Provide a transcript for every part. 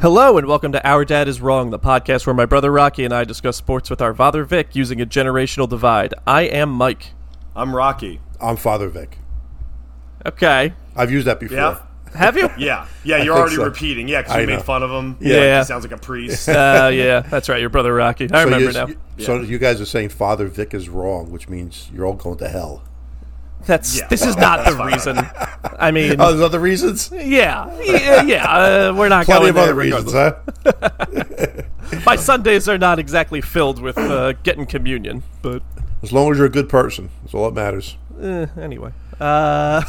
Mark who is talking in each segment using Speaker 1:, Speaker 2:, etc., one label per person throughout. Speaker 1: Hello and welcome to Our Dad is Wrong, the podcast where my brother Rocky and I discuss sports with our father Vic using a generational divide. I am Mike.
Speaker 2: I'm Rocky.
Speaker 3: I'm Father Vic.
Speaker 1: Okay.
Speaker 3: I've used that before.
Speaker 2: Yeah.
Speaker 1: Have you?
Speaker 2: Yeah. Yeah, you're
Speaker 3: think
Speaker 2: already
Speaker 3: so.
Speaker 2: repeating. Yeah, because
Speaker 3: I
Speaker 2: you made
Speaker 3: know.
Speaker 2: fun of him.
Speaker 1: Yeah.
Speaker 2: Like,
Speaker 1: Yeah.
Speaker 2: he sounds like a priest.
Speaker 1: Uh, yeah, that's right, your brother Rocky. I
Speaker 3: So,
Speaker 1: remember
Speaker 3: you,
Speaker 1: now.
Speaker 3: so you guys are saying Father Vic is wrong, which means you're all going to hell.
Speaker 1: That's
Speaker 2: Yeah.
Speaker 1: this is not the reason. I mean,
Speaker 3: Oh, there's other reasons.
Speaker 1: Mm-hmm. yeah, yeah, yeah, uh, we're not going
Speaker 3: Plenty of
Speaker 1: there
Speaker 3: other reasons,
Speaker 1: regardless.
Speaker 3: huh?
Speaker 1: My Sundays are not exactly filled with uh, getting communion, but
Speaker 3: As long as you're a good person, that's all that matters.
Speaker 1: eh, anyway. Uh,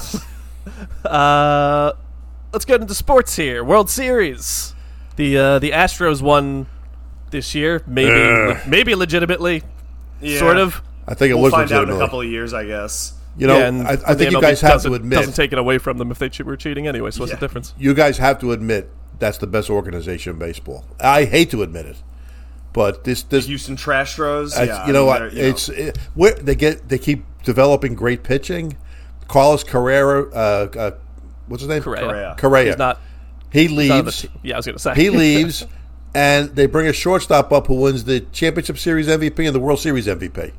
Speaker 1: uh, let's get into sports here. World Series. The uh, the Astros won this year, maybe
Speaker 3: Ugh.
Speaker 1: maybe legitimately,
Speaker 2: Yeah.
Speaker 1: sort of.
Speaker 3: I think it
Speaker 2: We'll
Speaker 3: was
Speaker 2: find out in a
Speaker 3: legitimately.
Speaker 2: couple of years, I guess.
Speaker 3: You know,
Speaker 1: Yeah, and
Speaker 3: I, I
Speaker 1: the
Speaker 3: think you
Speaker 1: MLB
Speaker 3: guys have
Speaker 1: doesn't-
Speaker 3: to
Speaker 1: doesn't
Speaker 3: admit.
Speaker 1: take it away from them if they che- were cheating anyway. So what's
Speaker 2: Yeah.
Speaker 1: the difference?
Speaker 3: you guys have to admit that's the best organization in baseball. I hate to admit it, but this this
Speaker 2: Houston Trash Rose.
Speaker 3: I-
Speaker 2: yeah,
Speaker 3: you
Speaker 2: I
Speaker 3: know what?
Speaker 2: mean, they're- you
Speaker 3: It's it, where they get they keep developing great pitching. Carlos Carrera, uh, uh, what's his name?
Speaker 1: Correa.
Speaker 3: Correa.
Speaker 1: He's not.
Speaker 3: He
Speaker 1: not on the
Speaker 3: leaves.
Speaker 1: te- yeah, I was gonna say
Speaker 3: He leaves, and they bring a shortstop up who wins the championship series MVP and the World Series MVP.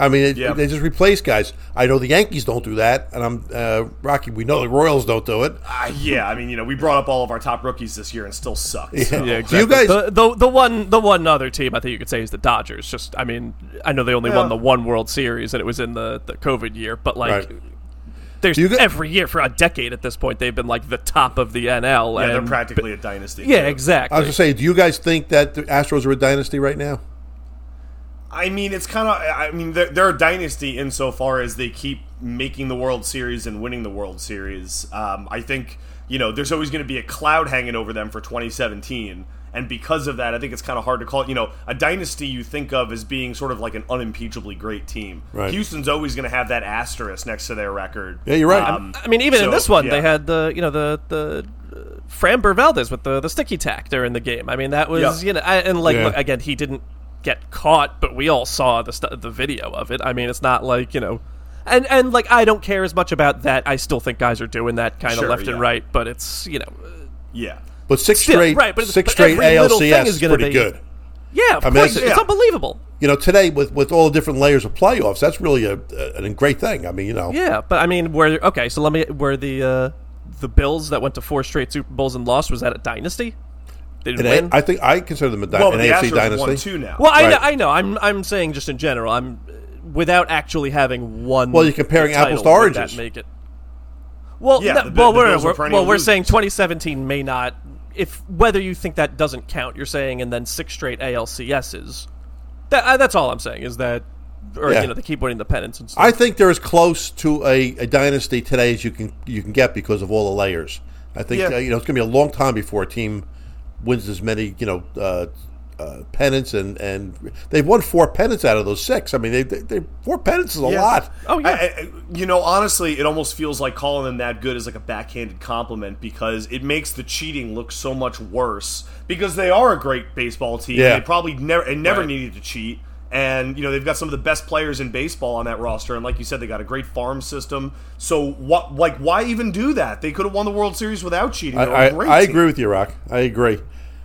Speaker 3: I mean, it,
Speaker 2: Yeah.
Speaker 3: they just replace guys. I know the Yankees don't do that, and I'm uh, Rocky. We know the Royals don't do it.
Speaker 2: Uh, yeah, I mean, you know, we brought up all of our top rookies this year and still sucked.
Speaker 1: Yeah,
Speaker 2: so.
Speaker 3: Do
Speaker 1: exactly.
Speaker 3: you guys-
Speaker 1: the, the the one the one other team I think you could say is the Dodgers. Just I mean, I know they only won
Speaker 2: Yeah.
Speaker 1: the one World Series and it was in the, the COVID year, but like
Speaker 3: Right.
Speaker 1: there's
Speaker 3: you gu-
Speaker 1: every year for a decade at this point they've been like the top of the NL.
Speaker 2: Yeah, they're
Speaker 1: and-
Speaker 2: practically a dynasty.
Speaker 1: Yeah,
Speaker 2: too.
Speaker 3: I
Speaker 1: exactly.
Speaker 3: was just saying, do you guys think that the Astros are a dynasty right now?
Speaker 2: I mean, it's kind of. I mean, they're, they're a dynasty insofar as they keep making the World Series and winning the World Series. Um, I think you know there's always going to be a cloud hanging over them for 2017, and because of that, I think it's kind of hard to call. it- You know, a dynasty you think of as being sort of like an unimpeachably great team.
Speaker 3: Right.
Speaker 2: Houston's always going to have that asterisk next to their record. Um,
Speaker 3: Yeah, you're right.
Speaker 1: I mean, even in
Speaker 2: so,
Speaker 1: this one, they
Speaker 2: yeah.
Speaker 1: had the you know the the uh, Framber Valdez with the the sticky tack during the game. I mean, that was
Speaker 2: Yeah.
Speaker 1: you know, I, and like
Speaker 3: Yeah.
Speaker 1: look, again, he didn't get caught, but we all saw the stu the video of it. I mean, it's not like you know, and and like I don't care as much about that. I still think guys are doing that kind of
Speaker 2: Sure,
Speaker 1: left and
Speaker 2: yeah.
Speaker 1: right, but it's you know, uh,
Speaker 2: yeah.
Speaker 3: But six
Speaker 1: Still,
Speaker 3: straight,
Speaker 1: right, but it's-
Speaker 3: six
Speaker 1: but
Speaker 3: straight
Speaker 1: every little thing
Speaker 3: ALCS
Speaker 1: is
Speaker 3: is
Speaker 1: gonna
Speaker 3: pretty
Speaker 1: be-
Speaker 3: good.
Speaker 1: yeah, of
Speaker 3: I mean,
Speaker 1: course,
Speaker 3: it's-
Speaker 1: it's
Speaker 2: yeah.
Speaker 1: unbelievable.
Speaker 3: You know, today with with all the different layers of playoffs, that's really a, a, a great thing. I mean, you know,
Speaker 1: Yeah, but I mean, were okay. So let me were the uh, the Bills that went to four straight Super Bowls and lost was that a dynasty? They didn't
Speaker 3: an
Speaker 1: win.
Speaker 3: A- I think I consider them a dy-
Speaker 2: Well,
Speaker 3: an
Speaker 2: but the
Speaker 3: AFC
Speaker 2: Astros
Speaker 3: dynasty.
Speaker 2: won two now.
Speaker 1: Well, I,
Speaker 3: Right.
Speaker 1: know, I know. I'm I'm saying just in general. I'm uh, without actually having one.
Speaker 3: Well, you're comparing
Speaker 1: title,
Speaker 3: apples to
Speaker 1: would
Speaker 3: oranges.
Speaker 1: That make it. Well,
Speaker 2: Yeah,
Speaker 1: no-
Speaker 2: the Bi-
Speaker 1: well,
Speaker 2: the
Speaker 1: we're,
Speaker 2: Bills were
Speaker 1: we're-
Speaker 2: perennial
Speaker 1: well, we're
Speaker 2: losers.
Speaker 1: saying 2017 may not. If whether you think that doesn't count, you're saying, and then six straight ALCSs. That uh, that's all I'm saying is that, or
Speaker 3: Yeah.
Speaker 1: you know, they keep winning the pennants and stuff.
Speaker 3: I think they're as close to a, a dynasty today as you can you can get because of all the layers. I think
Speaker 2: Yeah.
Speaker 3: uh, you know it's going to be a long time before a team wins as many you know uh, uh, pennants and and they've won four pennants out of those six. I mean, they, they, they four pennants is a
Speaker 2: Yeah.
Speaker 3: lot.
Speaker 1: oh yeah,
Speaker 2: I, I, you know, honestly, it almost feels like calling them that good is like a backhanded compliment because it makes the cheating look so much worse. Because they are a great baseball team,
Speaker 3: Yeah.
Speaker 2: they probably never and never
Speaker 1: Right.
Speaker 2: needed to cheat. And you know they've got some of the best players in baseball on that roster, and like you said, they got a great farm system. So what, like, why even do that? They could have won the World Series without cheating.
Speaker 3: I,
Speaker 2: They're a
Speaker 3: I,
Speaker 2: great
Speaker 3: I
Speaker 2: team.
Speaker 3: agree with you, Rock. I agree.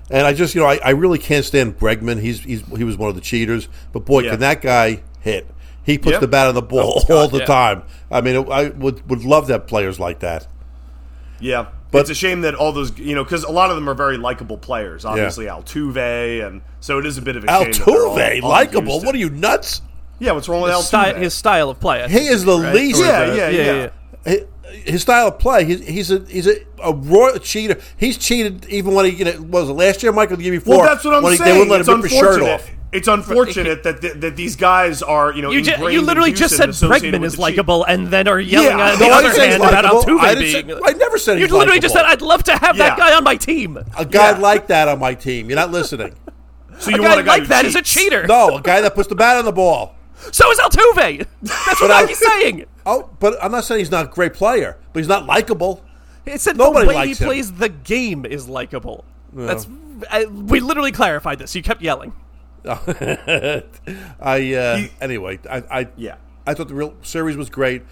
Speaker 3: And I just, you know, I, I really can't stand Bregman. He's, he's he was one of the cheaters, but boy,
Speaker 2: Yeah. Oh,
Speaker 3: can that guy hit? He puts
Speaker 2: Yeah.
Speaker 3: the bat on the ball all the
Speaker 1: yeah.
Speaker 3: time. I mean, I would would love to have players like that.
Speaker 2: Yeah,
Speaker 3: But-
Speaker 2: it's a shame that all those you know because a lot of them are very likable players. Obviously, Altuve, and so it is a bit of a shame. that they're all- all
Speaker 3: Altuve,
Speaker 2: in
Speaker 3: likable.
Speaker 2: Houston.
Speaker 3: What are you nuts?
Speaker 2: Yeah, what's wrong with
Speaker 1: his,
Speaker 2: Altuve?
Speaker 1: sty- his style of play. I
Speaker 3: He
Speaker 1: think
Speaker 3: is the
Speaker 1: right?
Speaker 3: least.
Speaker 1: Or is
Speaker 2: Yeah,
Speaker 1: that-
Speaker 2: yeah, yeah.
Speaker 3: Hi- His style of play. He's, he's a he's a, a royal cheater. He's cheated even when he you know, what was it last year, Michael? The year before.
Speaker 2: Well, that's what I'm
Speaker 3: when he-
Speaker 2: saying.
Speaker 3: They wouldn't
Speaker 2: it's
Speaker 3: let him rip his
Speaker 2: unfortunate.
Speaker 3: shirt off.
Speaker 2: It's unfortunate that, that that these guys are you know
Speaker 1: You, ju-
Speaker 2: ingrained
Speaker 1: you
Speaker 2: in
Speaker 1: literally just
Speaker 2: Houston
Speaker 1: said
Speaker 2: and associated
Speaker 1: Bregman
Speaker 2: with
Speaker 1: is
Speaker 2: the
Speaker 1: likable, and then are yelling
Speaker 2: Yeah.
Speaker 1: on the
Speaker 2: No, I
Speaker 1: other
Speaker 2: didn't say he's
Speaker 1: hand about
Speaker 3: likable.
Speaker 1: Altuve
Speaker 3: I didn't say-
Speaker 1: being.
Speaker 3: I never said
Speaker 1: you
Speaker 3: he's
Speaker 1: literally
Speaker 3: likable.
Speaker 1: just said I'd love to have that
Speaker 2: Yeah.
Speaker 1: guy on my team.
Speaker 3: A guy
Speaker 2: Yeah.
Speaker 3: like that on my team. You're not listening.
Speaker 2: cheat. So you
Speaker 1: A
Speaker 2: want
Speaker 1: guy
Speaker 2: a guy
Speaker 1: like
Speaker 2: who
Speaker 1: that
Speaker 2: cheats.
Speaker 1: is a cheater.
Speaker 3: No, a guy that puts the bat on the ball.
Speaker 1: So is Altuve. That's what
Speaker 3: I-
Speaker 1: Rocky's saying.
Speaker 3: Oh, but I'm not saying he's not a great player, but he's not likable.
Speaker 1: It said
Speaker 3: Nobody
Speaker 1: the way he
Speaker 3: likes him.
Speaker 1: plays the game is likable. That's I, we literally clarified this. You kept yelling.
Speaker 3: I uh, anyway, I, I
Speaker 2: Yeah.
Speaker 3: I thought the real series was great.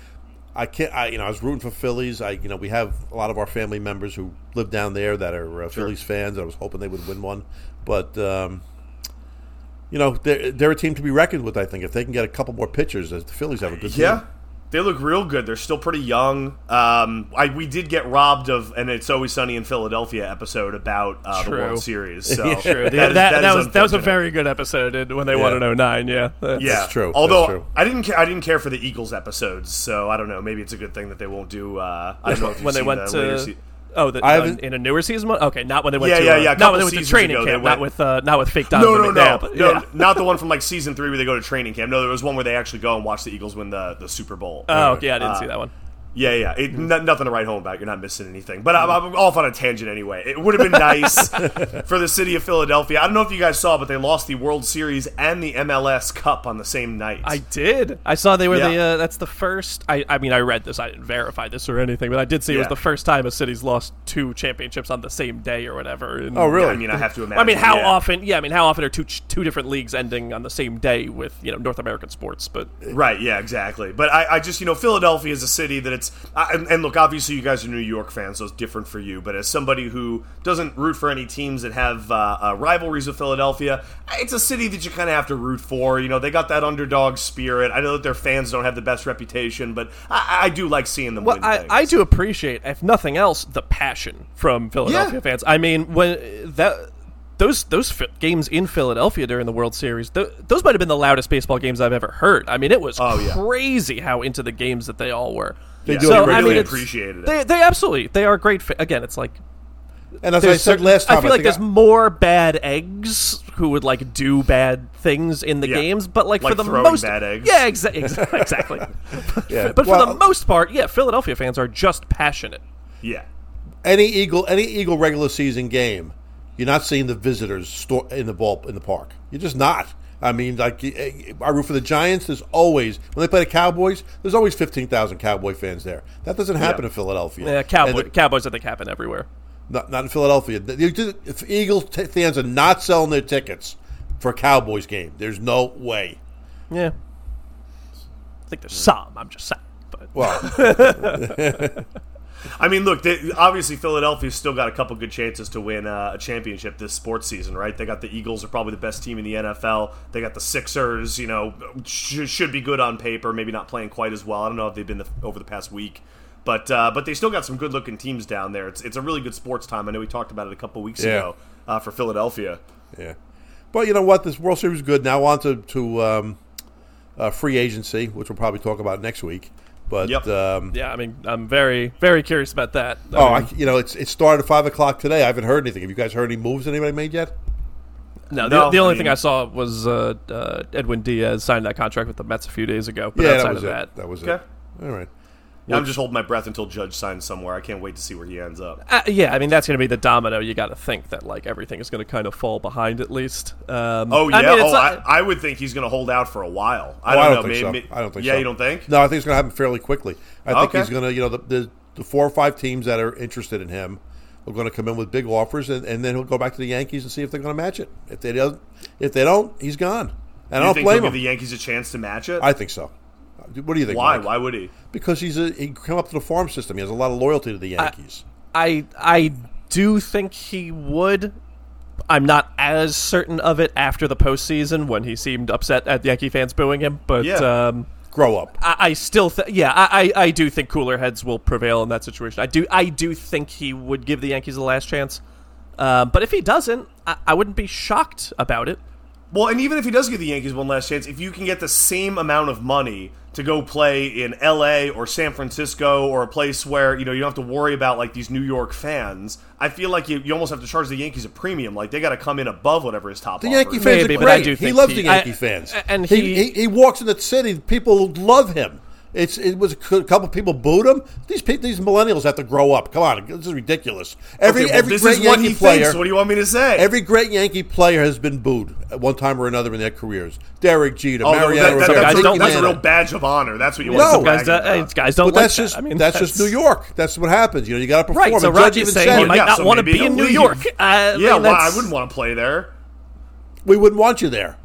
Speaker 3: I can't. I you know I was rooting for Phillies. I you know we have a lot of our family members who live down there that are uh, Phillies fans. I was hoping they would win one, but um, you know they're they're a team to be reckoned with. I think if they can get a couple more pitchers, the Phillies have a good
Speaker 2: Yeah.
Speaker 3: team.
Speaker 2: They look real good. They're still pretty young. Um, I, we did get robbed of an "It's Always Sunny in Philadelphia" episode about uh, the
Speaker 1: True.
Speaker 2: World Series. So
Speaker 1: True.
Speaker 2: that
Speaker 1: that,
Speaker 2: is-
Speaker 1: that-
Speaker 2: that
Speaker 1: that
Speaker 2: is
Speaker 1: was that was a
Speaker 2: unfortunate.
Speaker 1: very good episode in- when they won in 09, yeah. That's-
Speaker 2: yeah.
Speaker 3: That's true. That's
Speaker 2: Although
Speaker 3: true.
Speaker 2: I didn't ca- I didn't care for the Eagles episodes, so I don't know. Maybe it's a good thing that they won't do. Uh, I don't know if you've
Speaker 1: when they
Speaker 2: seen
Speaker 1: went
Speaker 2: the later
Speaker 1: to
Speaker 2: se-
Speaker 1: oh, the,
Speaker 3: I
Speaker 1: on-
Speaker 3: haven't-
Speaker 1: in a newer season. one? Okay, not when they went
Speaker 2: Yeah,
Speaker 1: to
Speaker 2: yeah,
Speaker 1: uh,
Speaker 2: yeah, a
Speaker 1: Not when
Speaker 2: couple
Speaker 1: they went to
Speaker 2: seasons
Speaker 1: training
Speaker 2: ago, they
Speaker 1: camp.
Speaker 2: went-
Speaker 1: Not with uh, not with fake Donovan
Speaker 2: no, no, no,
Speaker 1: McNabb, but
Speaker 2: no,
Speaker 1: yeah.
Speaker 2: not the one from like season three where they go to training camp. No, there was one where they actually go and watch the Eagles win the, the Super Bowl.
Speaker 1: Oh, Mm-hmm. yeah, I didn't see that
Speaker 2: Uh,
Speaker 1: one.
Speaker 2: Yeah, yeah. It, no- nothing to write home about. You're not missing anything. But I'm, I'm off on a tangent anyway. It would have been nice for the city of Philadelphia. I don't know if you guys saw, but they lost the World Series and the MLS Cup on the same night.
Speaker 1: I did. I saw they were the.
Speaker 2: Yeah.
Speaker 1: Uh, that's the first. I, I mean, I read this. I didn't verify this or anything, but I did see it was
Speaker 2: Yeah.
Speaker 1: the first time a city's lost two championships on the same day or whatever. and-
Speaker 3: Oh really?
Speaker 2: I mean, I have to imagine.
Speaker 1: I mean, how
Speaker 2: yeah.
Speaker 1: often? Yeah, I mean, how often are two ch- two different leagues ending on the same day with you know North American sports? But
Speaker 2: Right, yeah, exactly. But I, I just, you know, Philadelphia is a city that it's. I, and- and look, obviously, you guys are New York fans, so it's different for you. But as somebody who doesn't root for any teams that have uh, uh, rivalries with Philadelphia, it's a city that you kind of have to root for. You know, they got that underdog spirit. I know that their fans don't have the best reputation, but I, I do like seeing them
Speaker 1: Well,
Speaker 2: win.
Speaker 1: I,
Speaker 2: things.
Speaker 1: I do appreciate, if nothing else, the passion from Philadelphia
Speaker 2: Yeah.
Speaker 1: fans. I mean, when that those those fi- games in Philadelphia during the World Series, th- those might have been the loudest baseball games I've ever heard. I mean, it was
Speaker 2: Oh, yeah.
Speaker 1: crazy how into the games that they all were.
Speaker 3: They
Speaker 2: Yeah.
Speaker 3: do
Speaker 2: So,
Speaker 3: a great
Speaker 2: I mean,
Speaker 3: job.
Speaker 1: it's-
Speaker 2: appreciated it.
Speaker 1: They, they absolutely they are great. Fa- Again, it's like
Speaker 3: and as I
Speaker 1: there's
Speaker 3: said
Speaker 1: certain-
Speaker 3: last time,
Speaker 1: I feel like
Speaker 3: think
Speaker 1: there's more bad eggs who would like do bad things in the
Speaker 2: Yeah.
Speaker 1: games, but like,
Speaker 2: Like
Speaker 1: for the
Speaker 2: throwing
Speaker 1: most
Speaker 2: bad eggs.
Speaker 1: yeah, exa- exa- exactly.
Speaker 3: Yeah.
Speaker 1: But for
Speaker 3: Well-
Speaker 1: the most part, yeah, Philadelphia fans are just passionate.
Speaker 2: yeah.
Speaker 3: any Eagle any Eagle regular season game, you're not seeing the visitors store in the ball in the park. You're just not. I mean, like y- eh, I root for the Giants. There's always when they play the Cowboys. There's always fifteen thousand Cowboy fans there. That doesn't happen
Speaker 2: Yeah.
Speaker 3: in Philadelphia.
Speaker 1: Yeah, Cowboy,
Speaker 3: And the-
Speaker 1: Cowboys, I think, happen everywhere.
Speaker 3: not, not in Philadelphia. The- you just- if Eagles t- fans are not selling their tickets for a Cowboys game, there's no way.
Speaker 1: Yeah. I think there's some. I'm just saying. But
Speaker 3: Well,
Speaker 2: I mean, look, they, obviously Philadelphia's still got a couple good chances to win uh, a championship this sports season, right? They got the Eagles are probably the best team in the NFL. They got the Sixers, you know, sh- should be good on paper, maybe not playing quite as well. I don't know if they've been the, over the past week. But uh, but they still got some good looking teams down there. It's, it's a really good sports time. I know we talked about it a couple weeks
Speaker 3: Yeah.
Speaker 2: ago uh, for Philadelphia.
Speaker 3: yeah, but you know what? This World Series is good. Now on to to um, uh, free agency, which we'll probably talk about next week. But
Speaker 2: Yep.
Speaker 3: um,
Speaker 1: yeah, I mean, I'm very, very curious about that. I
Speaker 3: Oh, I,
Speaker 1: mean,
Speaker 3: you know, it's it started at five o'clock today. I haven't heard anything. Have you guys heard any moves anybody made yet?
Speaker 1: no, the,
Speaker 2: no,
Speaker 1: the
Speaker 2: I
Speaker 1: only
Speaker 2: mean-
Speaker 1: thing I saw was uh, uh, Edwin Diaz signed that contract with the Mets a few days ago. But outside
Speaker 3: that was
Speaker 1: of
Speaker 3: it.
Speaker 1: that,
Speaker 3: was
Speaker 2: Okay.
Speaker 3: it. All right.
Speaker 2: I'm just holding my breath until Judge signs somewhere. I can't wait to see where he ends up.
Speaker 1: Uh, yeah, I mean that's going to be the domino. You got to think that like everything is going to kind of fall behind at least. Um,
Speaker 2: Oh yeah,
Speaker 1: I mean, it's
Speaker 2: oh,
Speaker 1: not-
Speaker 2: I, I would think he's going to hold out for a while. I
Speaker 3: Oh,
Speaker 2: don't,
Speaker 3: I
Speaker 2: know.
Speaker 3: don't think
Speaker 2: maybe,
Speaker 3: so. I don't think
Speaker 2: yeah,
Speaker 3: so.
Speaker 2: you don't think?
Speaker 3: No, I think it's going to happen fairly quickly. I think
Speaker 2: Okay.
Speaker 3: he's going to, you know, the, the the four or five teams that are interested in him are going to come in with big offers, and, and then he'll go back to the Yankees and see if they're going to match it. If they don't, if they don't, he's gone. And
Speaker 2: You
Speaker 3: I don't
Speaker 2: think he'll
Speaker 3: blame
Speaker 2: give
Speaker 3: him.
Speaker 2: the Yankees a chance to match it?
Speaker 3: I think so. What do you think?
Speaker 2: Why?
Speaker 3: Mike?
Speaker 2: Why would he?
Speaker 3: Because he's a, he came up to the farm system. He has a lot of loyalty to the Yankees.
Speaker 1: I I do think he would. I'm not as certain of it after the postseason when he seemed upset at Yankee fans booing him, but
Speaker 2: Yeah.
Speaker 1: um,
Speaker 3: Grow up.
Speaker 1: I, I still th- yeah I, I I do think cooler heads will prevail in that situation. I do I do think he would give the Yankees a last chance, um, but if he doesn't, I, I wouldn't be shocked about it.
Speaker 2: Well, and even if he does give the Yankees one last chance, if you can get the same amount of money to go play in LA or San Francisco or a place where, you know, you don't have to worry about like these New York fans, I feel like you, you almost have to charge the Yankees a premium. Like they got to come in above whatever his top
Speaker 3: The
Speaker 2: offer
Speaker 3: Yankee
Speaker 2: is.
Speaker 3: fans
Speaker 1: Maybe,
Speaker 3: are great.
Speaker 1: but I do
Speaker 3: he
Speaker 1: think
Speaker 3: loves
Speaker 1: he-
Speaker 3: the Yankee
Speaker 1: I-
Speaker 3: fans,
Speaker 1: a- and
Speaker 3: he,
Speaker 1: he-
Speaker 3: he he walks in the city. People love him. It's it was a cou- couple people booed him. These pe- these millennials have to grow up. Come on, this is ridiculous. Every
Speaker 2: Okay, well,
Speaker 3: every
Speaker 2: this
Speaker 3: great
Speaker 2: is what
Speaker 3: Yankee
Speaker 2: he
Speaker 3: player,
Speaker 2: thinks. What do you want me to say?
Speaker 3: every great Yankee player has been booed at one time or another in their careers. Derek Jeter,
Speaker 2: Oh, no,
Speaker 3: Mariano
Speaker 2: that- that-
Speaker 3: Rivera,
Speaker 2: that's, a,
Speaker 1: don't
Speaker 3: Frankie
Speaker 2: that's a
Speaker 3: Manning.
Speaker 2: real badge of honor. That's what you
Speaker 3: No.
Speaker 2: want
Speaker 1: Some
Speaker 2: to
Speaker 1: guys,
Speaker 2: brag about.
Speaker 1: don't- uh, guys don't
Speaker 3: But
Speaker 1: like
Speaker 3: that's
Speaker 1: that.
Speaker 3: just
Speaker 1: I mean,
Speaker 3: that's, just New York. That's what happens. You know, you got to perform.
Speaker 1: Right, so
Speaker 3: and Judge
Speaker 1: Raj
Speaker 3: even
Speaker 1: is saying
Speaker 3: said
Speaker 1: he
Speaker 3: it.
Speaker 1: might
Speaker 2: Yeah,
Speaker 1: not
Speaker 2: so
Speaker 1: want to
Speaker 2: maybe
Speaker 1: be in
Speaker 2: he'll
Speaker 1: New
Speaker 2: leave.
Speaker 1: York. Uh, I
Speaker 2: Yeah,
Speaker 1: mean,
Speaker 2: why? I
Speaker 1: that's-
Speaker 2: wouldn't want to play there.
Speaker 3: we wouldn't want you there.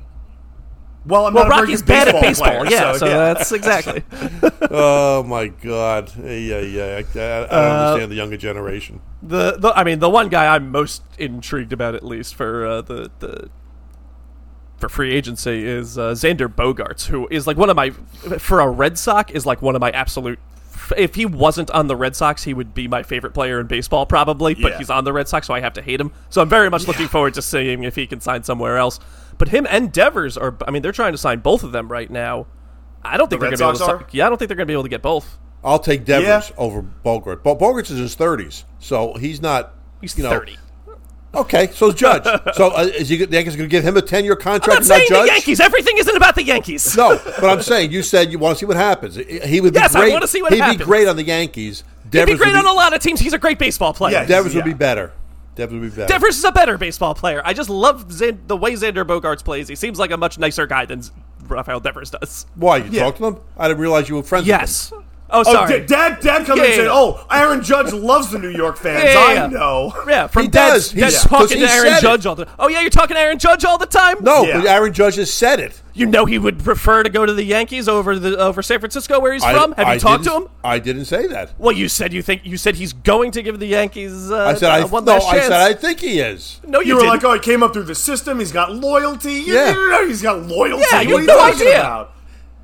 Speaker 2: Well, I'm
Speaker 1: Well,
Speaker 2: not a very
Speaker 1: Rocky's
Speaker 2: good
Speaker 1: bad at
Speaker 2: baseball
Speaker 1: baseball.
Speaker 2: player,
Speaker 1: yeah,
Speaker 2: so,
Speaker 1: so
Speaker 2: yeah.
Speaker 1: that's exactly.
Speaker 3: oh my god! Yeah, yeah. I, I, I don't understand the younger generation.
Speaker 1: the, the I mean the one guy I'm most intrigued about at least for uh, the the for free agency is uh, Xander Bogarts, who is like one of my for a Red Sox is like one of my absolute. If he wasn't on the Red Sox, he would be my favorite player in baseball probably. But
Speaker 2: Yeah.
Speaker 1: he's on the Red Sox, so I have to hate him. So I'm very much looking forward to seeing if he can sign somewhere else. But him and Devers are. I mean, they're trying to sign both of them right now. I don't think
Speaker 2: The
Speaker 1: they're
Speaker 2: Red
Speaker 1: going to
Speaker 2: Sox
Speaker 1: be able to.
Speaker 2: are?
Speaker 1: Yeah, I don't think they're going to be able to get both.
Speaker 3: I'll take Devers
Speaker 2: Yeah.
Speaker 3: over Bogart. But Bogart's is in his thirties, so he's not.
Speaker 1: He's
Speaker 3: you know,
Speaker 1: thirty.
Speaker 3: Okay, so is Judge. so uh, is he, the Yankees going to give him a ten-year contract?
Speaker 1: I'm not
Speaker 3: and
Speaker 1: saying the
Speaker 3: Judge?
Speaker 1: Yankees. Everything isn't about the Yankees.
Speaker 3: No, but I'm saying you said you want to see what happens. He would be
Speaker 1: Yes, I
Speaker 3: great.
Speaker 1: wanna see what
Speaker 3: He'd
Speaker 1: happens.
Speaker 3: be great on the Yankees.
Speaker 1: He'd
Speaker 3: Devers
Speaker 1: be great
Speaker 3: would
Speaker 1: on a lot of teams. He's a great baseball player.
Speaker 2: Yeah.
Speaker 3: Devers would be
Speaker 2: Yeah.
Speaker 3: better. Devers would be better.
Speaker 1: Devers is a better baseball player. I just love Zan- the way Xander Bogarts plays. He seems like a much nicer guy than Z- Rafael Devers does.
Speaker 3: Why you talked to him? I didn't realize you were friends.
Speaker 1: Yes. Oh,
Speaker 2: Oh,
Speaker 1: sorry.
Speaker 2: da- dad, dad comes
Speaker 1: Yeah,
Speaker 2: in and says,
Speaker 1: yeah.
Speaker 2: "Oh, Aaron Judge loves the New York fans.
Speaker 1: Yeah, yeah, yeah.
Speaker 2: I know."
Speaker 1: yeah, from
Speaker 3: He
Speaker 1: Dad's,
Speaker 3: does. He's-
Speaker 1: Dad's
Speaker 3: yeah. 'Cause
Speaker 1: talking
Speaker 3: he
Speaker 1: to Aaron
Speaker 3: said
Speaker 1: Judge
Speaker 3: it.
Speaker 1: all the. Oh yeah, you're talking to Aaron Judge all the time.
Speaker 3: with him. No,
Speaker 2: Yeah.
Speaker 3: Oh, but Aaron Judge has said it.
Speaker 1: you know he would prefer to go to the Yankees over the over San Francisco where he's from. Have you
Speaker 3: I
Speaker 1: talked to
Speaker 3: didn't-
Speaker 1: him?
Speaker 3: I didn't say that.
Speaker 1: Well, you said you think you said he's going to give the Yankees. Uh,
Speaker 3: I said I
Speaker 1: uh, one
Speaker 3: no.
Speaker 1: last
Speaker 3: I
Speaker 1: chance.
Speaker 3: said I think he is.
Speaker 1: no, you,
Speaker 2: You, were
Speaker 1: didn't.
Speaker 2: like, "Oh, he came up through the system. He's got loyalty.
Speaker 3: Yeah.
Speaker 2: Yeah, he's got loyalty.
Speaker 1: Yeah, you
Speaker 2: what are
Speaker 1: have
Speaker 2: you
Speaker 1: no
Speaker 2: talking
Speaker 1: idea.
Speaker 2: about?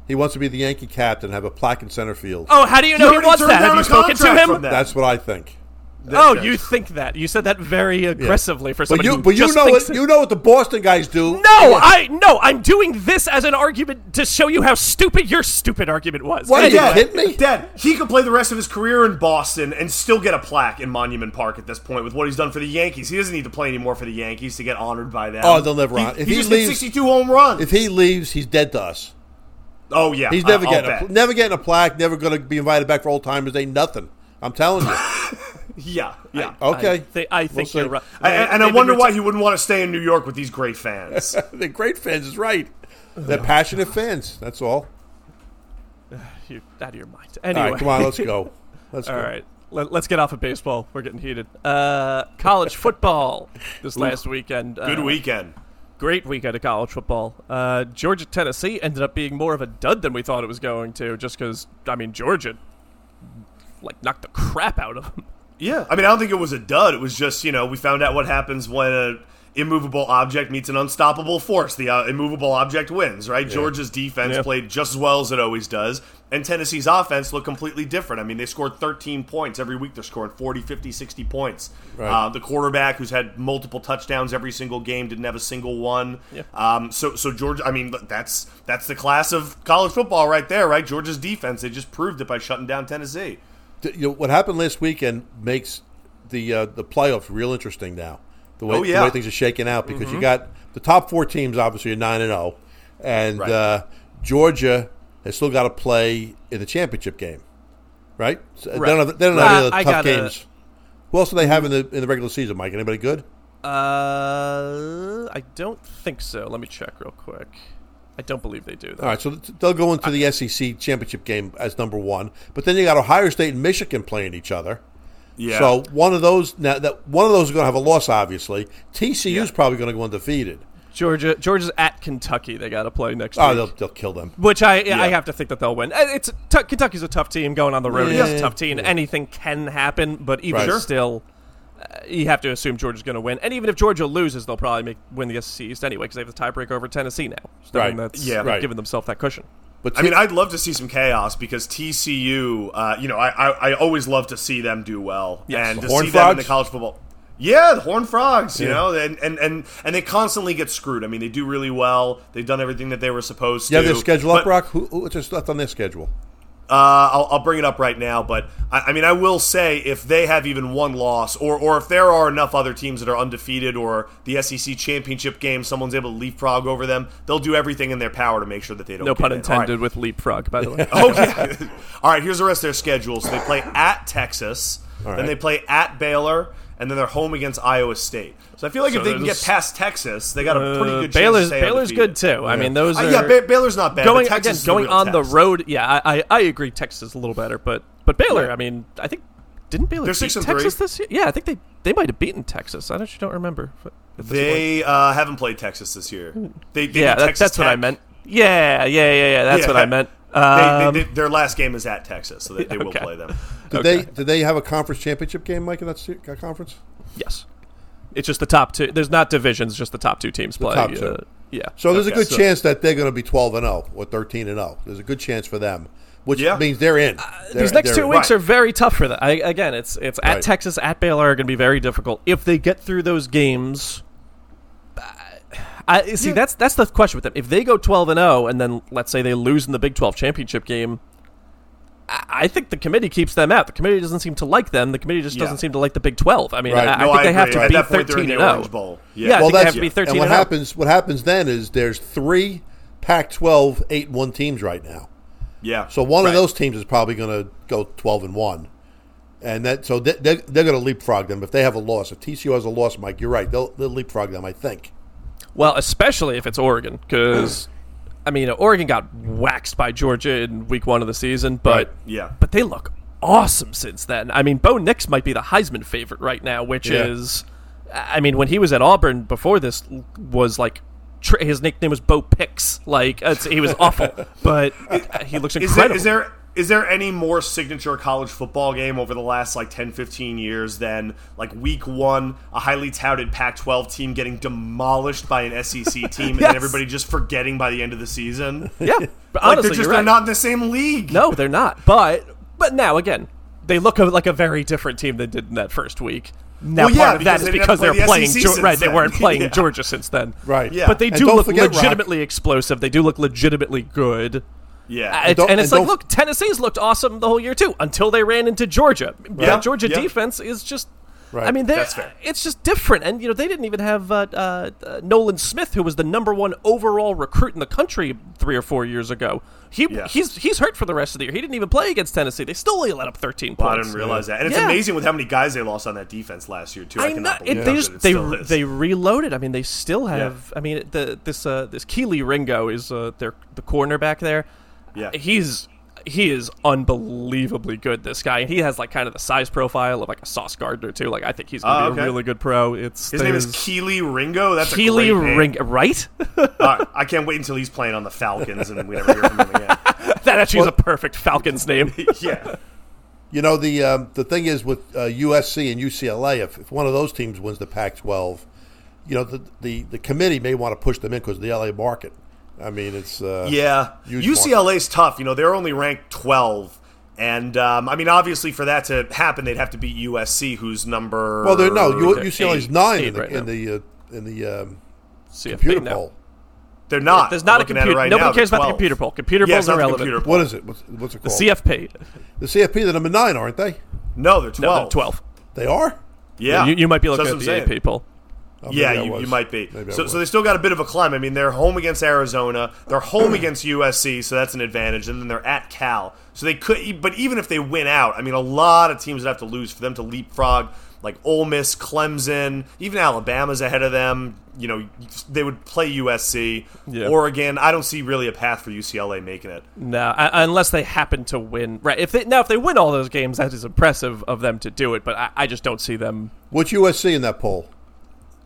Speaker 3: He wants to be the Yankee captain, have a plaque in center field.
Speaker 1: oh, how do you know he
Speaker 2: already
Speaker 1: wants
Speaker 2: turned
Speaker 1: that? Have
Speaker 2: down
Speaker 1: you
Speaker 2: a
Speaker 1: spoken to
Speaker 2: contract
Speaker 1: him?
Speaker 2: from that.
Speaker 3: That's what I think.
Speaker 1: Oh,
Speaker 2: Yes.
Speaker 1: you think that? You said that very aggressively for
Speaker 3: But
Speaker 1: somebody
Speaker 3: you,
Speaker 1: who
Speaker 3: but you
Speaker 1: just
Speaker 3: know
Speaker 1: thinks
Speaker 3: what you know what the Boston guys do.
Speaker 1: No, I no, I'm doing this as an argument to show you how stupid your stupid argument was.
Speaker 3: What? Are you
Speaker 1: Anyway,
Speaker 2: Dad,
Speaker 3: kidding me?
Speaker 2: Dad, he could play the rest of his career in Boston and still get a plaque in Monument Park at this point with what he's done for the Yankees. He doesn't need to play anymore for the Yankees to get honored by that.
Speaker 3: Oh, they'll never honor-
Speaker 2: He,
Speaker 3: if
Speaker 2: he
Speaker 3: he
Speaker 2: just
Speaker 3: leaves-
Speaker 2: hit 62 home runs.
Speaker 3: If he leaves, he's dead to us.
Speaker 2: oh yeah,
Speaker 3: He's
Speaker 2: I-
Speaker 3: never
Speaker 2: I'll
Speaker 3: getting a,
Speaker 2: bet.
Speaker 3: pl- never getting a plaque. Never going to be invited back for old timers. Ain't nothing. I'm telling you.
Speaker 2: yeah, yeah.
Speaker 3: Okay.
Speaker 1: I, thi- I think
Speaker 3: see.
Speaker 1: you're right.
Speaker 2: I- and and I wonder why he wouldn't want to stay in New York with these great fans.
Speaker 3: They're great fans. Is right. They're passionate fans. That's all.
Speaker 1: you're out of your mind.
Speaker 3: All
Speaker 1: Anyway,
Speaker 3: right, come on, let's go. Let's
Speaker 1: All
Speaker 3: go.
Speaker 1: right. Let, us get off of baseball. We're getting heated. Uh, college football this last weekend. Uh,
Speaker 2: Good weekend.
Speaker 1: Great weekend of college football. Uh, Georgia Tennessee ended up being more of a dud than we thought it was going to, just because I mean Georgia like knocked the crap out of them.
Speaker 2: Yeah. I mean, I don't think it was a dud. It was just, you know, we found out what happens when a immovable object meets an unstoppable force. The uh, immovable object wins, right? Georgia's defense
Speaker 1: Yeah.
Speaker 2: played just as well as it always does, and Tennessee's offense looked completely different. I mean, they scored 13 points every week. They're scoring 40, 50, 60 points.
Speaker 3: Right.
Speaker 2: Uh, the quarterback, who's had multiple touchdowns every single game, didn't have a single one.
Speaker 1: Yeah.
Speaker 2: Um, so, so Georgia, I mean, look, that's that's the class of college football right there, right? Georgia's defense, they just proved it by shutting down Tennessee.
Speaker 3: Th- you know, what happened last weekend makes the uh, the playoffs real interesting now. The way,
Speaker 2: Oh,
Speaker 3: the
Speaker 2: yeah.
Speaker 3: way things are shaking out because you got the top four teams obviously are nine and zero, and
Speaker 2: Right.
Speaker 3: uh, Georgia has still got to play in the championship game, right? So They don't have, they don't have
Speaker 1: Right.
Speaker 3: any other
Speaker 1: Uh, I
Speaker 3: tough
Speaker 1: gotta-
Speaker 3: games. Who else do they have in the in the regular season, Mike? Anybody good?
Speaker 1: Uh, I don't think so. Let me check real quick. I don't believe they do. Though.
Speaker 3: All right, so th- they'll go into the SEC championship game as number one, but then you got Ohio State and Michigan playing each other.
Speaker 2: Yeah.
Speaker 3: So one of those now that one of those is going to have a loss. Obviously, TCU is probably going to go undefeated.
Speaker 1: Georgia, Georgia's at Kentucky. They got to play next
Speaker 3: Oh, they'll,
Speaker 1: week,
Speaker 3: they'll kill them.
Speaker 1: which I I have to think that they'll win. Uh, It's t- Kentucky's a tough team going on the road. It's
Speaker 3: Yeah.
Speaker 1: a tough team. Anything can happen, but even
Speaker 3: Right. Sure.
Speaker 1: still, uh, you have to assume Georgia's going to win. And even if Georgia loses, they'll probably make win the SEC East anyway because they have the tiebreaker over Tennessee now. So I mean,
Speaker 3: Right.
Speaker 1: that's
Speaker 2: Yeah.
Speaker 1: they've
Speaker 3: Right.
Speaker 1: giving themselves that cushion.
Speaker 3: But
Speaker 2: I mean,
Speaker 3: T-
Speaker 2: I'd love to see some chaos because TCU. Uh, you know, I, I I always love to see them do well
Speaker 1: Yes.
Speaker 2: and
Speaker 1: The
Speaker 2: to
Speaker 3: Horned
Speaker 2: see them in the
Speaker 3: Frogs?
Speaker 2: college football. Yeah, the Horned Frogs. You know, and, and and and they constantly get screwed. I mean, they do really well. They've done everything that they were supposed
Speaker 3: you have
Speaker 2: to.
Speaker 3: their schedule up,
Speaker 2: But-
Speaker 3: Rock. Who, who what's just left on their schedule?
Speaker 2: uh, I'll, I'll bring it up right now, but I, I mean, I will say if they have even one loss, or or if there are enough other teams that are undefeated, or the SEC championship game, someone's able to leapfrog over them, they'll do everything in their power to make sure that they don't.
Speaker 1: No
Speaker 2: get
Speaker 1: pun
Speaker 2: in. All right.
Speaker 1: intended with leapfrog, by the way.
Speaker 2: Oh yeah. All right. Here's the rest of their schedule. So they play at Texas,
Speaker 3: right.
Speaker 2: then they play at Baylor, and then they're home against Iowa State. So I feel like
Speaker 1: So
Speaker 2: if they can
Speaker 1: there's-
Speaker 2: get past Texas, they got a pretty
Speaker 1: Uh,
Speaker 2: good.
Speaker 1: Baylor's
Speaker 2: chance to stay
Speaker 1: Baylor's
Speaker 2: undefeated.
Speaker 1: good too. I mean, those
Speaker 2: Uh,
Speaker 1: are
Speaker 2: yeah, ba- Baylor's not bad. but
Speaker 1: going
Speaker 2: Texas
Speaker 1: again,
Speaker 2: is
Speaker 1: going
Speaker 2: real
Speaker 1: on the
Speaker 2: test.
Speaker 1: road. Yeah, I, I, I agree. Texas is a little better, but but Baylor.
Speaker 2: Yeah.
Speaker 1: I mean, I think didn't Baylor
Speaker 2: They're
Speaker 1: beat
Speaker 2: six and
Speaker 1: Texas
Speaker 2: three.
Speaker 1: this year? Yeah, I think they they might have beaten Texas. I actually don't remember. if- if this was-
Speaker 2: They uh, haven't played Texas this year. They, they
Speaker 1: yeah,
Speaker 2: beat
Speaker 1: that,
Speaker 2: Texas
Speaker 1: that's what I
Speaker 2: Tech.
Speaker 1: meant. Yeah, yeah, yeah, yeah. That's
Speaker 2: Yeah.
Speaker 1: what I meant.
Speaker 2: They,
Speaker 1: Um,
Speaker 2: they, they, their last game is at Texas, so they, they will
Speaker 1: Okay.
Speaker 2: play them.
Speaker 3: Did
Speaker 1: Okay.
Speaker 3: they did they have a conference championship game, Mike, in that se- that conference?
Speaker 1: yes, it's just the top two. There's not divisions; just the top two teams play.
Speaker 3: top two.
Speaker 1: Uh, yeah.
Speaker 3: So there's a
Speaker 2: Okay,
Speaker 3: good
Speaker 2: so-
Speaker 3: chance that they're going to be 12 and 0 or 13 and 0. There's a good chance for them, which
Speaker 2: Yeah.
Speaker 3: means they're in. They're-
Speaker 1: Uh, These next
Speaker 3: they're
Speaker 1: two
Speaker 3: in.
Speaker 1: weeks are very tough for them. I, again, it's it's at
Speaker 3: Right.
Speaker 1: Texas, at Baylor are going to be very difficult. If they get through those games, I I- see that's that's the question with them. If they go twelve and zero, and then let's say they lose in the Big Twelve championship game, I, I think the committee keeps them out. The committee doesn't seem to like them. The committee just
Speaker 2: Yeah.
Speaker 1: doesn't seem to like the Big Twelve. I mean,
Speaker 3: Right.
Speaker 1: I, I
Speaker 2: No,
Speaker 1: think
Speaker 2: I
Speaker 1: they have
Speaker 2: agree.
Speaker 1: to
Speaker 2: At
Speaker 1: be
Speaker 2: that point, they're in
Speaker 1: thirteen
Speaker 2: the
Speaker 1: and oh. zero.
Speaker 2: Orange Bowl.
Speaker 1: Yeah,
Speaker 2: Yeah.
Speaker 1: I
Speaker 2: Well,
Speaker 1: think they have
Speaker 3: that's-
Speaker 1: to be thirteen
Speaker 3: and what
Speaker 1: and oh. 0.
Speaker 3: happens what happens then is there's three Pac-12 8-1 teams right now.
Speaker 2: Yeah.
Speaker 3: So one of
Speaker 2: Right.
Speaker 3: those teams is probably going to go 12 and 1. And that so they, they're, they're going to leapfrog them if they have a loss. If TCU has a loss, Mike, you're right. They'll, they'll leapfrog them, I think.
Speaker 1: Well, especially if it's Oregon, because I mean, Oregon got waxed by Georgia in Week One of the season, but
Speaker 3: Right.
Speaker 2: Yeah.
Speaker 1: but they look awesome since then. I mean, Bo Nix might be the Heisman favorite right now, which
Speaker 3: Yeah.
Speaker 1: is, I mean, when he was at Auburn before this was like. tr- His nickname was Bo Picks. Like it's, he was awful, but uh, he looks
Speaker 2: Is there,
Speaker 1: incredible.
Speaker 2: is there is there any more signature college football game over the last like 10 15 years than like week 1 a highly touted Pac-12 team getting demolished by an SEC team
Speaker 1: Yes.
Speaker 2: and everybody just forgetting by the end of the season?
Speaker 1: yeah, but
Speaker 2: Like
Speaker 1: honestly,
Speaker 2: they're just
Speaker 1: you're
Speaker 2: they're
Speaker 1: right.
Speaker 2: not in the same league.
Speaker 1: No, they're not. But but now again, they look a, like a very different team than did in that first week. Now
Speaker 2: Well, yeah,
Speaker 1: part of that
Speaker 2: because
Speaker 1: is
Speaker 2: they didn't
Speaker 1: because
Speaker 2: play
Speaker 1: they're
Speaker 2: the
Speaker 1: playing
Speaker 2: SEC
Speaker 1: Geor-
Speaker 2: since
Speaker 1: right. They
Speaker 2: then.
Speaker 1: weren't playing
Speaker 2: Yeah.
Speaker 1: Georgia since then.
Speaker 3: Right.
Speaker 2: Yeah.
Speaker 1: But they
Speaker 3: And
Speaker 1: do
Speaker 3: don't
Speaker 1: look
Speaker 3: forget, Rock-
Speaker 1: legitimately explosive. They do look legitimately good.
Speaker 2: Yeah.
Speaker 1: Uh, And,
Speaker 3: don't-
Speaker 1: and it's like,
Speaker 3: and don't-
Speaker 1: look, Tennessee's looked awesome the whole year too until they ran into Georgia.
Speaker 2: Yeah,
Speaker 1: That Georgia
Speaker 2: yeah.
Speaker 1: defense is just. I
Speaker 3: Right.
Speaker 1: mean, they're-
Speaker 2: That's fair.
Speaker 1: it's just different, and you know they didn't even have uh, uh, uh, Nolan Smith, who was the number one overall recruit in the country three or four years ago. He
Speaker 2: Yeah.
Speaker 1: he's he's hurt for the rest of the year. He didn't even play against Tennessee. They still only let up thirteen
Speaker 2: Well, I
Speaker 1: points.
Speaker 2: didn't realize that. And it's
Speaker 1: Yeah.
Speaker 2: amazing with how many guys they lost on that defense last year too. I,
Speaker 1: I know.
Speaker 2: cannot
Speaker 1: It,
Speaker 2: believe how
Speaker 1: They
Speaker 2: good
Speaker 1: just
Speaker 2: it
Speaker 1: they
Speaker 2: still is.
Speaker 1: they reloaded. I mean, they still have. I mean, the this uh, this Keely Ringo is uh, their the cornerback there. Uh,
Speaker 2: Yeah.
Speaker 1: he's he is unbelievably good. This guy, and he has like kind of the size profile of like a Sauce Gardner too. Like I think he's gonna be
Speaker 2: Ah,
Speaker 1: a
Speaker 2: okay.
Speaker 1: really good pro. It's
Speaker 2: His name is
Speaker 1: there's-
Speaker 2: Keely Ringo. That's
Speaker 1: Keely
Speaker 2: a great name.
Speaker 1: Ringo, right?
Speaker 2: Uh, I can't wait until he's playing on the Falcons and we never hear from him again.
Speaker 1: that actually is a perfect Falcons name.
Speaker 2: Yeah.
Speaker 3: You know the um, the thing is with uh, USC and UCLA, if, if one of those teams wins the Pac-12, you know the the, the committee may want to push them in because the LA market. I mean, it's uh,
Speaker 2: Yeah,
Speaker 3: huge
Speaker 2: UCLA's tough. You know, they're only ranked 12, and um, I mean, obviously, for that to happen, they'd have to beat USC, who's number.
Speaker 3: Well, they're no U-
Speaker 1: They're
Speaker 3: UCLA's
Speaker 1: eight-
Speaker 3: nine
Speaker 1: eight
Speaker 3: in the
Speaker 1: right
Speaker 3: in the, uh, in the um,
Speaker 1: See if they
Speaker 3: computer
Speaker 1: know.
Speaker 3: poll.
Speaker 2: They're not.
Speaker 1: There's not
Speaker 2: I'm
Speaker 1: a
Speaker 2: looking at it
Speaker 1: computer.
Speaker 2: Right
Speaker 1: Nobody
Speaker 2: now,
Speaker 1: cares
Speaker 2: they're
Speaker 1: about the
Speaker 2: 12.
Speaker 1: computer poll. Computer
Speaker 2: Yeah,
Speaker 1: polls
Speaker 2: it's
Speaker 1: are
Speaker 2: not the
Speaker 1: relevant.
Speaker 2: computer poll.
Speaker 3: What is it? What's, what's it
Speaker 1: The
Speaker 3: called?
Speaker 1: CFP.
Speaker 3: the CFP. They're number nine, aren't they?
Speaker 2: No, they're 12.
Speaker 1: No, they're twelve.
Speaker 3: They are.
Speaker 2: Yeah,
Speaker 1: You, you might be
Speaker 2: So
Speaker 1: looking
Speaker 2: that's
Speaker 1: at
Speaker 2: what
Speaker 1: the
Speaker 2: I'm saying.
Speaker 1: AP poll.
Speaker 3: Oh, maybe I
Speaker 2: Yeah, you,
Speaker 3: was.
Speaker 2: you might be.
Speaker 3: Maybe I
Speaker 2: So, so they
Speaker 3: was.
Speaker 2: still got a bit of a climb. I mean, they're home against Arizona, they're home against USC, so that's an advantage, and then they're at Cal. So they could, e, but even if they win out, I mean, a lot of teams would have to lose for them to leapfrog. Like Ole Miss, Clemson, even Alabama's ahead of them. You know, they would play USC,
Speaker 1: Yeah.
Speaker 2: Oregon. I don't see really a path for UCLA making it.
Speaker 1: No, I, unless they happen to win. Right. If they now if they win all those games, that is impressive of them to do it. But I, I just don't see them.
Speaker 3: What's USC in that poll?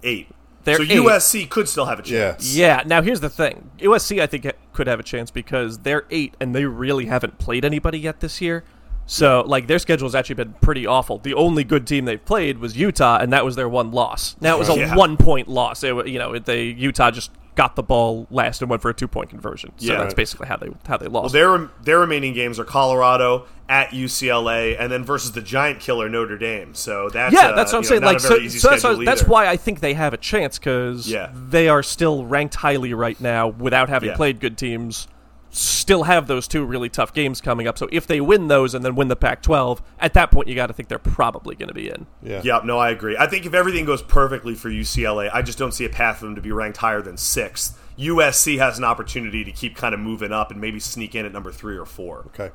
Speaker 2: Eight.
Speaker 1: They're
Speaker 2: so
Speaker 1: eight.
Speaker 2: USC could still have a chance.
Speaker 1: Yeah. Now here's the thing. USC I think ha- could have a chance because they're eight and they really haven't played anybody yet this year. So like their schedule's actually been pretty awful. The only good team they've played was Utah, and that was their one loss. Now it was a
Speaker 2: Yeah.
Speaker 1: one point loss. It, wa- you know, they Utah just got the ball last and went for a two point conversion. So
Speaker 2: Yeah.
Speaker 1: that's basically how they how they lost.
Speaker 2: Well, their their remaining games are Colorado at UCLA, and then versus the giant killer Notre Dame. So that's
Speaker 1: yeah,
Speaker 2: uh,
Speaker 1: that's what I'm
Speaker 2: you know,
Speaker 1: saying.
Speaker 2: not
Speaker 1: Like,
Speaker 2: a very
Speaker 1: so,
Speaker 2: easy
Speaker 1: so that's,
Speaker 2: schedule
Speaker 1: why- that's
Speaker 2: either.
Speaker 1: why I think they have a chance because
Speaker 2: Yeah.
Speaker 1: they are still ranked highly right now without having
Speaker 2: Yeah.
Speaker 1: played good teams. Still have those two really tough games coming up. So if they win those and then win the Pac-12, at that point you got to think they're probably going to be in.
Speaker 3: Yeah.
Speaker 2: Yep, no, I agree. I think if everything goes perfectly for UCLA, I just don't see a path for them to be ranked higher than sixth. USC has an opportunity to keep kind of moving up and maybe sneak in at number three or four.
Speaker 3: Okay.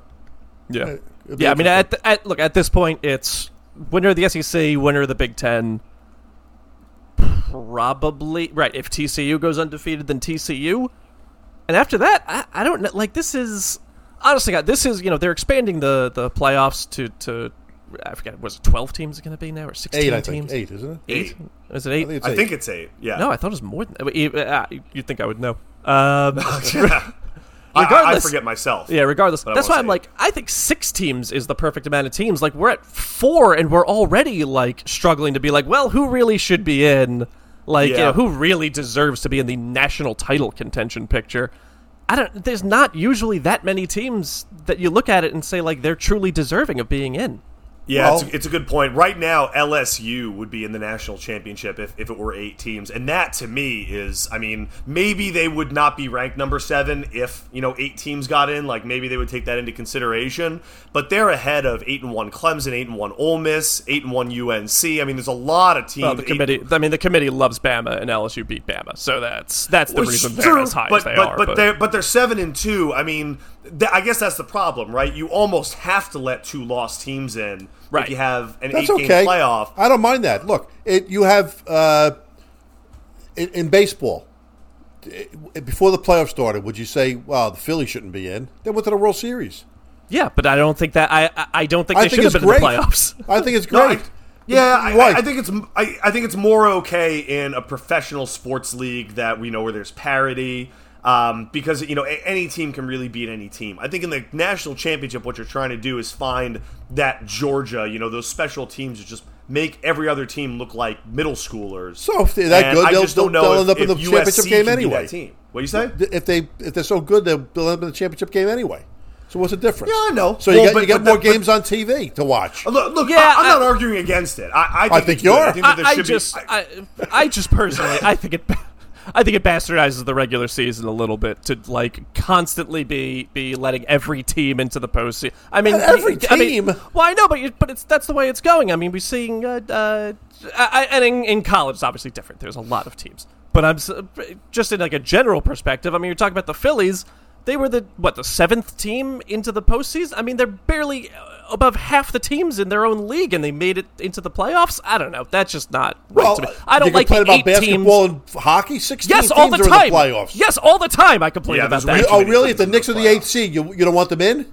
Speaker 1: Yeah,
Speaker 3: it'd be
Speaker 1: yeah. I mean,
Speaker 3: interesting.
Speaker 1: at, the, at look at this point, it's winner of the E SEC, winner of the Big Ten. Probably right. If TCU goes undefeated, then TCU, and after that, I, I don't know. Like this is honestly, God, this is you know they're expanding the the playoffs to to I forget was it twelve teams going to be now or sixteen
Speaker 3: Eight, I think.
Speaker 1: teams?
Speaker 3: Eight, isn't it?
Speaker 2: Eight.
Speaker 1: Is it eight?
Speaker 3: think it's
Speaker 2: I think it's eight. Yeah.
Speaker 1: e, no, I thought it was more than. that. Wait, you- uh, You'd think I would know. Um,
Speaker 2: Yeah. I, I, I
Speaker 1: Regardless-
Speaker 2: forget myself.
Speaker 1: Yeah, regardless.
Speaker 2: But I
Speaker 1: That's
Speaker 2: won't
Speaker 1: why
Speaker 2: say
Speaker 1: I'm
Speaker 2: it.
Speaker 1: like, I think six teams is the perfect amount of teams. Like, we're at four, and we're already, like, struggling to be like, well, who really should be in? Like, you
Speaker 2: Yeah.
Speaker 1: know, who really deserves to be in the national title contention picture? I don't, there's not usually that many teams that you look at it and say, like, they're truly deserving of being in.
Speaker 2: Yeah,
Speaker 3: Well-
Speaker 2: it's, a, it's a good point. Right now, LSU would be in the national championship if, if it were eight teams, and that to me is, I mean, maybe they would not be ranked number seven if you know eight teams got in. Like maybe they would take that into consideration, but they're ahead of eight and one Clemson, eight and one Ole Miss, eight and one UNC. I mean, there's a lot of teams.
Speaker 1: Well, the
Speaker 2: eight-
Speaker 1: committee, I mean, the committee loves Bama, and LSU beat Bama, so that's that's the
Speaker 2: Well,
Speaker 1: reason
Speaker 2: sure,
Speaker 1: they're as high
Speaker 2: but,
Speaker 1: as they
Speaker 2: but,
Speaker 1: are.
Speaker 2: But, they're but they're seven and two. I mean, th- I guess that's the problem, right? You almost have to let two lost teams in
Speaker 1: Right.
Speaker 2: if you have an
Speaker 3: That's
Speaker 2: eight-game
Speaker 3: okay.
Speaker 2: playoff.
Speaker 3: I don't mind that. Look, it, you have uh, in, in baseball it, before the playoffs started. Would you say, "Wow, the Phillies shouldn't be in"? They went to the World Series.
Speaker 1: yeah, but I don't think that I I, I don't think
Speaker 3: I
Speaker 1: they
Speaker 3: think
Speaker 1: should have
Speaker 3: it's
Speaker 1: been
Speaker 3: great.
Speaker 1: in the playoffs.
Speaker 3: I think it's
Speaker 2: No, I-
Speaker 3: great.
Speaker 2: yeah, I,
Speaker 3: Why?
Speaker 2: I- I think it's I, I think it's more okay in a professional sports league that we know where there's parity. Um, because you know a- any team can really beat any team. I think in the national championship, what you're trying to do is find that Georgia, you know, those special teams that just make every other team look like middle schoolers.
Speaker 3: So if they're that
Speaker 2: And
Speaker 3: good,
Speaker 2: I
Speaker 3: they'll-
Speaker 2: just don't
Speaker 3: they'll-
Speaker 2: know
Speaker 3: they'll
Speaker 2: if,
Speaker 3: end up in the
Speaker 2: if
Speaker 3: championship
Speaker 2: USC
Speaker 3: game
Speaker 2: can beat that
Speaker 3: anyway.
Speaker 2: team. What do you say?
Speaker 3: if they if they're so good, they'll they'll end up in the championship game anyway. So what's the difference?
Speaker 2: Yeah, I know.
Speaker 3: So
Speaker 2: Well,
Speaker 3: you got
Speaker 2: but-
Speaker 3: you got
Speaker 2: but
Speaker 3: more
Speaker 2: that- but-
Speaker 3: games on TV to watch.
Speaker 2: Look, look
Speaker 1: Yeah,
Speaker 2: I, am not
Speaker 1: I-
Speaker 2: arguing against it. I, I think,
Speaker 3: think
Speaker 2: it's good.
Speaker 3: you are.
Speaker 2: I think that there
Speaker 1: I, I
Speaker 2: should be-
Speaker 1: just,
Speaker 2: I-
Speaker 1: I, I just personally, I think it, I think it bastardizes the regular season a little bit to like constantly be be letting every team into the postseason. I mean,
Speaker 3: Not every
Speaker 1: I mean-
Speaker 3: team.
Speaker 1: well, I know, but you, but it's that's the way it's going. I mean, we're seeing, uh, uh, I, I- and in, in college, it's obviously different. There's a lot of teams, but I'm s- just in like a general perspective. I mean, you're talking about the Phillies. They were the what the seventh team into the postseason. I mean, they're barely uh, above half the teams in their own league, and they made it into the playoffs. I don't know. That's just not right to me. I don't
Speaker 3: you
Speaker 1: like the
Speaker 3: complain
Speaker 1: eight
Speaker 3: about basketball
Speaker 1: teams.
Speaker 3: and hockey. Sixteen
Speaker 1: Yes,
Speaker 3: teams
Speaker 1: all the
Speaker 3: are
Speaker 1: time.
Speaker 3: in the playoffs.
Speaker 1: Yes, all the time. I complain
Speaker 2: Yeah,
Speaker 1: about
Speaker 2: there's
Speaker 1: that.
Speaker 2: way
Speaker 3: You-
Speaker 2: too
Speaker 3: oh,
Speaker 2: many
Speaker 3: really?
Speaker 2: teams
Speaker 3: If the
Speaker 2: in the
Speaker 3: Knicks are the eighth
Speaker 2: playoffs.
Speaker 3: seed, you you don't want them in?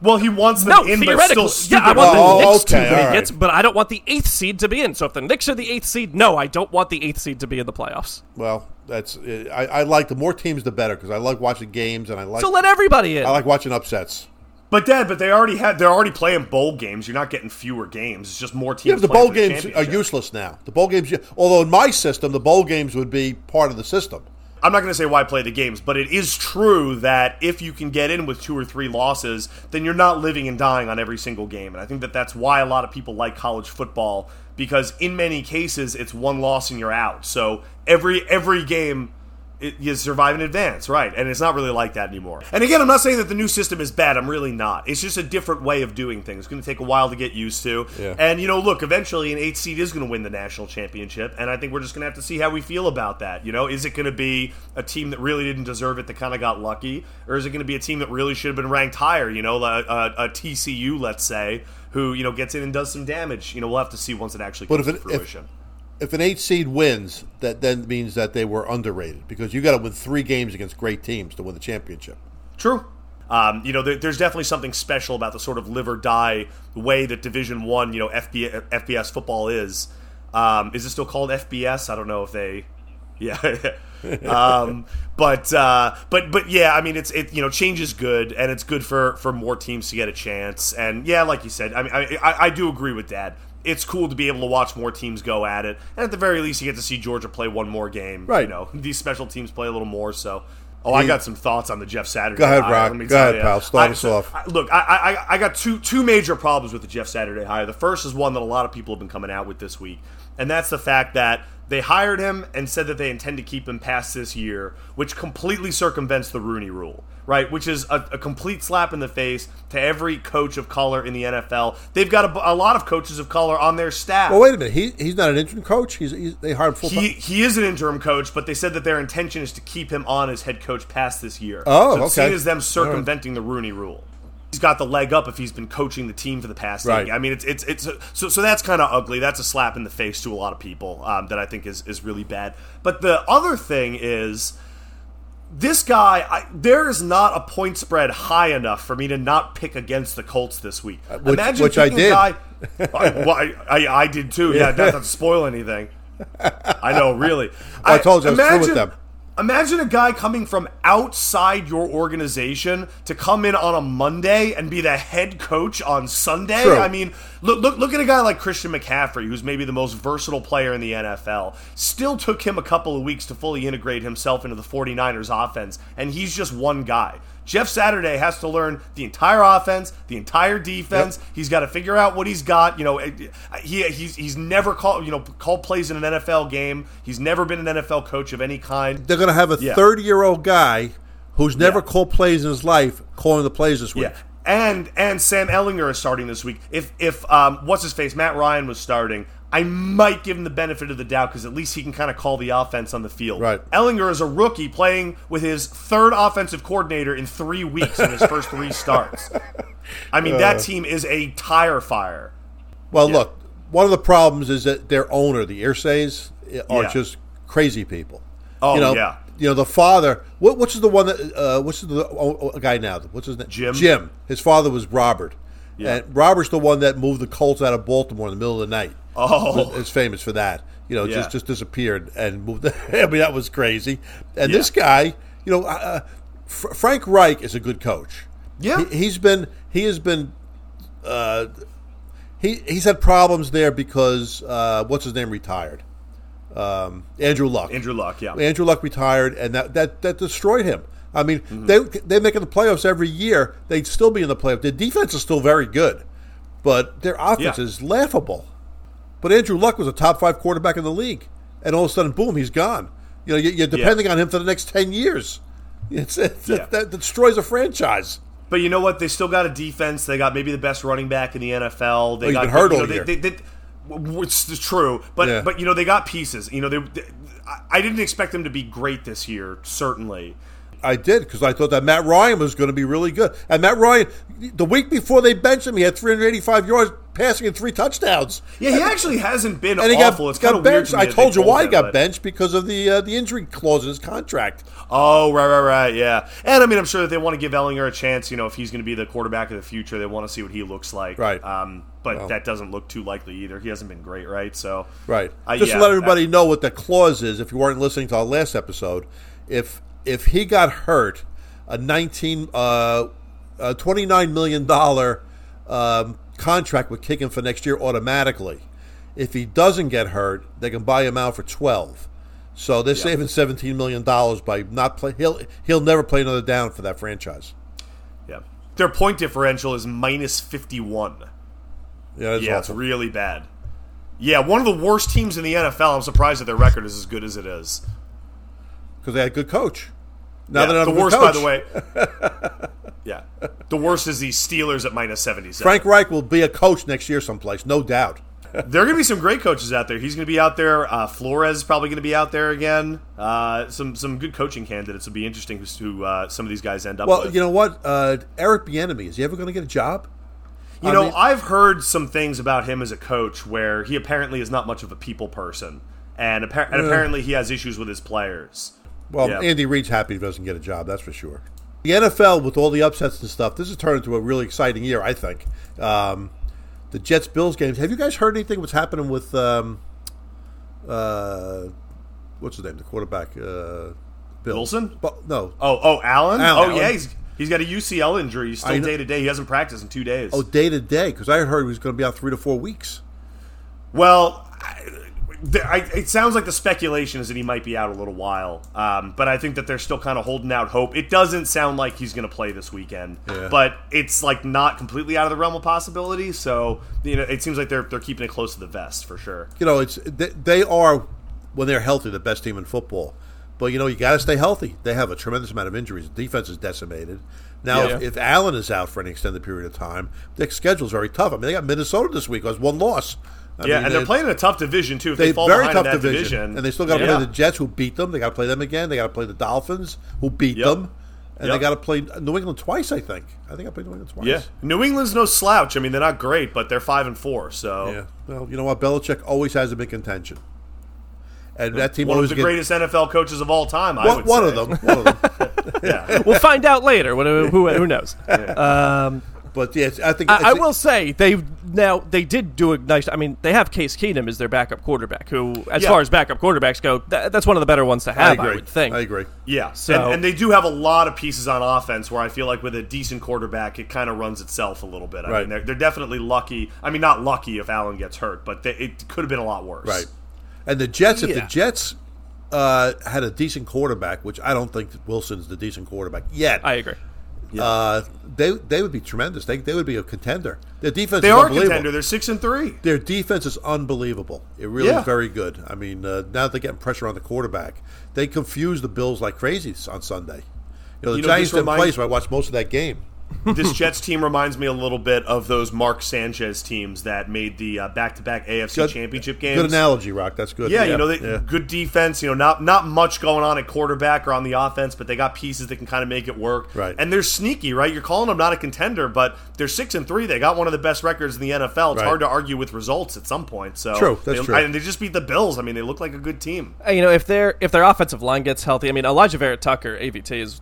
Speaker 2: well, he wants them
Speaker 1: No,
Speaker 2: in, but it's
Speaker 1: theoretically,
Speaker 2: still
Speaker 1: yeah,
Speaker 2: stupid.
Speaker 1: I want
Speaker 3: Oh,
Speaker 1: the Knicks
Speaker 3: okay,
Speaker 1: to
Speaker 3: all
Speaker 1: make
Speaker 3: right.
Speaker 1: it, but I don't want the eighth seed to be in. So if the Knicks are the eighth seed, no, I don't want the eighth seed to be in the playoffs.
Speaker 3: Well, that's uh, I, I like the more teams the better because I like watching games and I like
Speaker 1: So let everybody in.
Speaker 3: I like watching upsets.
Speaker 2: But Dad, but they already had. They're already playing bowl games. You're not getting fewer games. It's just more teams.
Speaker 3: Yeah, but the
Speaker 2: playing
Speaker 3: bowl
Speaker 2: for the
Speaker 3: games uh, are
Speaker 2: championship.
Speaker 3: useless now. The bowl games, although in my system, the bowl games would be part of the system.
Speaker 2: I'm not going to say why play the games, but it is true that if you can get in with two or three losses, then you're not living and dying on every single game. And I think that that's why a lot of people like college football because in many cases it's one loss and you're out. So every every game it, you survive in advance, right? And it's not really like that anymore. And again, I'm not saying that the new system is bad. I'm really not. It's just a different way of doing things. It's going to take a while to get used to.
Speaker 3: Yeah.
Speaker 2: And you know, look, eventually an eight seed is going to win the national championship, and I think we're just going to have to see how we feel about that. You know, is it going to be a team that really didn't deserve it that kind of got lucky, or is it going to be a team that really should have been ranked higher? You know, a, a, a TCU, let's say, who you know gets in and does some damage. You know, we'll have to see once it actually
Speaker 3: But
Speaker 2: comes
Speaker 3: if
Speaker 2: to
Speaker 3: it- if-
Speaker 2: fruition.
Speaker 3: If an eight seed wins, that then means that they were underrated because you got to win three games against great teams to win the championship.
Speaker 2: True. Um, you know, there, there's definitely something special about the sort of live or die way that Division One, you know, FB, FBS football is. Um, is it still called FBS? I don't know if they. Yeah. um, but uh, but but yeah, I mean, it's it you know change is good, and it's good for for more teams to get a chance. And yeah, like you said, I mean, I I, I do agree with Dad. It's cool to be able to watch more teams go at it, and at the very least, you get to see Georgia play one more game.
Speaker 3: Right.
Speaker 2: You know, these special teams play a little more, so. Oh, I got some thoughts on the Jeff Saturday.
Speaker 3: Go ahead,
Speaker 2: hire,
Speaker 3: Rock.
Speaker 2: let me
Speaker 3: Go
Speaker 2: tell
Speaker 3: ahead,
Speaker 2: ya.
Speaker 3: pal. Start
Speaker 2: I-
Speaker 3: us off.
Speaker 2: I- look, I, I I got two two major problems with the Jeff Saturday hire. The first is one that a lot of people have been coming out with this week, and that's the fact that they hired him and said that they intend to keep him past this year, which completely circumvents the Rooney Rule, right? Which is a, a complete slap in the face to every coach of color in the NFL. They've got a, bu- a lot of coaches of color on their staff.
Speaker 3: Well, wait a minute. He, he's not an interim coach. He's, he's they hired full
Speaker 2: He,
Speaker 3: time.
Speaker 2: he is an interim coach, but they said that their intention is to keep him on as head coach past this year.
Speaker 3: Oh,
Speaker 2: so it's
Speaker 3: okay.
Speaker 2: Seen as them circumventing the Rooney Rule. He's got the leg up if he's been coaching the team for the past.
Speaker 3: Right.
Speaker 2: Eight. I mean, it's it's it's so so that's kind of ugly. That's a slap in the face to a lot of people um, that I think is is really bad. But the other thing is this guy, I, there is not a point spread high enough for me to not pick against the Colts this week.
Speaker 3: Uh, which-
Speaker 2: Imagine
Speaker 3: which I
Speaker 2: picking a
Speaker 3: did.
Speaker 2: guy- I, well, I, I, I did too. Yeah, not to spoil anything. I know, really.
Speaker 3: I told you I was through with them.
Speaker 2: Imagine a guy coming from outside your organization to come in on a Monday and be the head coach on Sunday.
Speaker 3: True.
Speaker 2: I mean, look look look at a guy like Christian McCaffrey, who's maybe the most versatile player in the NFL. Still took him a couple of weeks to fully integrate himself into the 49ers offense, and he's just one guy. Jeff Saturday has to learn the entire offense, the entire defense. He's got to figure out what he's got. You know, he he's he's never called you know called plays in an NFL game. He's never been an NFL coach of any kind.
Speaker 3: They're going to have a
Speaker 2: Yeah.
Speaker 3: 30 year old guy who's never
Speaker 2: Yeah.
Speaker 3: called plays in his life calling the plays this week.
Speaker 2: Yeah. And and Sam Ellinger is starting this week. If if um, what's his face Matt Ryan was starting, I might give him the benefit of the doubt because at least he can kind of call the offense on the field.
Speaker 3: Right.
Speaker 2: Ellinger is a rookie playing with his third offensive coordinator in three weeks in his first three starts. I mean that team is a tire fire.
Speaker 3: Well, look, one of the problems is that their owner, the Irsays, are
Speaker 2: Yeah.
Speaker 3: just crazy people.
Speaker 2: Oh,
Speaker 3: you know,
Speaker 2: yeah.
Speaker 3: You know, the father. What, what's the one that? Uh, what's the oh, oh, guy now? What's his name?
Speaker 2: Jim.
Speaker 3: Jim. His father was Robert.
Speaker 2: Yeah.
Speaker 3: And Robert's the one that moved the Colts out of Baltimore in the middle of the night.
Speaker 2: Oh.
Speaker 3: Is famous for that. You know,
Speaker 2: Yeah.
Speaker 3: just just disappeared and moved. I mean, that was crazy. And
Speaker 2: Yeah.
Speaker 3: this guy, you know, uh, Fr- Frank Reich is a good coach.
Speaker 2: Yeah.
Speaker 3: he, he's been he has been uh, he he's had problems there because uh, what's his name retired, um, Andrew Luck.
Speaker 2: Andrew Luck, yeah.
Speaker 3: Andrew Luck retired, and that that, that destroyed him. I mean,
Speaker 2: Mm-hmm.
Speaker 3: they they make it the playoffs every year. They'd still be in the playoffs. Their defense is still very good, but their offense
Speaker 2: Yeah.
Speaker 3: is laughable. But Andrew Luck was a top five quarterback in the league, and all of a sudden, boom, he's gone. You know, you- you're depending on him for the next ten years. It's, it's
Speaker 2: Yeah.
Speaker 3: that, that destroys a franchise.
Speaker 2: But you know what? They still got a defense. They got maybe the best running back in the NFL. They got
Speaker 3: Well, you've been hurt
Speaker 2: you know,
Speaker 3: all
Speaker 2: they,
Speaker 3: year.
Speaker 2: They, they, w- which is true, but
Speaker 3: Yeah.
Speaker 2: but you know they got pieces. You know they, they- I- I didn't expect them to be great this year, certainly.
Speaker 3: I did because I thought that Matt Ryan was going to be really good. And Matt Ryan, the week before they benched him, he had 385 yards passing and three touchdowns.
Speaker 2: Yeah, he actually hasn't been
Speaker 3: And he
Speaker 2: awful.
Speaker 3: got,
Speaker 2: it's kind
Speaker 3: got
Speaker 2: of weird.
Speaker 3: benched.
Speaker 2: to me
Speaker 3: I
Speaker 2: that they
Speaker 3: told you why he
Speaker 2: him,
Speaker 3: got
Speaker 2: but-
Speaker 3: benched because of the uh, the injury clause in his contract.
Speaker 2: Oh, right, right, right. Yeah, and I mean, I'm sure that they want to give Ellinger a chance. You know, if he's going to be the quarterback of the future, they want to see what he looks like.
Speaker 3: Right.
Speaker 2: Um, but that doesn't look too likely either. He hasn't been great, right? So.
Speaker 3: Right.
Speaker 2: Uh,
Speaker 3: Just
Speaker 2: yeah,
Speaker 3: to let everybody know what the clause is, if you weren't listening to our last episode, if if he got hurt, a nineteen uh, a twenty nine million dollar um, contract would kick him for next year automatically. If he doesn't get hurt, they can buy him out for twelve. So they're saving seventeen million dollars by not play. He'll he'll never play another down for that franchise.
Speaker 2: Yeah. Their point differential is minus 51.
Speaker 3: Yeah, that's
Speaker 2: yeah,
Speaker 3: awful.
Speaker 2: it's really bad. Yeah, one of the worst teams in the NFL. I'm surprised that their record is as good as it is.
Speaker 3: because they had a good coach. Now
Speaker 2: Yeah,
Speaker 3: they're not
Speaker 2: the
Speaker 3: a good
Speaker 2: worst, by
Speaker 3: coach.
Speaker 2: the way. yeah, the worst is the Steelers at minus 77.
Speaker 3: Frank Reich will be a coach next year someplace, no doubt.
Speaker 2: There are going to be some great coaches out there. He's going to be out there. Uh, Flores is probably going to be out there again. Uh, some some good coaching candidates. It'll be interesting who's- who uh, some of these guys end up.
Speaker 3: Well,
Speaker 2: with.
Speaker 3: you know what? Uh, Eric Bieniemy is he ever going to get a job?
Speaker 2: You
Speaker 3: I
Speaker 2: know,
Speaker 3: mean-
Speaker 2: I've heard some things about him as a coach where he apparently is not much of a people person, and, appar- and apparently he has issues with his players.
Speaker 3: Well,
Speaker 2: Yeah.
Speaker 3: Andy Reid's happy he doesn't get a job. That's for sure. The NFL with all the upsets and stuff, this has turned into a really exciting year. I think um, the Jets Bills games. Have you guys heard anything? What's happening with um, uh, what's his name? The quarterback, uh, Bill
Speaker 2: Wilson?
Speaker 3: But, no,
Speaker 2: Oh, oh, Allen.
Speaker 3: Allen.
Speaker 2: Oh, yeah, he's he's got a UCL injury. He's
Speaker 3: I
Speaker 2: still
Speaker 3: know-
Speaker 2: day to day. He hasn't practiced in two days.
Speaker 3: oh, day to day because I heard he was going to be out three to four weeks.
Speaker 2: Well, I, th- I, it sounds like the speculation is that he might be out a little while, um, but I think that they're still kind of holding out hope. It doesn't sound like he's going to play this weekend,
Speaker 3: Yeah.
Speaker 2: but it's like not completely out of the realm of possibility. So you know, it seems like they're they're keeping it close to the vest for sure.
Speaker 3: you know, it's they, they are when they're healthy the best team in football. But you know, you got to stay healthy. They have a tremendous amount of injuries. defense is decimated. Now,
Speaker 1: Yeah.
Speaker 3: if, if Allen is out for an extended period of time, their schedule's very tough. I mean, they got Minnesota this week. It was one loss. I
Speaker 2: yeah,
Speaker 3: mean,
Speaker 2: and
Speaker 3: they-
Speaker 2: they're playing in a tough division too. If
Speaker 3: they
Speaker 2: they, fall
Speaker 3: very
Speaker 2: behind
Speaker 3: tough
Speaker 2: in that
Speaker 3: division.
Speaker 2: division,
Speaker 3: and they still got to
Speaker 2: Yeah.
Speaker 3: play the Jets, who beat them. They got to play them again. They got to play the Dolphins, who beat
Speaker 2: Yep.
Speaker 3: them, and
Speaker 2: Yep.
Speaker 3: they got to play New England twice. I think. I think I played New England twice.
Speaker 2: Yeah, New England's no slouch. I mean, they're not great, but they're five and four. So
Speaker 3: Yeah. Well, you know what? Belichick always has them in contention, and that team
Speaker 2: one
Speaker 3: always
Speaker 2: of the
Speaker 3: gets
Speaker 2: greatest NFL coaches of all time. I
Speaker 3: one,
Speaker 2: would
Speaker 3: one
Speaker 2: say.
Speaker 3: of them. One of them.
Speaker 2: Yeah.
Speaker 1: We'll find out later. What, who, who knows? Um,
Speaker 3: But yeah, it's, I think it's,
Speaker 1: I, I will say they now they did do a nice. I mean, they have Case Keenum as their backup quarterback, who, as
Speaker 2: Yeah.
Speaker 1: far as backup quarterbacks go, tha that's one of the better ones to
Speaker 3: I
Speaker 1: have. I,
Speaker 3: agree.
Speaker 1: would think.
Speaker 3: I agree.
Speaker 2: Yeah.
Speaker 1: So-
Speaker 2: and, and they do have a lot of pieces on offense where I feel like with a decent quarterback, it kind of runs itself a little bit. I
Speaker 3: Right.
Speaker 2: mean, they're, they're definitely lucky. I mean, not lucky if Allen gets hurt, but they, it could have been a lot worse.
Speaker 3: Right. And the Jets, if the
Speaker 1: Yeah.
Speaker 3: Jets uh, had a decent quarterback, which I don't think Wilson's the decent quarterback yet,
Speaker 1: I agree.
Speaker 3: uh, they they would be tremendous. They, they would be a contender. Their defense
Speaker 2: They
Speaker 3: is
Speaker 2: are a
Speaker 3: unbelievable.
Speaker 2: contender. They're six and three.
Speaker 3: Their defense is unbelievable. It really
Speaker 2: Yeah.
Speaker 3: is very good. I mean, uh, now they're getting pressure on the quarterback. They confused the Bills like crazy on Sunday. You know, the
Speaker 2: You know,
Speaker 3: Giants
Speaker 2: this
Speaker 3: didn't play,
Speaker 2: reminds-
Speaker 3: so I watched most of that game.
Speaker 2: this Jets team reminds me a little bit of those Mark Sanchez teams that made the uh, back-to-back AFC
Speaker 3: Good-
Speaker 2: championship games.
Speaker 3: Good analogy, Rock. That's good.
Speaker 2: Yeah, you know, they,
Speaker 3: Yeah.
Speaker 2: good defense. You know, not not much going on at quarterback or on the offense, but they got pieces that can kind of make it work.
Speaker 3: Right.
Speaker 2: and they're sneaky, right? You're calling them not a contender, but they're six and three. They got one of the best records in the NFL. It's
Speaker 3: Right.
Speaker 2: hard to argue with results at some point. So
Speaker 3: True, that's
Speaker 2: they,
Speaker 3: true.
Speaker 2: And they just beat the Bills. I mean, they look like a good team.
Speaker 1: Uh, You know, if their if their offensive line gets healthy, I mean, Elijah Vera Tucker, AVT is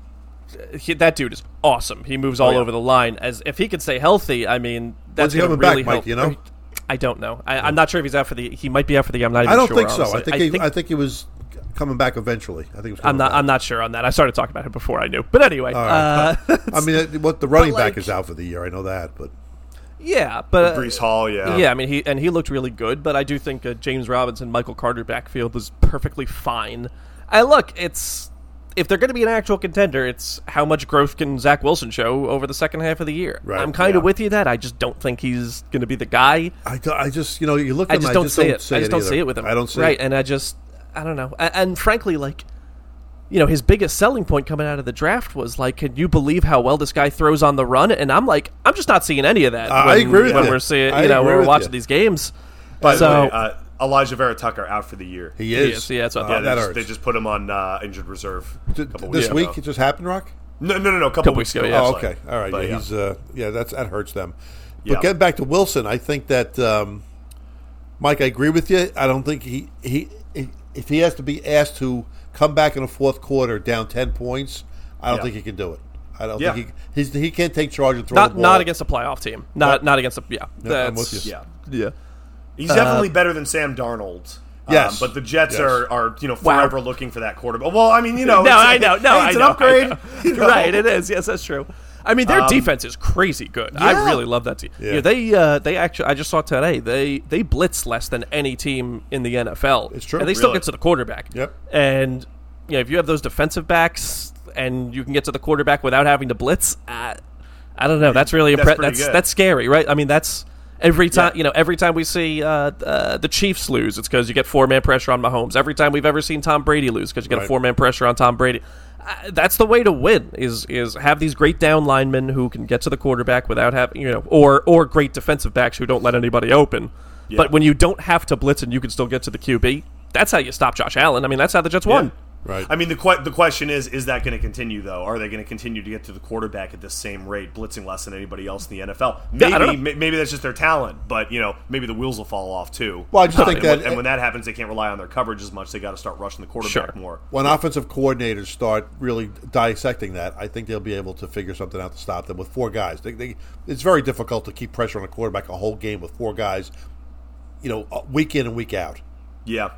Speaker 1: he, that dude is awesome. He moves all
Speaker 2: yeah.
Speaker 1: over the line. As if he could stay healthy, I mean, that's
Speaker 3: Oh, he
Speaker 1: going to
Speaker 3: coming back,
Speaker 1: really
Speaker 3: Mike,
Speaker 1: help.
Speaker 3: you know?
Speaker 1: I don't know. I, I'm not sure if he's out for the. He might be out for the. year. I'm not. Even
Speaker 3: I don't
Speaker 1: sure,
Speaker 3: think so.
Speaker 1: honestly.
Speaker 3: I think, he, I think he was coming back eventually. I think he was coming
Speaker 1: I'm not.
Speaker 3: back.
Speaker 1: I'm not sure on that. I started talking about it before I knew. But anyway, uh,
Speaker 3: I mean, it- what the running
Speaker 1: like-
Speaker 3: back is out for the year. I know that, but
Speaker 1: yeah. But uh,
Speaker 2: Brees Hall, yeah,
Speaker 1: Yeah, I mean, he and he looked really good, but I do think uh, James Robinson, Michael Carter backfield was perfectly fine. I look, it's if they're going to be an actual contender, it's how much growth can Zach Wilson show over the second half of the year.
Speaker 3: Right,
Speaker 1: I'm kind
Speaker 2: yeah.
Speaker 1: of with you that I just don't think he's going to be the guy.
Speaker 3: I, do- I just you know you look. At
Speaker 1: I
Speaker 3: him,
Speaker 1: just don't see it.
Speaker 3: see
Speaker 1: I just don't
Speaker 3: either.
Speaker 1: see it with him.
Speaker 3: I don't see
Speaker 1: right,
Speaker 3: it.
Speaker 1: and I just I don't know. And, and frankly, like you know, his biggest selling point coming out of the draft was like, can you believe how well this guy throws on the run? And I'm like, I'm just not seeing any of that.
Speaker 3: I- I
Speaker 1: when,
Speaker 3: agree with
Speaker 1: when
Speaker 3: you.
Speaker 1: we're seeing,
Speaker 3: I
Speaker 1: you know,
Speaker 3: agree
Speaker 1: when we're
Speaker 3: with
Speaker 1: watching
Speaker 3: you.
Speaker 1: these games.
Speaker 2: By
Speaker 1: so
Speaker 2: the way, uh, Elijah Vera Tucker out for the year.
Speaker 3: He is.
Speaker 1: is, yeah, that's what I
Speaker 3: Uh,
Speaker 1: thought.
Speaker 2: yeah, they
Speaker 3: that
Speaker 2: just,
Speaker 3: hurts.
Speaker 2: they just put him on uh, injured reserve. a
Speaker 3: Th-
Speaker 2: couple
Speaker 3: this week
Speaker 2: ago.
Speaker 3: it just happened, Rock.
Speaker 2: No, no, no, no. A couple,
Speaker 1: Couple
Speaker 2: weeks
Speaker 1: weeks
Speaker 2: ago.
Speaker 1: ago, yeah.
Speaker 3: Oh,
Speaker 2: actually.
Speaker 3: okay, all right.
Speaker 2: But,
Speaker 3: yeah,
Speaker 2: yeah.
Speaker 3: he's uh, yeah, that's that hurts them. But
Speaker 2: Yeah.
Speaker 3: getting back to Wilson, I think that um, Mike, I agree with you. I don't think he he if he has to be asked to come back in the fourth quarter down ten points, I don't
Speaker 2: Yeah.
Speaker 3: think he can do it. I don't
Speaker 2: Yeah.
Speaker 3: think he he's, he can't take charge and throw
Speaker 1: not
Speaker 3: the ball.
Speaker 1: not against a playoff team. Not not against a yeah.
Speaker 3: Yeah, I'm
Speaker 1: that's-
Speaker 3: with you.
Speaker 2: yeah.
Speaker 1: Yeah. Uh,
Speaker 2: He's definitely better than Sam Darnold. um,
Speaker 3: Yes.
Speaker 2: but the Jets
Speaker 3: Yes.
Speaker 2: are, are you know
Speaker 1: Wow.
Speaker 2: forever looking for that quarterback. Well, I mean you know
Speaker 1: No,
Speaker 2: it's-
Speaker 1: I know. No,
Speaker 2: hey,
Speaker 1: I
Speaker 2: it's
Speaker 1: know, I
Speaker 2: an upgrade.
Speaker 1: know.
Speaker 2: you know? Um,
Speaker 1: Right, it is. Yes, that's true. I mean, their defense is crazy good.
Speaker 2: Yeah.
Speaker 1: I really love that team.
Speaker 3: Yeah.
Speaker 1: Yeah, they uh, they actually. I just saw today they they blitz less than any team in the NFL.
Speaker 3: It's true.
Speaker 1: and they still
Speaker 2: Really?
Speaker 1: get to the quarterback.
Speaker 3: Yep.
Speaker 1: And you know, if you have those defensive backs and you can get to the quarterback without having to blitz, uh, I don't know. That's really
Speaker 2: That's
Speaker 1: impressive.
Speaker 2: pretty
Speaker 1: That's
Speaker 2: good.
Speaker 1: that's scary, right? I mean, that's every time
Speaker 2: Yeah.
Speaker 1: you know. Every time we see uh, uh, the Chiefs lose, it's because you get four man pressure on Mahomes. Every time we've ever seen Tom Brady lose, because you get
Speaker 3: Right.
Speaker 1: a four man pressure on Tom Brady. Uh, that's the way to win is is have these great down linemen who can get to the quarterback without having you know or or great defensive backs who don't let anybody open. But when you don't have to blitz and you can still get to the QB, that's how you stop Josh Allen. I mean, that's how the Jets won.
Speaker 3: Right.
Speaker 2: I mean the que- the question is is that going to continue though? Are they going to continue to get to the quarterback at the same rate, blitzing less than anybody else in the NFL? Maybe
Speaker 1: Yeah, I don't
Speaker 2: ma- maybe that's just their talent, but you know maybe the wheels will fall off too.
Speaker 3: Well, I just
Speaker 2: Uh,
Speaker 3: think
Speaker 2: and
Speaker 3: that-
Speaker 2: when, and when that happens, they can't rely on their coverage as much. They got to start rushing the quarterback
Speaker 1: Sure.
Speaker 2: more.
Speaker 3: when offensive coordinators start really dissecting that, I think they'll be able to figure something out to stop them with four guys. They, they, it's very difficult to keep pressure on a quarterback a whole game with four guys, you know, uh, week in and week out.
Speaker 2: Yeah,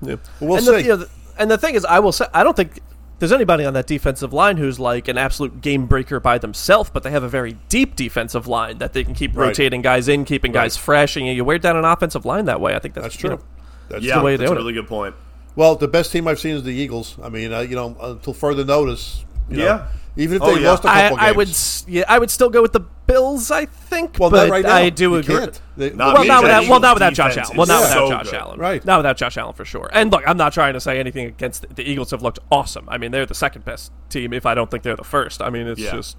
Speaker 3: But we'll
Speaker 1: and
Speaker 3: see.
Speaker 1: The, you know, the- and the thing is, I will say, I don't think there's anybody on that defensive line who's like an absolute game breaker by themselves, but they have a very deep defensive line that they can keep
Speaker 3: Right.
Speaker 1: rotating guys in, keeping guys fresh, and you wear down an offensive line that way. I think that's,
Speaker 3: That's
Speaker 1: you
Speaker 3: true.
Speaker 1: know,
Speaker 3: That's
Speaker 2: yeah,
Speaker 3: true.
Speaker 1: way they
Speaker 2: that's a
Speaker 1: own it.
Speaker 2: really good point.
Speaker 3: Well, the best team I've seen is the Eagles. I mean, uh, you know, until further notice. you know,
Speaker 2: Yeah.
Speaker 3: even if
Speaker 2: Oh,
Speaker 3: they
Speaker 2: yeah.
Speaker 3: lost a
Speaker 1: I,
Speaker 3: couple games.
Speaker 1: I would, s- yeah, I would still go with the Bills. I think,
Speaker 3: Well,
Speaker 1: but
Speaker 3: not right now.
Speaker 1: I do
Speaker 3: You
Speaker 1: agree.
Speaker 3: can't. They-
Speaker 2: Not
Speaker 1: Well,
Speaker 2: me,
Speaker 1: not without,
Speaker 2: that
Speaker 1: well,
Speaker 2: Eagles
Speaker 1: not without Josh
Speaker 2: defense
Speaker 1: Allen. Well,
Speaker 2: is
Speaker 1: not
Speaker 2: so
Speaker 1: without Josh
Speaker 2: good.
Speaker 1: Allen.
Speaker 3: Right.
Speaker 1: Not without Josh Allen for sure. And look, I'm not trying to say anything against the, the Eagles. Have looked awesome. I mean, they're the second best team. If I don't think they're the first, I mean, it's
Speaker 2: Yeah.
Speaker 1: just.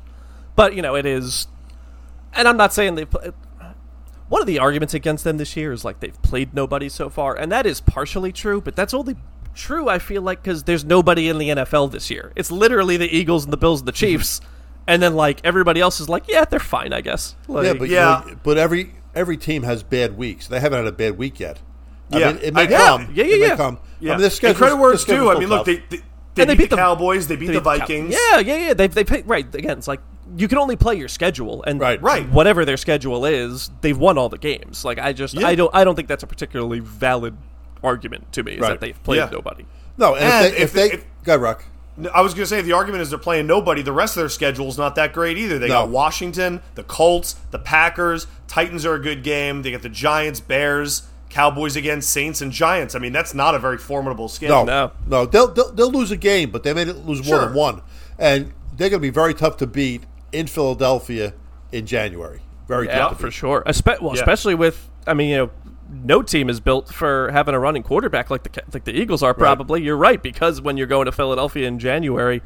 Speaker 1: But you know, it is, and I'm not saying they. Play, one of the arguments against them this year is like they've played nobody so far, and that is partially true. But that's only true I feel like because there's nobody in the NFL this year. It's literally the Eagles and the Bills and the Chiefs, and then like everybody else is like, yeah, they're fine, I guess. Like,
Speaker 3: Yeah, but you
Speaker 2: Yeah.
Speaker 3: know, but every every team has bad weeks. They haven't had a bad week yet. I
Speaker 2: Yeah.
Speaker 3: mean, it may
Speaker 2: I- yeah.
Speaker 3: come.
Speaker 1: Yeah, yeah,
Speaker 3: it may
Speaker 1: yeah.
Speaker 3: come.
Speaker 2: Yeah,
Speaker 3: I mean, this
Speaker 2: and credit where it's due. I mean, look,
Speaker 3: tough.
Speaker 2: they, they, they, beat, the Cowboys, they beat the
Speaker 1: Cow-
Speaker 2: Vikings.
Speaker 1: Yeah, yeah, yeah. They they pay, right again. It's like you can only play your schedule and
Speaker 3: Right.
Speaker 2: Right.
Speaker 1: whatever their schedule is, they've won all the games. Like I just
Speaker 2: Yeah.
Speaker 1: I don't I don't think that's a particularly valid argument to me is
Speaker 3: Right.
Speaker 1: that they've played
Speaker 2: Yeah.
Speaker 1: nobody.
Speaker 3: No, and,
Speaker 2: And
Speaker 3: if
Speaker 2: if
Speaker 3: they, if
Speaker 2: the-
Speaker 3: they
Speaker 2: if-
Speaker 3: go Rock.
Speaker 2: No, I was going to say the argument is they're playing nobody. The rest of their schedule's not that great either. They
Speaker 3: No.
Speaker 2: got Washington, the Colts, the Packers. Titans are a good game. They got the Giants, Bears, Cowboys again, Saints, and Giants. I mean, that's not a very formidable
Speaker 3: No,
Speaker 2: schedule.
Speaker 1: No.
Speaker 3: no, They'll, they'll they'll lose a game, but they may lose more
Speaker 2: Sure.
Speaker 3: than one, and they're going to be very tough to beat in Philadelphia in January. Very
Speaker 1: Yeah,
Speaker 3: tough to
Speaker 1: for
Speaker 3: beat.
Speaker 1: sure. Espe- well,
Speaker 2: Yeah.
Speaker 1: especially with I mean, you know, no team is built for having a running quarterback like the Ca- like the Eagles are. Probably you're right because when you're going to Philadelphia in January,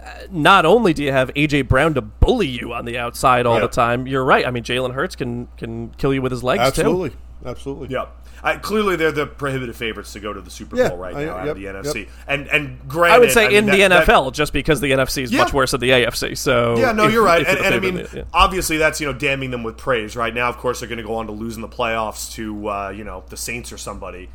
Speaker 1: uh, not only do you have AJ Brown to bully you on the outside all
Speaker 2: Yeah.
Speaker 1: the time, you're right. I mean, Jalen Hurts can can kill you with his legs too.
Speaker 3: Absolutely, absolutely.
Speaker 2: Yep. I, clearly, they're the prohibitive favorites to go to the Super
Speaker 3: Yeah,
Speaker 2: Bowl right
Speaker 3: I-
Speaker 2: now out
Speaker 3: yep,
Speaker 2: of the
Speaker 3: yep.
Speaker 2: NFC. And and granted,
Speaker 1: I would say
Speaker 2: mean,
Speaker 1: in
Speaker 2: that-
Speaker 1: the
Speaker 2: that-
Speaker 1: NFL, just because the NFC is
Speaker 2: Yeah.
Speaker 1: much worse than the AFC. So
Speaker 2: Yeah, no,
Speaker 1: if-
Speaker 2: you're right.
Speaker 1: if you're
Speaker 2: And,
Speaker 1: the
Speaker 2: and I
Speaker 1: favorite,
Speaker 2: mean,
Speaker 1: yeah.
Speaker 2: obviously, that's you know damning them with praise right now. Of course, they're going to go on to lose in the playoffs to uh, you know the Saints or somebody.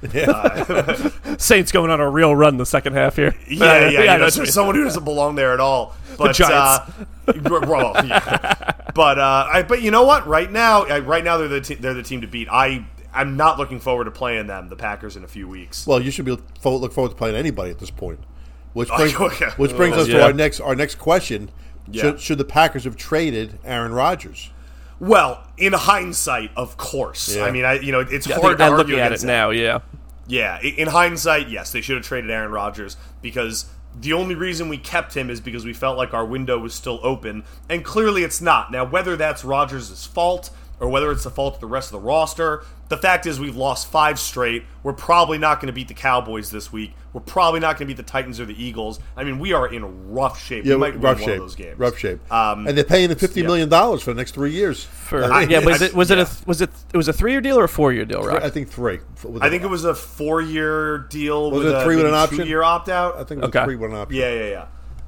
Speaker 2: Uh,
Speaker 1: Saints going on a real run the second half here.
Speaker 2: yeah, yeah, you know,
Speaker 1: that's
Speaker 2: so-
Speaker 1: right.
Speaker 2: someone who doesn't belong there at all. But
Speaker 1: Giants.
Speaker 2: Uh, gr- well, yeah. But uh, I, but you know what? Right now, uh, right now they're the te- they're the team to beat. I I'm not looking forward to playing them, the Packers, in a few weeks.
Speaker 3: Well, you should be fo- look forward to playing anybody at this point, which
Speaker 2: Oh,
Speaker 3: brings,
Speaker 2: okay.
Speaker 3: which brings us to
Speaker 1: Yeah.
Speaker 3: our next our next question:
Speaker 2: Yeah.
Speaker 3: should, should the Packers have traded Aaron Rodgers?
Speaker 2: Well, in hindsight, of course.
Speaker 3: Yeah.
Speaker 2: I mean, I you know it's
Speaker 1: I
Speaker 2: hard
Speaker 1: think
Speaker 2: to
Speaker 1: I'm
Speaker 2: argue
Speaker 1: looking at
Speaker 2: against
Speaker 1: it
Speaker 2: that.
Speaker 1: now. Yeah.
Speaker 2: Yeah, i- in hindsight, yes, they should have traded Aaron Rodgers because the only reason we kept him is because we felt like our window was still open, and clearly it's not. Now, whether that's Rodgers' fault or whether it's the fault of the rest of the roster, the fact is we've lost five straight. We're probably not going to beat the Cowboys this week. We're probably not going to beat the Titans or the Eagles. I mean, we are in rough shape. we might win
Speaker 3: rough shape.
Speaker 2: one of those games.
Speaker 3: Rough shape.
Speaker 2: Um,
Speaker 3: and they're paying him fifty million dollars for the next three years.
Speaker 1: For,
Speaker 3: I mean,
Speaker 1: yeah, uh, was
Speaker 2: I-
Speaker 1: it was it a th- was it it was a three year deal or a four year deal, right?
Speaker 3: I think three. With
Speaker 2: I
Speaker 3: a-
Speaker 2: think it was a four-year deal
Speaker 3: Was
Speaker 2: with
Speaker 3: it three with an option?
Speaker 2: two-year opt-out.
Speaker 3: I think it was
Speaker 1: Okay.
Speaker 3: three one option.
Speaker 2: Yeah, yeah, yeah.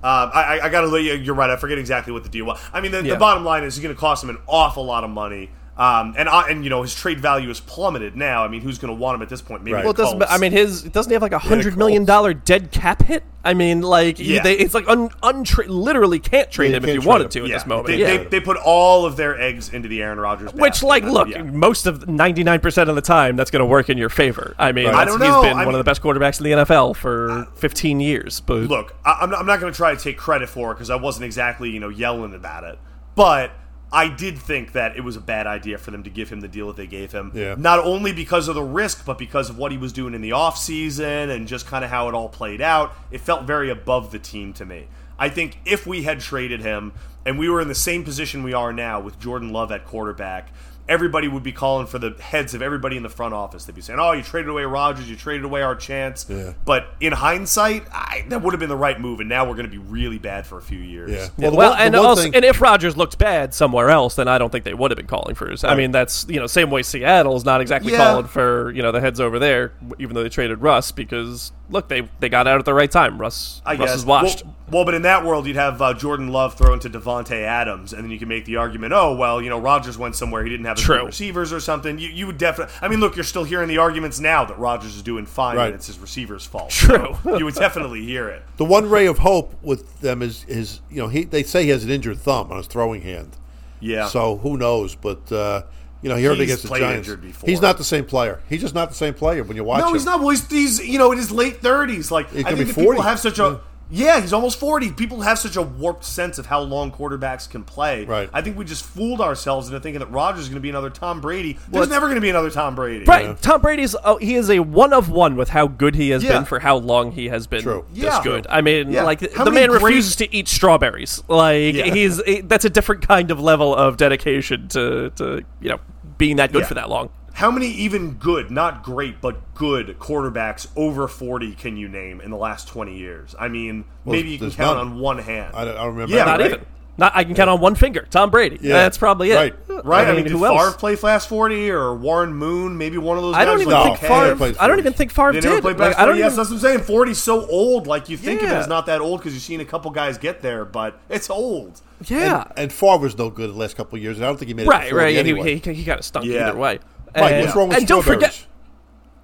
Speaker 2: Um, I, I- I gotta let you. You're right. I forget exactly what the deal was. I mean, the,
Speaker 1: Yeah.
Speaker 2: the bottom line is, it's gonna cost him an awful lot of money. Um, and I, and you know his trade value is plummeted now. I mean, who's gonna want him at this point? Maybe
Speaker 3: Right.
Speaker 2: the
Speaker 1: Well, it doesn't.
Speaker 2: Colts.
Speaker 1: I mean, his doesn't he have like a hundred
Speaker 3: Colts.
Speaker 1: million dollar dead cap hit? I mean, like you-
Speaker 2: Yeah.
Speaker 1: they, it's like un, untra- literally can't trade
Speaker 3: Yeah,
Speaker 1: him
Speaker 3: you
Speaker 1: if you
Speaker 3: can't
Speaker 1: wanted to
Speaker 3: trade
Speaker 1: at
Speaker 2: yeah,
Speaker 1: this moment.
Speaker 2: they,
Speaker 1: yeah.
Speaker 2: they, they put all of their eggs into the Aaron Rodgers.
Speaker 1: Which,
Speaker 2: basket.
Speaker 1: like, look,
Speaker 2: Yeah.
Speaker 1: most of ninety nine percent of the time, that's going to work in your favor. I mean,
Speaker 3: Right.
Speaker 1: that's-
Speaker 2: I don't
Speaker 1: he's
Speaker 2: know.
Speaker 1: been
Speaker 2: I
Speaker 1: one of the
Speaker 2: mean-
Speaker 1: best quarterbacks in the NFL for fifteen years. But
Speaker 2: look, I, I'm not, I'm not going to try to take credit for it because I wasn't exactly you know yelling about it, but I did think that it was a bad idea for them to give him the deal that they gave him.
Speaker 3: Yeah.
Speaker 2: Not only because of the risk, but because of what he was doing in the offseason and just kind of how it all played out. It felt very above the team to me. I think if we had traded him and we were in the same position we are now with Jordan Love at quarterback, everybody would be calling for the heads of everybody in the front office. They'd be saying, "Oh, you traded away Rodgers, you traded away our chance."
Speaker 3: Yeah.
Speaker 2: But in hindsight, I, that would have been the right move, and now we're going to be really bad for a few years.
Speaker 3: Yeah.
Speaker 1: well,
Speaker 3: the one- the
Speaker 1: and
Speaker 3: one
Speaker 1: also,
Speaker 3: thing-
Speaker 1: and if Rodgers looked bad somewhere else, then I don't think they would have been calling for his. I mean, that's you know, same way Seattle's not exactly
Speaker 2: Yeah.
Speaker 1: calling for you know the heads over there, w- even though they traded Russ because look, they they got out at the right time. Russ,
Speaker 2: I
Speaker 1: Russ
Speaker 2: guess.
Speaker 1: is washed.
Speaker 2: Well, well, but in that world, you'd have uh, Jordan Love thrown to Devonte Adams, and then you can make the argument, oh, well, you know, Rodgers went somewhere he didn't have his
Speaker 1: True.
Speaker 2: good receivers or something. You, you would definitely. I mean, look, you're still hearing the arguments now that Rodgers is doing fine
Speaker 3: Right.
Speaker 2: and it's his receivers' fault.
Speaker 1: True.
Speaker 2: So you would definitely hear it.
Speaker 3: The one ray of hope with them is is you know he they say he has an injured thumb on his throwing hand.
Speaker 2: Yeah.
Speaker 3: So who knows? But uh, you know he already
Speaker 2: He's
Speaker 3: gets the
Speaker 2: played
Speaker 3: Giants.
Speaker 2: injured before.
Speaker 3: He's not the same player. He's just not the same player when you watch
Speaker 2: No,
Speaker 3: him.
Speaker 2: he's not. Well, he's, he's you know in his late thirties. Like
Speaker 3: He
Speaker 2: I
Speaker 3: could
Speaker 2: think
Speaker 3: be
Speaker 2: that people
Speaker 3: 40.
Speaker 2: have such a yeah. he's almost forty. People have such a warped sense of how long quarterbacks can play.
Speaker 3: Right.
Speaker 2: I think we just fooled ourselves into thinking that Rodgers is going to be another Tom Brady. There's
Speaker 1: it's-
Speaker 2: never going to be another Tom Brady.
Speaker 1: Right, Tom Brady's oh, he is a one of one with how good he has
Speaker 2: Yeah.
Speaker 1: been for how long he has been
Speaker 3: True.
Speaker 1: this
Speaker 2: Yeah.
Speaker 1: good. I mean,
Speaker 2: Yeah.
Speaker 1: like
Speaker 2: How
Speaker 1: the man
Speaker 2: many great-
Speaker 1: refuses to eat strawberries. Like
Speaker 2: Yeah.
Speaker 1: he's he- that's a different kind of level of dedication to to you know being that good
Speaker 2: Yeah.
Speaker 1: for that long.
Speaker 2: How many even good, not great, but good quarterbacks over forty can you name in the last twenty years? I mean, maybe you can
Speaker 3: there's
Speaker 2: count
Speaker 3: none.
Speaker 2: on one hand.
Speaker 3: I don't, I don't remember.
Speaker 2: Yeah,
Speaker 1: Not
Speaker 2: right?
Speaker 1: even. Not I can count on one finger. Tom Brady.
Speaker 3: Yeah.
Speaker 1: That's probably it.
Speaker 3: Right.
Speaker 2: Right, I mean,
Speaker 1: who
Speaker 2: did Favre
Speaker 1: else?
Speaker 2: play last forty or Warren Moon? Maybe one of those.
Speaker 1: I
Speaker 2: guys
Speaker 1: don't even
Speaker 2: like,
Speaker 1: think
Speaker 2: okay.
Speaker 3: Favre
Speaker 1: Favre.
Speaker 3: played
Speaker 1: I don't
Speaker 3: forward.
Speaker 1: even think Favre
Speaker 2: They
Speaker 1: did.
Speaker 2: never played
Speaker 1: Like,
Speaker 2: basketball.
Speaker 1: I don't
Speaker 2: yes,
Speaker 1: even,
Speaker 2: that's what I'm saying. 40's so old. Like you think of it
Speaker 1: Yeah.
Speaker 2: as not that old because you've seen a couple guys get there, but it's old.
Speaker 1: yeah.
Speaker 3: And Favre was no good the last couple of years, and I don't think he made it. to
Speaker 1: right.
Speaker 3: 40
Speaker 1: Right. and
Speaker 3: Anyway.
Speaker 1: He, he, he kind of stunk
Speaker 2: Yeah.
Speaker 1: either way.
Speaker 3: Mike,
Speaker 1: and,
Speaker 3: what's wrong with
Speaker 1: and don't
Speaker 3: strawberries?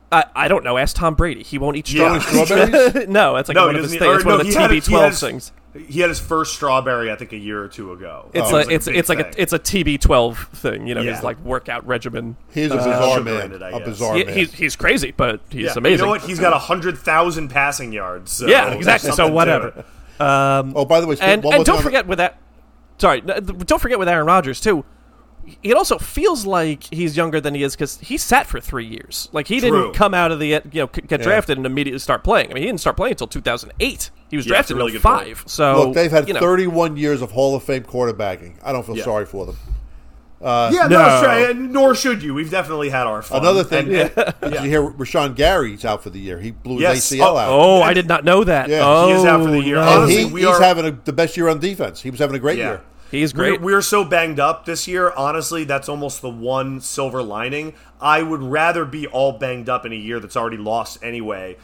Speaker 1: forget. I, I don't know. Ask Tom Brady. He won't eat
Speaker 2: Yeah.
Speaker 1: strawberries.
Speaker 3: Strawberries?
Speaker 1: no, it's like
Speaker 2: No,
Speaker 1: one
Speaker 2: he
Speaker 1: of his
Speaker 2: doesn't eat-
Speaker 1: things.
Speaker 2: or
Speaker 1: It's one
Speaker 2: no,
Speaker 1: of the
Speaker 2: he had a- he
Speaker 1: TB12
Speaker 2: has-
Speaker 1: things.
Speaker 2: He had his first strawberry, I think, a year or two ago.
Speaker 1: It's
Speaker 2: It
Speaker 3: Oh.
Speaker 2: was
Speaker 1: a, it's
Speaker 2: big
Speaker 1: it's like a
Speaker 2: thing.
Speaker 1: it's a TB12 thing, you know,
Speaker 2: Yeah.
Speaker 1: his like workout regimen.
Speaker 3: He's a bizarre
Speaker 2: Uh, sugar in
Speaker 3: man.
Speaker 2: it, I
Speaker 3: A
Speaker 2: guess.
Speaker 3: bizarre
Speaker 1: He,
Speaker 3: man.
Speaker 1: he's, he's crazy, but he's
Speaker 2: Yeah.
Speaker 1: amazing.
Speaker 2: You know what? He's got hundred thousand passing yards. so
Speaker 1: yeah,
Speaker 2: there's
Speaker 1: exactly. So
Speaker 2: something to
Speaker 1: whatever.
Speaker 2: it.
Speaker 1: Um,
Speaker 3: oh, by the way,
Speaker 1: and,
Speaker 3: one
Speaker 1: and
Speaker 3: more thing
Speaker 1: don't
Speaker 3: on the-
Speaker 1: forget with that. Sorry, n- th- don't forget with Aaron Rodgers too. It also feels like he's younger than he is because he sat for three years. Like he
Speaker 2: True.
Speaker 1: didn't come out of the you know c- get drafted and immediately start playing. I mean, he didn't start playing until 2008. He was
Speaker 2: Yeah, that's a
Speaker 1: drafted
Speaker 2: really
Speaker 1: in oh
Speaker 2: good point.
Speaker 1: five. So
Speaker 3: Look, they've had
Speaker 1: you know,
Speaker 3: 31 years of Hall of Fame quarterbacking. I don't feel
Speaker 2: Yeah.
Speaker 3: sorry for them.
Speaker 2: yeah, no,
Speaker 1: No.
Speaker 2: that's right, and nor should you. We've definitely had our fun.
Speaker 3: Uh, Another thing,
Speaker 2: And-
Speaker 3: did you hear Rashawn Gary's out for the year? He blew his
Speaker 2: Yes.
Speaker 3: ACL
Speaker 2: Oh,
Speaker 3: out.
Speaker 1: Oh, I did not know that.
Speaker 3: Yeah.
Speaker 1: Oh,
Speaker 2: He is out for the year.
Speaker 1: no.
Speaker 3: and
Speaker 2: honestly,
Speaker 3: he,
Speaker 2: we
Speaker 3: he's
Speaker 2: are-
Speaker 3: having a, the best year on defense. He was having a great
Speaker 2: Yeah.
Speaker 3: year.
Speaker 1: He is
Speaker 2: We're,
Speaker 1: great.
Speaker 2: we're so banged up this year. Honestly, that's almost the one silver lining. I would rather be all banged up in a year that's already lost anyway,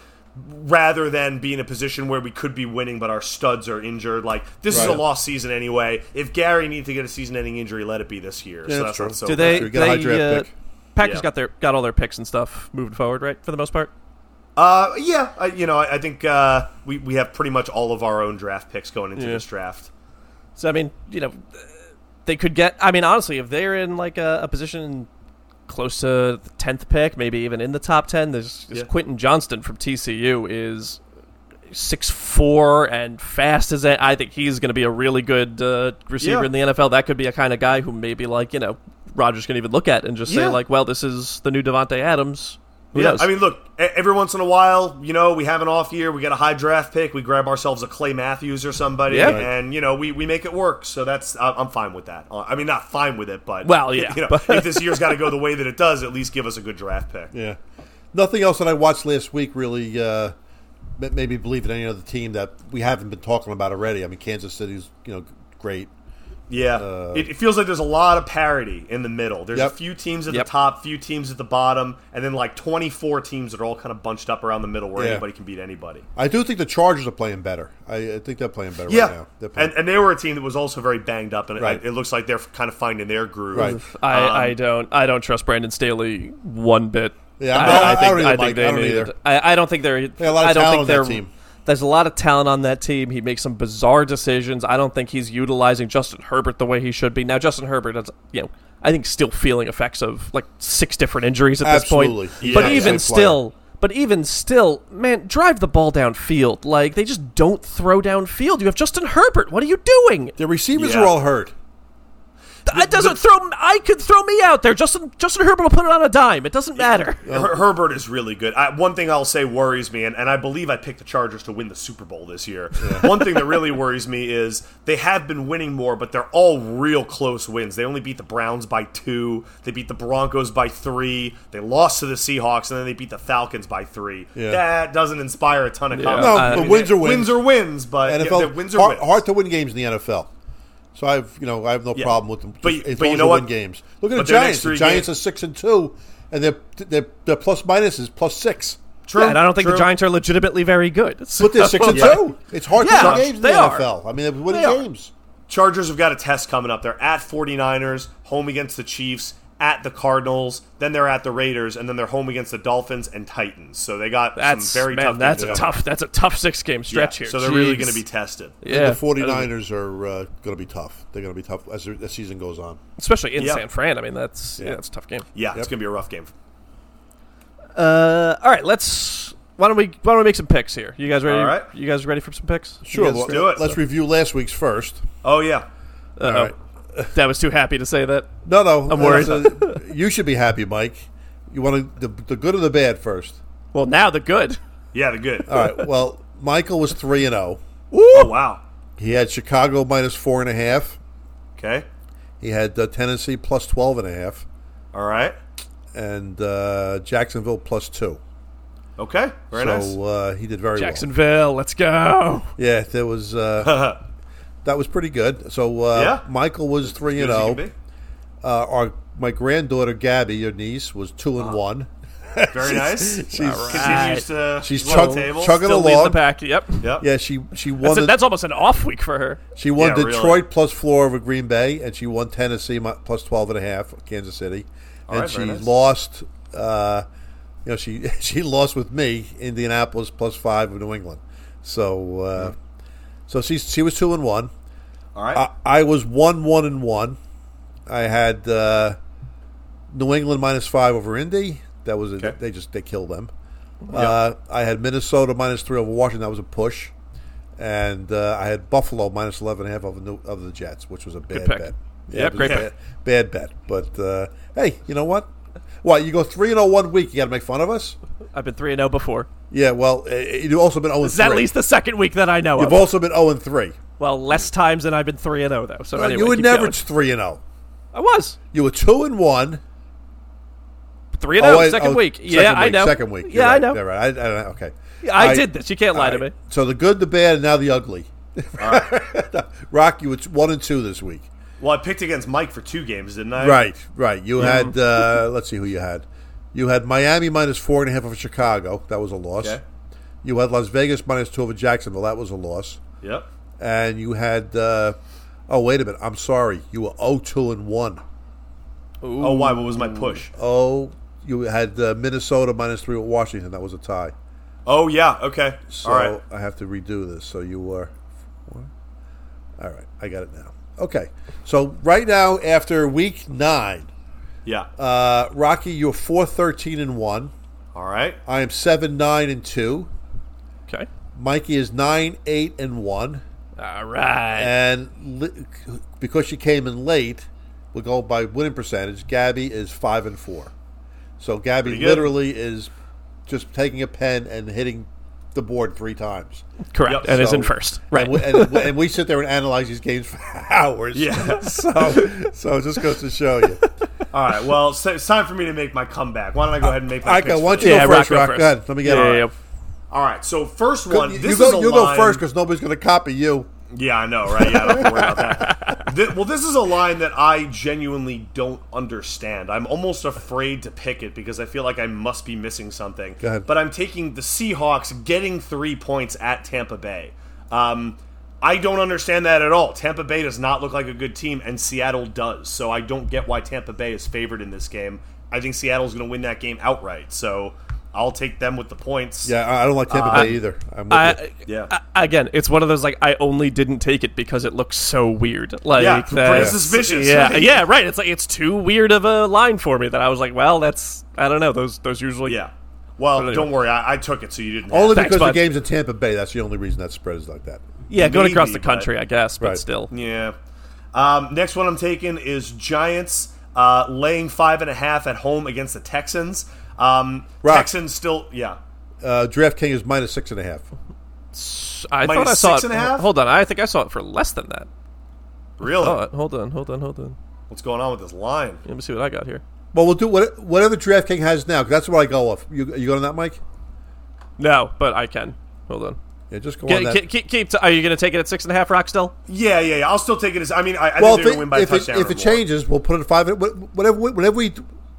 Speaker 2: rather than be in a position where we could be winning but our studs are injured. Like this is
Speaker 3: Right.
Speaker 2: a lost season anyway. If Gary needs to get a season-ending inry, let it be this year. so
Speaker 3: that's
Speaker 2: that's
Speaker 3: true.
Speaker 2: not so.
Speaker 1: Do
Speaker 2: bad.
Speaker 1: they?
Speaker 3: Sure, get a high
Speaker 1: they,
Speaker 3: draft
Speaker 1: uh,
Speaker 3: pick.
Speaker 1: Packers
Speaker 2: Yeah.
Speaker 1: got their got all their picks and stuff moving forward, right? For the most part.
Speaker 2: Uh, yeah, I, you know, I, I think uh, we we have pretty much all of our own draft picks going into this draft.
Speaker 1: So I mean, you know, they could get. I mean, honestly, if they're in like a, a position close to the tenth pick, maybe even in the top ten, there's there's
Speaker 2: Yeah.
Speaker 1: Quentin Johnston from TCU is six four and fast as it. I think he's going to be a really good uh, receiver
Speaker 2: Yeah.
Speaker 1: in the NFL. That could be a kind of guy who maybe like you know Rogers can even look at and just say
Speaker 2: Yeah.
Speaker 1: like, well, this is the new Devonte Adams. Who
Speaker 2: yeah,
Speaker 1: knows?
Speaker 2: I mean, look, e- every once in a while, you know, we have an off year, we get a high draft pick, we grab ourselves a Clay Matthews or somebody,
Speaker 1: Yeah.
Speaker 2: and you know, we, we make it work. So that's I- I'm fine with that. Uh, I mean, not fine with it, but
Speaker 1: Well, yeah,
Speaker 2: you know,
Speaker 1: but-
Speaker 2: if this year's got to go the way that it does, at least give us a good draft pick.
Speaker 3: Yeah. Nothing else that I watched last week really uh, ma- made me believe in any other team that we haven't been talking about already. I mean, Kansas City's you know great.
Speaker 2: Yeah, it, it feels like there's a lot of parity in the middle. There's
Speaker 3: Yep.
Speaker 2: a few teams at
Speaker 1: Uh, Yep.
Speaker 2: the top, few teams at the bottom, and then like 24 teams that are all kind of bunched up around the middle where
Speaker 3: Yeah.
Speaker 2: anybody can beat anybody.
Speaker 3: I do think the Chargers are playing better. I, I think they're playing better right
Speaker 2: Yeah,
Speaker 3: now. They're playing,
Speaker 2: and, and they were a team that was also very banged up, and it-
Speaker 3: Right.
Speaker 2: it, looks like they're kind of finding their groove. Um,
Speaker 3: Right.
Speaker 1: I, I don't I don't trust Brandon Staley one bit.
Speaker 3: Yeah, I- I- I don't either, Mike. I don't
Speaker 1: made
Speaker 3: either.
Speaker 1: it- I, I don't think they're.
Speaker 3: a lot of
Speaker 1: I don't
Speaker 3: talent
Speaker 1: think
Speaker 3: on
Speaker 1: they're.
Speaker 3: that team.
Speaker 1: There's a lot of talent on that team. He makes some bizarre decisions. I don't think he's utilizing Justin Herbert the way he should be. Now Justin Herbert, is, you know, I think still feeling effects of like six different injuries at
Speaker 3: Absolutely.
Speaker 1: this
Speaker 3: Yeah,
Speaker 1: point. But
Speaker 3: he's a
Speaker 1: even
Speaker 3: good player.
Speaker 1: still, but even still, man, drive the ball downfield. Like they just don't throw downfield. You have Justin Herbert. What are you doing?
Speaker 3: their receivers
Speaker 2: Yeah.
Speaker 3: are all hurt.
Speaker 1: It doesn't throw. I could throw me out there. Justin Justin Herbert will put it on a dime. It doesn't matter.
Speaker 2: Her- Herbert is really good. I, one thing I'll say worries me, and, and I believe I picked the Chargers to win the Super Bowl this year. one thing that really worries me is they have been winning more, but they're all real close wins. They only beat the Browns by two, they beat the Broncos by three, they lost to the Seahawks, and then they beat the Falcons by three.
Speaker 3: Yeah.
Speaker 2: That doesn't inspire a ton of confidence.
Speaker 3: No,
Speaker 1: I-
Speaker 3: but wins are
Speaker 2: Wins
Speaker 3: wins.
Speaker 2: are wins, but
Speaker 3: NFL
Speaker 2: yeah, wins are
Speaker 3: hard,
Speaker 2: wins.
Speaker 3: hard to win games in the NFL. So I've you know I have no
Speaker 2: Yeah.
Speaker 3: problem with them.
Speaker 2: But-
Speaker 3: Just- as
Speaker 2: but
Speaker 3: long
Speaker 2: you
Speaker 3: as
Speaker 2: know
Speaker 3: they
Speaker 2: what?
Speaker 3: win games. Look at
Speaker 2: But
Speaker 3: the
Speaker 2: their next
Speaker 3: Giants. The
Speaker 2: three
Speaker 3: Giants
Speaker 2: games-
Speaker 3: are six and two, and their their, their plus minus is plus six.
Speaker 2: True,
Speaker 1: and I don't think
Speaker 2: true.
Speaker 1: the Giants are legitimately very good. So-
Speaker 3: But they're six and
Speaker 1: Yeah.
Speaker 3: two. It's hard
Speaker 1: Yeah,
Speaker 3: to win games in the
Speaker 1: they are.
Speaker 3: NFL. I mean, they're winning
Speaker 1: They are.
Speaker 3: games.
Speaker 2: Chargers have got a test coming up. They're at 49ers, home against the Chiefs, at the Cardinals, then they're at the Raiders, and then they're home against the Dolphins and Titans. So they got
Speaker 1: That's
Speaker 2: some very
Speaker 1: man,
Speaker 2: tough.
Speaker 1: That's
Speaker 2: games
Speaker 1: a
Speaker 2: coming up.
Speaker 1: tough. That's a tough six game
Speaker 2: Yeah,
Speaker 1: stretch here.
Speaker 2: So they're really
Speaker 1: Jeez.
Speaker 2: going to be tested.
Speaker 1: yeah,
Speaker 3: the 49ers are uh, going to be tough. They're going to be tough as the season goes on.
Speaker 1: especially in
Speaker 2: Yeah.
Speaker 1: San Fran. I mean, that's yeah, that's a tough game.
Speaker 2: Yeah, it's going to be a rough game.
Speaker 1: Uh, all right, let's. Why don't we Why don't we make some picks here? You guys ready?
Speaker 2: All right.
Speaker 1: You guys ready for some picks?
Speaker 3: Sure,
Speaker 2: Let's
Speaker 3: well,
Speaker 2: do it.
Speaker 3: Let's review last week's first.
Speaker 2: Oh yeah,
Speaker 1: All
Speaker 3: right.
Speaker 1: that was too happy to say that.
Speaker 3: No, no,
Speaker 1: I'm worried.
Speaker 3: uh, you should be happy, Mike. You want to, the, the good or the bad first?
Speaker 1: Well, now the good.
Speaker 2: yeah, the good.
Speaker 3: All right. Well, Michael was three and zero.
Speaker 2: Oh wow.
Speaker 3: He had Chicago minus four and a half.
Speaker 2: Okay.
Speaker 3: He had uh, Tennessee plus twelve and a half,
Speaker 2: All right.
Speaker 3: and uh, Jacksonville plus two.
Speaker 2: Okay. Very
Speaker 3: so uh, he did very
Speaker 1: Jacksonville, let's go.
Speaker 3: well. Yeah, there was uh,
Speaker 2: nice.
Speaker 3: that was pretty good. So uh,
Speaker 2: Yeah.
Speaker 3: Michael was three and
Speaker 2: Good as
Speaker 3: oh.
Speaker 2: you
Speaker 3: zero.
Speaker 2: can be.
Speaker 3: Uh, our my granddaughter Gabby, your niece, was two
Speaker 2: Uh-huh.
Speaker 3: and one.
Speaker 2: Very nice.
Speaker 3: She's
Speaker 2: Continues to
Speaker 3: she's
Speaker 2: run the
Speaker 3: chug-
Speaker 2: table.
Speaker 3: chugging
Speaker 1: Still leads the
Speaker 3: along.
Speaker 1: pack. Yep.
Speaker 2: Yep.
Speaker 3: Yeah, she she won.
Speaker 1: That's,
Speaker 3: the-
Speaker 1: that's almost an off week for her.
Speaker 3: she won
Speaker 2: Yeah, really.
Speaker 3: Detroit plus four over Green Bay, and she won Tennessee mi- plus twelve and a half, Kansas City, and
Speaker 2: right,
Speaker 3: she
Speaker 2: very nice.
Speaker 3: lost. Uh, you know, she
Speaker 2: Hmm.
Speaker 3: she lost with me, Indianapolis plus five of New England. So uh, So she she was two and one.
Speaker 2: All right.
Speaker 3: I, I was one one and one. I had uh, New England minus five over Indy. That was a,
Speaker 2: Okay.
Speaker 3: they just they killed them. Uh, I had Minnesota minus three over Washington. That was a push, and uh, I had Buffalo minus eleven and a half over New, over the Jets, which was a bad
Speaker 1: pick.
Speaker 3: bet.
Speaker 1: Yep,
Speaker 3: it was
Speaker 1: great
Speaker 3: a
Speaker 1: pick.
Speaker 3: bad, bad bet. But uh, hey, you know what? Why you go three and oh one week? You got to make fun of us?
Speaker 1: I've been 3 and 0 before.
Speaker 3: Yeah. Well, uh, you've also been zero.
Speaker 1: This is at least the second week that I know
Speaker 3: you've
Speaker 1: of.
Speaker 3: also been zero and three.
Speaker 1: well, less times than I've been 3 and 0 though. So anyway,
Speaker 3: you were
Speaker 1: keep
Speaker 3: never
Speaker 1: going.
Speaker 3: three and zero.
Speaker 1: I was.
Speaker 3: You were two and one.
Speaker 1: 3 and 0
Speaker 3: wait,
Speaker 1: second
Speaker 3: oh,
Speaker 1: week.
Speaker 3: second
Speaker 1: Yeah, I
Speaker 3: week,
Speaker 1: know.
Speaker 3: Second week. You're
Speaker 1: Yeah, I
Speaker 3: right,
Speaker 1: know.
Speaker 3: you're right. I, I don't know. Okay.
Speaker 1: I did this. You can't lie to
Speaker 3: all right.
Speaker 1: me.
Speaker 3: So the good, the bad, and now the ugly. Rock, you were t- one and two this week.
Speaker 2: well, I picked against Mike for two games, didn't I?
Speaker 3: Right, right. You had uh, let's see who you had. You had Miami minus four and a half over Chicago. That was a loss.
Speaker 2: Okay.
Speaker 3: You had Las Vegas minus two over Jacksonville. That was a loss.
Speaker 2: Yep.
Speaker 3: And you had uh, oh wait a minute. I'm sorry. You were oh two and one.
Speaker 2: Oh, why? What was my push?
Speaker 3: Oh, you had uh, Minnesota minus three with Washington. That was a tie.
Speaker 2: Oh, yeah. Okay.
Speaker 3: So
Speaker 2: All right.
Speaker 3: I have to redo this. So you were. four. All right, I got it now. Okay, so right now after week nine,
Speaker 2: Yeah.
Speaker 3: uh, Rocky, you're four thirteen and one.
Speaker 2: All right.
Speaker 3: I am seven nine and two.
Speaker 1: Okay.
Speaker 3: Mikey is nine eight and one.
Speaker 1: All right.
Speaker 3: And li- because she came in late, we go by winning percentage. Gabby is five and four. So Gabby
Speaker 2: Pretty good.
Speaker 3: literally is just taking a pen and hitting the board three times.
Speaker 1: Correct.
Speaker 2: Yep.
Speaker 1: and is
Speaker 3: So-
Speaker 1: in first. Right.
Speaker 3: And we, and, and we sit there and analyze these games for hours.
Speaker 2: Yeah.
Speaker 3: So, so it just goes to show you.
Speaker 2: All right. Well, so it's time for me to make my comeback. Why don't I go ahead and make my
Speaker 3: I
Speaker 2: picks
Speaker 3: go. Why don't
Speaker 2: first?
Speaker 3: you
Speaker 1: Yeah,
Speaker 3: go
Speaker 1: Rock,
Speaker 3: first,
Speaker 1: go
Speaker 3: Rock?
Speaker 1: first.
Speaker 3: Go ahead. Let me get
Speaker 1: yeah,
Speaker 3: it.
Speaker 1: yeah,
Speaker 2: All right. So first one.
Speaker 3: You,
Speaker 2: this
Speaker 3: you go,
Speaker 2: is a
Speaker 3: you
Speaker 2: line-
Speaker 3: go first because nobody's going to copy you.
Speaker 2: Yeah, I know, right? Yeah, I don't have to worry about that. Th- well, this is a line that I genuinely don't understand. I'm almost afraid to pick it because I feel like I must be missing something.
Speaker 3: Go ahead.
Speaker 2: But I'm taking the Seahawks getting three points at Tampa Bay. Um, I don't understand that at all. Tampa Bay does not look like a good team, and Seattle does. So I don't get why Tampa Bay is favored in this game. I think Seattle's going to win that game outright. So I'll take them with the points.
Speaker 3: Yeah, I I don't like Tampa Bay either. I'm with you.
Speaker 1: Uh, I,
Speaker 2: Yeah.
Speaker 1: I- again, it's one of those like I only didn't take it because it looks so weird. Like
Speaker 2: Yeah, pretty
Speaker 1: that's-
Speaker 2: suspicious.
Speaker 1: Yeah, yeah, right. It's like it's too weird of a line for me that I was like, well, that's I don't know. Those those usually
Speaker 2: Yeah. Well,
Speaker 1: Brilliant.
Speaker 2: don't worry. I, I took it, so you didn't. have
Speaker 3: Only
Speaker 1: Thanks,
Speaker 3: because
Speaker 1: bud.
Speaker 3: the game's in Tampa Bay. That's the only reason that spread is like that.
Speaker 1: yeah going across the
Speaker 2: Maybe,
Speaker 1: country, I guess, but
Speaker 3: Right.
Speaker 1: still.
Speaker 2: Yeah. Um, next one I'm taking is Giants uh, laying five and a half at home against the Texans. Um,
Speaker 3: Rock.
Speaker 2: Texans still, yeah.
Speaker 3: Uh, DraftKings is minus six and a half.
Speaker 1: I
Speaker 2: Minus
Speaker 1: thought I saw
Speaker 2: six
Speaker 1: it.
Speaker 2: and a half?
Speaker 1: Hold on, I think I saw it for less than that.
Speaker 2: Really?
Speaker 1: Oh, hold on, hold on, hold on.
Speaker 2: What's going on with this line?
Speaker 1: Let me see what I got here.
Speaker 3: Well, we'll do what, whatever DraftKings has now. 'cause that's what I go off. You, you go on that, Mike?
Speaker 1: No, but I can. Hold on.
Speaker 3: Yeah, just go on
Speaker 1: Ke-
Speaker 3: that.
Speaker 1: ke- keep. keep t- are you going to take it at six and a half, Rockstill?
Speaker 2: Yeah, yeah, yeah. I'll still take it as. I mean, I, I
Speaker 3: well,
Speaker 2: think they're
Speaker 3: if
Speaker 2: going
Speaker 3: it,
Speaker 2: to win by a
Speaker 3: if, it,
Speaker 2: touchdown.
Speaker 3: if
Speaker 2: or
Speaker 3: it
Speaker 2: more.
Speaker 3: changes, we'll put it at five. wh- Whatever, we- whenever we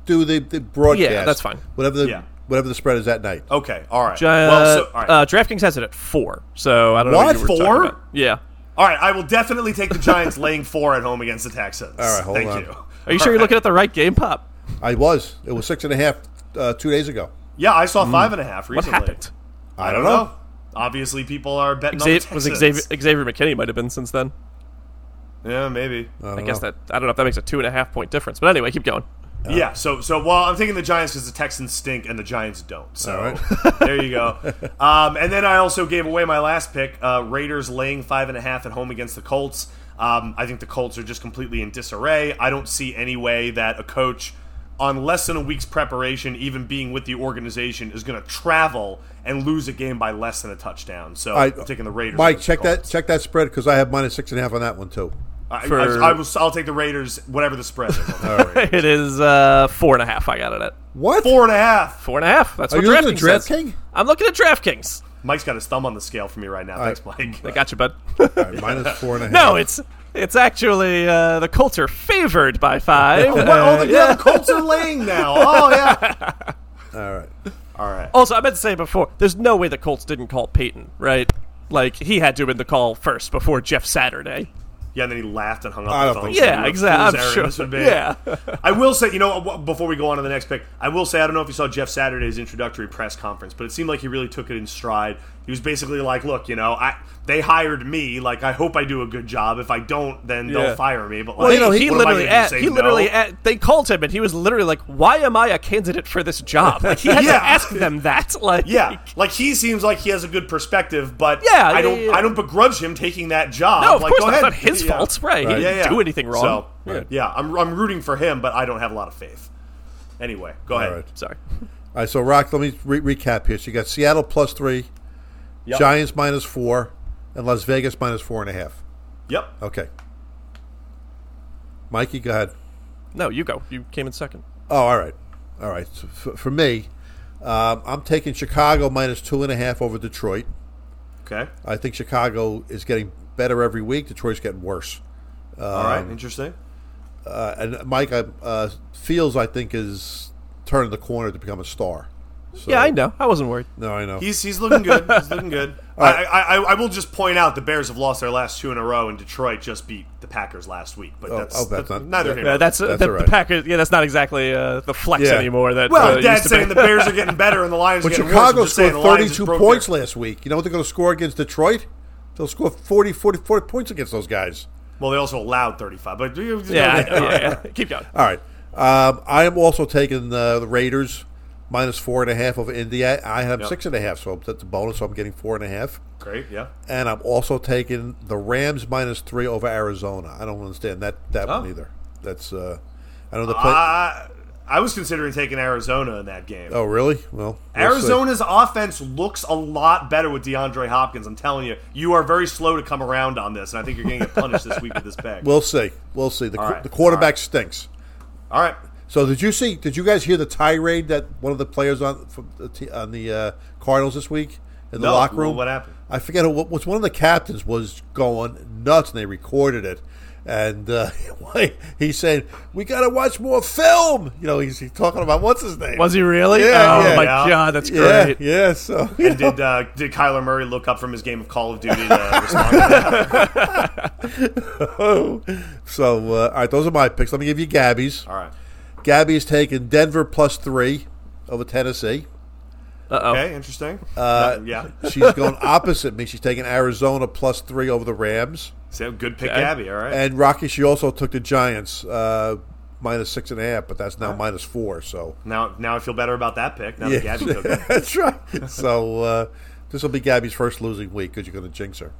Speaker 3: do the, the broadcast,
Speaker 1: that's fine.
Speaker 3: Whatever the
Speaker 2: Yeah.
Speaker 3: whatever the spread is that night.
Speaker 2: Okay, all right.
Speaker 1: Uh,
Speaker 2: well, so, all right.
Speaker 1: uh, DraftKings has it at four, so I don't know.
Speaker 3: What?
Speaker 1: you were talking
Speaker 2: Four?
Speaker 1: about. Yeah.
Speaker 2: all right, I will definitely take the Giants laying four at home against the Texans.
Speaker 3: All right, hold
Speaker 2: Thank
Speaker 3: on.
Speaker 2: you.
Speaker 1: Are you sure you're looking at the right game pop?
Speaker 3: I was. It was six and a half uh, two days ago.
Speaker 2: Yeah, I saw five and a half
Speaker 1: Mm. What
Speaker 2: recently.
Speaker 1: happened?
Speaker 2: I don't know. Obviously, people are betting on the
Speaker 1: Xavier, was
Speaker 2: Texans.
Speaker 1: Xavier, Xavier McKinney might have been since then.
Speaker 2: Yeah, maybe.
Speaker 1: I, guess that I don't know if that makes a two and a half point difference. But anyway, keep going.
Speaker 3: Oh.
Speaker 2: Yeah, so so well, I'm taking the Giants because the Texans stink and the Giants don't. So
Speaker 3: All right.
Speaker 2: there you go. Um, and then I also gave away my last pick: uh, Raiders laying five and a half at home against the Colts. Um, I think the Colts are just completely in disarray. I don't see any way that a coach, on less than a week's preparation, even being with the organization, is going to travel and lose a game by less than a touchdown. So I,
Speaker 3: I-
Speaker 2: am taking the Raiders.
Speaker 3: Mike,
Speaker 2: against the
Speaker 3: check that
Speaker 2: Colts.
Speaker 3: check that spread because I have minus six and a half on that one too.
Speaker 2: I,
Speaker 1: for-
Speaker 2: I, I will, I'll take the Raiders, whatever the spread. Is.
Speaker 1: It is uh, four and a half. I got it at
Speaker 3: What?
Speaker 2: Four and a half.
Speaker 1: four and a half. That's
Speaker 3: Are
Speaker 1: what
Speaker 3: you looking
Speaker 1: DraftKings
Speaker 3: at
Speaker 1: says.
Speaker 3: DraftKings?
Speaker 1: I'm looking at DraftKings.
Speaker 2: Mike's got his thumb on the scale for me right now. Thanks, Mike.
Speaker 1: I got you, bud.
Speaker 3: All right, minus four and a half.
Speaker 1: no, it's it's actually uh, the Colts are favored by five.
Speaker 2: What?
Speaker 1: Uh,
Speaker 2: oh, the, yeah. the Colts are laying now. Oh, yeah.
Speaker 3: all right.
Speaker 2: All right.
Speaker 1: Also, I meant to say before, there's no way the Colts didn't call Peyton, right? Like he had to have been the call first before Jeff Saturday.
Speaker 2: Yeah, and then he laughed and hung up
Speaker 3: I
Speaker 2: the
Speaker 3: don't
Speaker 2: phone.
Speaker 3: think
Speaker 2: So
Speaker 3: so.
Speaker 1: Yeah,
Speaker 2: what a
Speaker 1: exactly.
Speaker 2: fool's
Speaker 1: I'm
Speaker 2: errand
Speaker 1: sure.
Speaker 2: This would be.
Speaker 1: Yeah.
Speaker 2: I will say, you know, wh- before we go on to the next pick, I will say, I don't know if you saw Jeff Saturday's introductory press conference, but it seemed like he really took it in stride. He was basically like, "Look, you know, I they hired me. Like, I hope I do a good job. If I don't, then
Speaker 1: Yeah.
Speaker 2: they'll fire me." But like,
Speaker 1: Well, you know,
Speaker 2: what
Speaker 1: he
Speaker 2: am I
Speaker 1: literally
Speaker 2: gonna do,
Speaker 1: at,
Speaker 2: say
Speaker 1: he literally
Speaker 2: no?
Speaker 1: at, they called him and he was literally like, "Why am I a candidate for this job?" Like he had
Speaker 2: Yeah.
Speaker 1: to ask them that. Like,
Speaker 2: Yeah, like he seems like he has a good perspective, but
Speaker 1: Yeah,
Speaker 2: I
Speaker 1: yeah,
Speaker 2: don't
Speaker 1: yeah.
Speaker 2: I don't begrudge him taking that job.
Speaker 1: no, of
Speaker 2: like,
Speaker 1: course
Speaker 2: go
Speaker 1: not. It's
Speaker 2: ahead.
Speaker 1: not his
Speaker 2: Yeah.
Speaker 1: fault, right? He
Speaker 3: Right.
Speaker 1: didn't
Speaker 2: Yeah, yeah.
Speaker 1: do anything wrong.
Speaker 2: So,
Speaker 3: Right.
Speaker 2: yeah, I'm I'm rooting for him, but I don't have a lot of faith. Anyway, go ahead.
Speaker 3: All right.
Speaker 1: Sorry.
Speaker 3: All right, so Rock, let me re- recap here. So you got Seattle plus three,
Speaker 2: Yep.
Speaker 3: Giants minus four, and Las Vegas minus four and a half.
Speaker 2: Yep.
Speaker 3: Okay. Mikey, go ahead.
Speaker 1: No, you go. You came in second.
Speaker 3: Oh, all right. All right. So for, for me, um, I'm taking Chicago minus two and a half over Detroit.
Speaker 2: Okay.
Speaker 3: I think Chicago is getting better every week. Detroit's getting worse.
Speaker 2: All
Speaker 3: Um,
Speaker 2: right. Interesting.
Speaker 3: Uh, and Mike I, uh, Fields, I think, is turning the corner to become a star. So,
Speaker 1: Yeah, I know. I wasn't worried.
Speaker 3: No, I know.
Speaker 2: He's he's looking good. He's looking good.
Speaker 3: right.
Speaker 2: I, I I will just point out the Bears have lost their last two in a row, and Detroit just beat the Packers last week. But that's,
Speaker 3: oh, that's
Speaker 2: that-
Speaker 3: not-
Speaker 2: neither
Speaker 3: yeah.
Speaker 2: here
Speaker 1: Yeah,
Speaker 2: nor
Speaker 1: Uh, that's,
Speaker 3: That's
Speaker 1: the,
Speaker 3: all right.
Speaker 1: the Packers. Yeah, that's not exactly uh, the flex
Speaker 3: Yeah.
Speaker 1: anymore. That
Speaker 2: Well,
Speaker 1: uh,
Speaker 2: Dad's
Speaker 1: used to be.
Speaker 2: saying the Bears are getting better and the Lions are
Speaker 3: But
Speaker 2: getting
Speaker 3: Chicago
Speaker 2: worse. I'm just saying
Speaker 3: scored
Speaker 2: the Lions just
Speaker 3: 32
Speaker 2: broke
Speaker 3: points
Speaker 2: their-
Speaker 3: last week. You know what they're going to score against Detroit? They'll score 40, 40, 40 points against those guys.
Speaker 2: Well, they also allowed 35. But you- you know,
Speaker 1: Yeah,
Speaker 2: they-
Speaker 1: I know, yeah, yeah. Keep going.
Speaker 3: All right. Um, I am also taking uh, the Raiders minus four and a half over India. I have
Speaker 2: Yep.
Speaker 3: six and a half, so that's a bonus. So I'm getting four and a half.
Speaker 2: great. Yeah.
Speaker 3: And I'm also taking the Rams minus three over Arizona. I don't understand that that
Speaker 2: Oh. Uh,
Speaker 3: one either. That's uh, I know the play.
Speaker 2: I I was considering taking Arizona in that game.
Speaker 3: oh, really? Well, we'll see.
Speaker 2: Arizona's offense looks a lot better with DeAndre Hopkins. I'm telling you, you are very slow to come around on this, and I think you're going to get punished this week with this bag.
Speaker 3: We'll see. We'll see. The, qu-
Speaker 2: right.
Speaker 3: the quarterback stinks.
Speaker 2: All right.
Speaker 3: So did you see? Did you guys hear the tirade that one of the players on from the t- on the uh, Cardinals this week in the
Speaker 2: No.
Speaker 3: locker room?
Speaker 2: What happened?
Speaker 3: I forget who what was one of the captains was going nuts, and they recorded it. And uh, he said, "We got to watch more film." You know, he's, he's talking about what's his name?
Speaker 1: Was he really?
Speaker 3: Yeah,
Speaker 1: oh
Speaker 3: yeah.
Speaker 1: my
Speaker 2: Yeah.
Speaker 1: god, that's
Speaker 3: Yeah,
Speaker 1: great.
Speaker 3: yeah. So
Speaker 2: And did uh, did Kyler Murray look up from his game of Call of Duty to respond? to that?
Speaker 3: so uh, all right, those are my picks. Let me give you Gabby's.
Speaker 2: All right.
Speaker 3: Gabby is taking Denver plus three over Tennessee.
Speaker 2: Okay. Interesting. Uh, yeah.
Speaker 3: She's going opposite me. She's taking Arizona plus three over the Rams.
Speaker 2: So good pick, Gabby. All right.
Speaker 3: And Rocky, she also took the Giants uh, minus six and a half, but that's now minus four. So
Speaker 2: Now, now I feel better about that pick. Now
Speaker 3: yeah,
Speaker 2: that Gabby took it.
Speaker 3: that's right. So uh, this will be Gabby's first losing week because you're going to jinx her.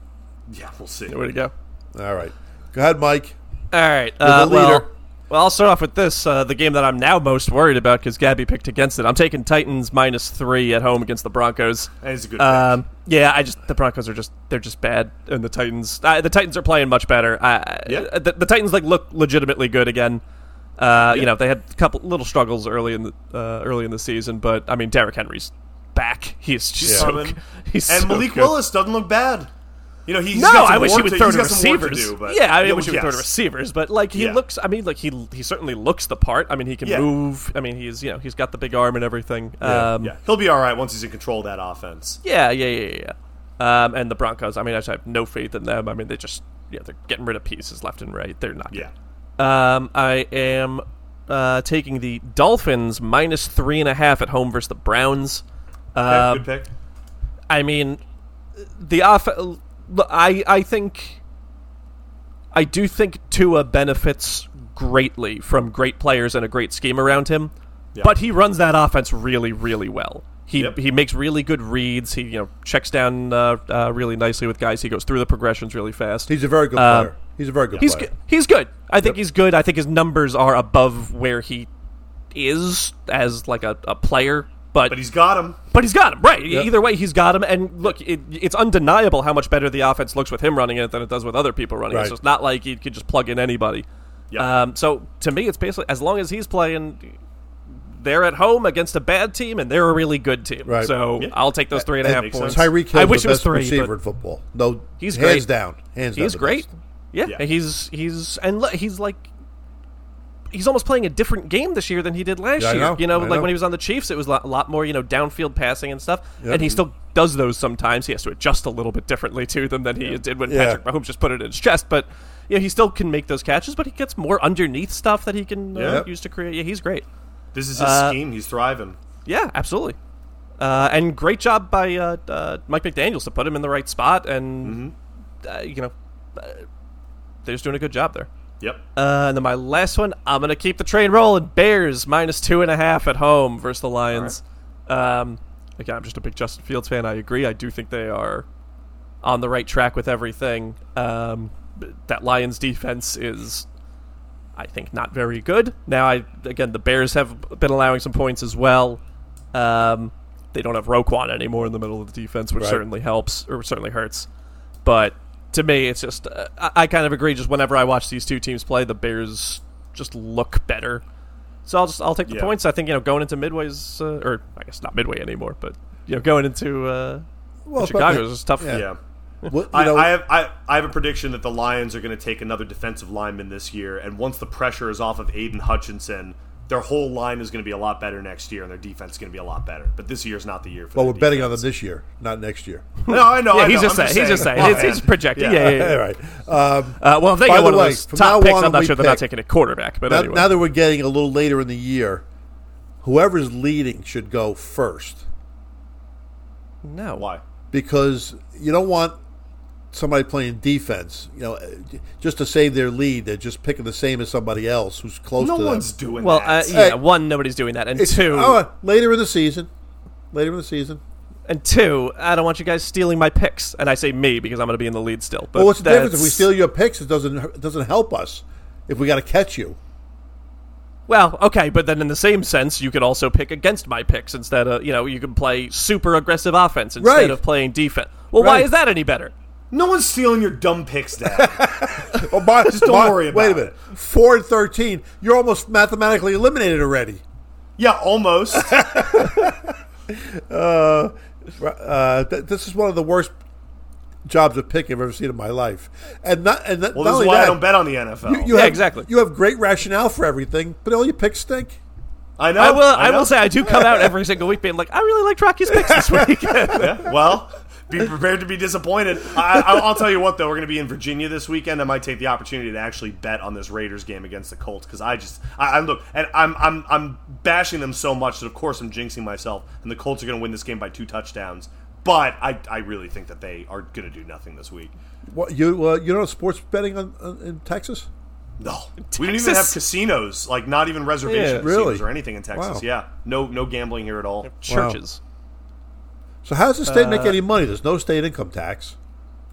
Speaker 2: Yeah, we'll see.
Speaker 1: Way to go.
Speaker 3: All right, go ahead, Mike.
Speaker 1: All right. Uh,
Speaker 3: the leader.
Speaker 1: well, well, I'll start off with this. Uh, the game that I'm now most worried about because Gabby picked against it. I'm taking Titans minus three at home against the Broncos.
Speaker 2: That is a good pick.
Speaker 1: Um, yeah, I just the Broncos are just they're just bad, and the Titans uh, the Titans are playing much better. Uh,
Speaker 2: Yeah.
Speaker 1: the, the Titans like look legitimately good again. Uh, You know they had a couple little struggles early in the uh, early in the season, but I mean Derrick Henry's back. He's just so
Speaker 2: Coming.
Speaker 1: good. he's
Speaker 2: and
Speaker 1: so
Speaker 2: Malik
Speaker 1: good.
Speaker 2: Willis doesn't look bad. You know, he's
Speaker 1: No,
Speaker 2: got some
Speaker 1: I wish he
Speaker 2: work
Speaker 1: would
Speaker 2: to-
Speaker 1: throw
Speaker 2: he's
Speaker 1: to
Speaker 2: got some work
Speaker 1: receivers.
Speaker 2: do, but
Speaker 1: yeah, I mean,
Speaker 2: Yeah,
Speaker 1: wish he would throw to
Speaker 2: yes.
Speaker 1: receivers, but like he
Speaker 2: Yeah.
Speaker 1: looks. I mean, like he he certainly looks the part. I mean, he can
Speaker 2: Yeah.
Speaker 1: move. I mean, he's you know he's got the big arm and everything.
Speaker 3: Yeah.
Speaker 1: Um,
Speaker 2: Yeah, he'll be all right once he's in control of that offense.
Speaker 1: yeah, yeah, yeah, yeah. yeah. Um, and the Broncos. I mean, I just have no faith in them. I mean, they just yeah they're getting rid of pieces left and right. They're not.
Speaker 2: Yeah.
Speaker 1: good. Um, I am uh, taking the Dolphins minus three and a half at home versus the Browns.
Speaker 2: Okay,
Speaker 1: Um,
Speaker 2: good pick.
Speaker 1: I mean, the off. I I think. I do think Tua benefits greatly from great players and a great scheme around him,
Speaker 2: Yeah.
Speaker 1: but he runs that offense really, really well. He
Speaker 2: Yep.
Speaker 1: he makes really good reads. He you know checks down uh, uh, really nicely with guys. He goes through the progressions really fast.
Speaker 3: He's a very good
Speaker 1: Um,
Speaker 3: player. He's a very good
Speaker 1: He's
Speaker 3: player.
Speaker 1: good. He's good. I think he's good. I think his numbers are above where he is as like a, a player. But
Speaker 2: But he's got him.
Speaker 1: but he's got him right. E- Either way, he's got him. And look, it, it's undeniable how much better the offense looks with him running it than it does with other people running
Speaker 3: Right.
Speaker 1: it. So it's not like he could just plug in anybody.
Speaker 2: Yeah.
Speaker 1: Um, so to me, it's basically as long as he's playing, they're at home against a bad team and they're a really good team.
Speaker 3: Right.
Speaker 1: So
Speaker 2: Yeah.
Speaker 1: I'll take those three and a half
Speaker 2: makes
Speaker 1: points.
Speaker 2: sense.
Speaker 3: Tyreek Hill's
Speaker 1: I wish
Speaker 3: the
Speaker 1: it was
Speaker 3: best
Speaker 1: three,
Speaker 3: receiver
Speaker 1: but-
Speaker 3: in football. No,
Speaker 1: He's great.
Speaker 3: hands down. Hands down.
Speaker 1: He's
Speaker 3: the
Speaker 1: great.
Speaker 3: best.
Speaker 1: Yeah.
Speaker 2: Yeah.
Speaker 1: and he's he's and look, he's like he's almost playing a different game this year than he did last
Speaker 3: Yeah, I
Speaker 1: year.
Speaker 3: know.
Speaker 1: You know,
Speaker 3: I
Speaker 1: like
Speaker 3: know.
Speaker 1: when he was on the Chiefs, it was a lot, a lot more you know downfield passing and stuff,
Speaker 3: Yep.
Speaker 1: and he still does those sometimes. He has to adjust a little bit differently to them than he did when
Speaker 3: Yeah.
Speaker 1: Patrick Mahomes just put it in his chest, but. Yeah, he still can make those catches, but he gets more underneath stuff that he can uh,
Speaker 2: Yep.
Speaker 1: use to create. Yeah, he's great.
Speaker 2: This is his
Speaker 1: uh,
Speaker 2: scheme. He's thriving.
Speaker 1: Yeah, absolutely. Uh, and great job by uh, uh, Mike McDaniels to put him in the right spot, and uh, you know uh, they're just doing a good job there.
Speaker 2: Yep.
Speaker 1: Uh, and then my last one, I'm gonna keep the train rolling. Bears minus two and a half at home versus the Lions. Um, again, I'm just a big Justin Fields fan. I agree. I do think they are on the right track with everything. Um, b- that Lions defense is, I think, not very good. Now, I again, the Bears have been allowing some points as well. Um, they don't have Roquan anymore in the middle of the defense, which
Speaker 3: Right.
Speaker 1: certainly helps or certainly hurts. But to me, it's just uh, I, I kind of agree. Just whenever I watch these two teams play, the Bears just look better. So I'll just I'll take the
Speaker 2: Yeah.
Speaker 1: points. I think you know going into Midway's uh, or I guess not Midway anymore, but you know going into uh,
Speaker 3: Well,
Speaker 1: Chicago is tough.
Speaker 3: yeah.
Speaker 2: Yeah.
Speaker 3: What- you
Speaker 2: I,
Speaker 3: know,
Speaker 2: I have I, I have a prediction that the Lions are going to take another defensive lineman this year, and once the pressure is off of Aiden Hutchinson, their whole line is going to be a lot better next year, and their defense is going to be a lot better. But this year's not the year for.
Speaker 3: well, we're
Speaker 2: their
Speaker 3: betting on
Speaker 2: defense.
Speaker 3: them this year, not next year.
Speaker 2: No, I know.
Speaker 1: Yeah,
Speaker 2: I
Speaker 1: he's
Speaker 2: know.
Speaker 1: just
Speaker 2: I'm
Speaker 1: saying. He's just saying.
Speaker 2: Oh,
Speaker 1: It's,
Speaker 2: man.
Speaker 1: it's projecting. Yeah, yeah. yeah,
Speaker 3: All right. Um,
Speaker 1: Uh, well, if they
Speaker 3: By
Speaker 1: get
Speaker 3: the
Speaker 1: one
Speaker 3: way,
Speaker 1: of those
Speaker 3: from
Speaker 1: top
Speaker 3: now
Speaker 1: picks,
Speaker 3: on
Speaker 1: I'm
Speaker 3: when
Speaker 1: not
Speaker 3: we
Speaker 1: sure they're not
Speaker 3: pick-
Speaker 1: taking a quarterback. But
Speaker 3: now,
Speaker 1: anyway,
Speaker 3: now that we're getting a little later in the year, whoever's leading should go first
Speaker 1: no.
Speaker 2: Why?
Speaker 3: because you don't want somebody playing defense. You know, just to save their lead, they're just picking the same as somebody else who's close
Speaker 2: No
Speaker 3: to
Speaker 2: one's
Speaker 3: them.
Speaker 2: doing
Speaker 1: Well, uh,
Speaker 2: that.
Speaker 1: yeah.
Speaker 3: Hey.
Speaker 1: One, nobody's doing that, and
Speaker 3: It's-
Speaker 1: two,
Speaker 3: oh, later in the season. Later in the season.
Speaker 1: and two, I don't want you guys stealing my picks. And I say me because I'm going to be in the lead still. But
Speaker 3: Well, what's the difference if
Speaker 1: that's-
Speaker 3: we steal your picks? It doesn't it doesn't help us if we got to catch you.
Speaker 1: Well, okay, but then in the same sense, you could also pick against my picks instead of you know you can play super aggressive offense instead
Speaker 3: Right.
Speaker 1: of playing defense. Well, why
Speaker 3: Right.
Speaker 1: is that any better?
Speaker 2: no one's stealing your dumb picks, Dad.
Speaker 3: Oh, my,
Speaker 2: don't
Speaker 3: my-
Speaker 2: worry about
Speaker 3: Wait a
Speaker 2: it.
Speaker 3: minute. Four and thirteen. You're almost mathematically eliminated already.
Speaker 2: yeah, almost.
Speaker 3: Uh, uh, th- this is one of the worst jobs of pick I've ever seen in my life. And not and not,
Speaker 2: Well,
Speaker 3: not
Speaker 2: this
Speaker 3: only
Speaker 2: is why I
Speaker 3: that,
Speaker 2: don't bet on the NFL.
Speaker 3: You
Speaker 1: Yeah,
Speaker 3: have,
Speaker 1: exactly.
Speaker 3: You have great rationale for everything, but all your picks stink.
Speaker 2: Oh, I know.
Speaker 1: I will. I,
Speaker 2: know.
Speaker 1: will say I do come out every single week being like, I really liked Rocky's picks this week.
Speaker 2: Yeah, well, be prepared to be disappointed. I, I, I'll tell you what, though, we're going to be in Virginia this weekend. I might take the opportunity to actually bet on this Raiders game against the Colts because I just, I, I look, and I'm, I'm, I'm bashing them so much that of course I'm jinxing myself, and the Colts are going to win this game by two touchdowns. But I, I really think that they are going to do nothing this week.
Speaker 3: What you uh, you don't have sports betting on, on in Texas?
Speaker 2: No, we don't even
Speaker 1: Texas?
Speaker 2: have casinos, like not even reservation
Speaker 1: Yeah.
Speaker 2: casinos
Speaker 3: Really?
Speaker 2: or anything in Texas.
Speaker 3: Wow.
Speaker 2: Yeah, no, no gambling here at all.
Speaker 1: Churches.
Speaker 3: So how does the state make any money? There's no state income tax.